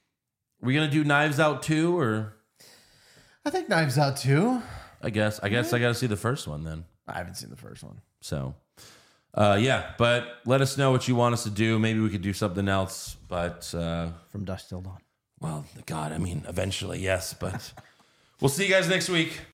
Speaker 3: we're going to do Knives Out 2 or...
Speaker 4: I think Knives Out too.
Speaker 3: I guess. I guess I got to see the first one then.
Speaker 4: I haven't seen the first one.
Speaker 3: So, uh, yeah. But let us know what you want us to do. Maybe we could do something else. But uh,
Speaker 5: From Dusk Till Dawn.
Speaker 3: well, God, I mean, eventually, yes. But we'll see you guys next week.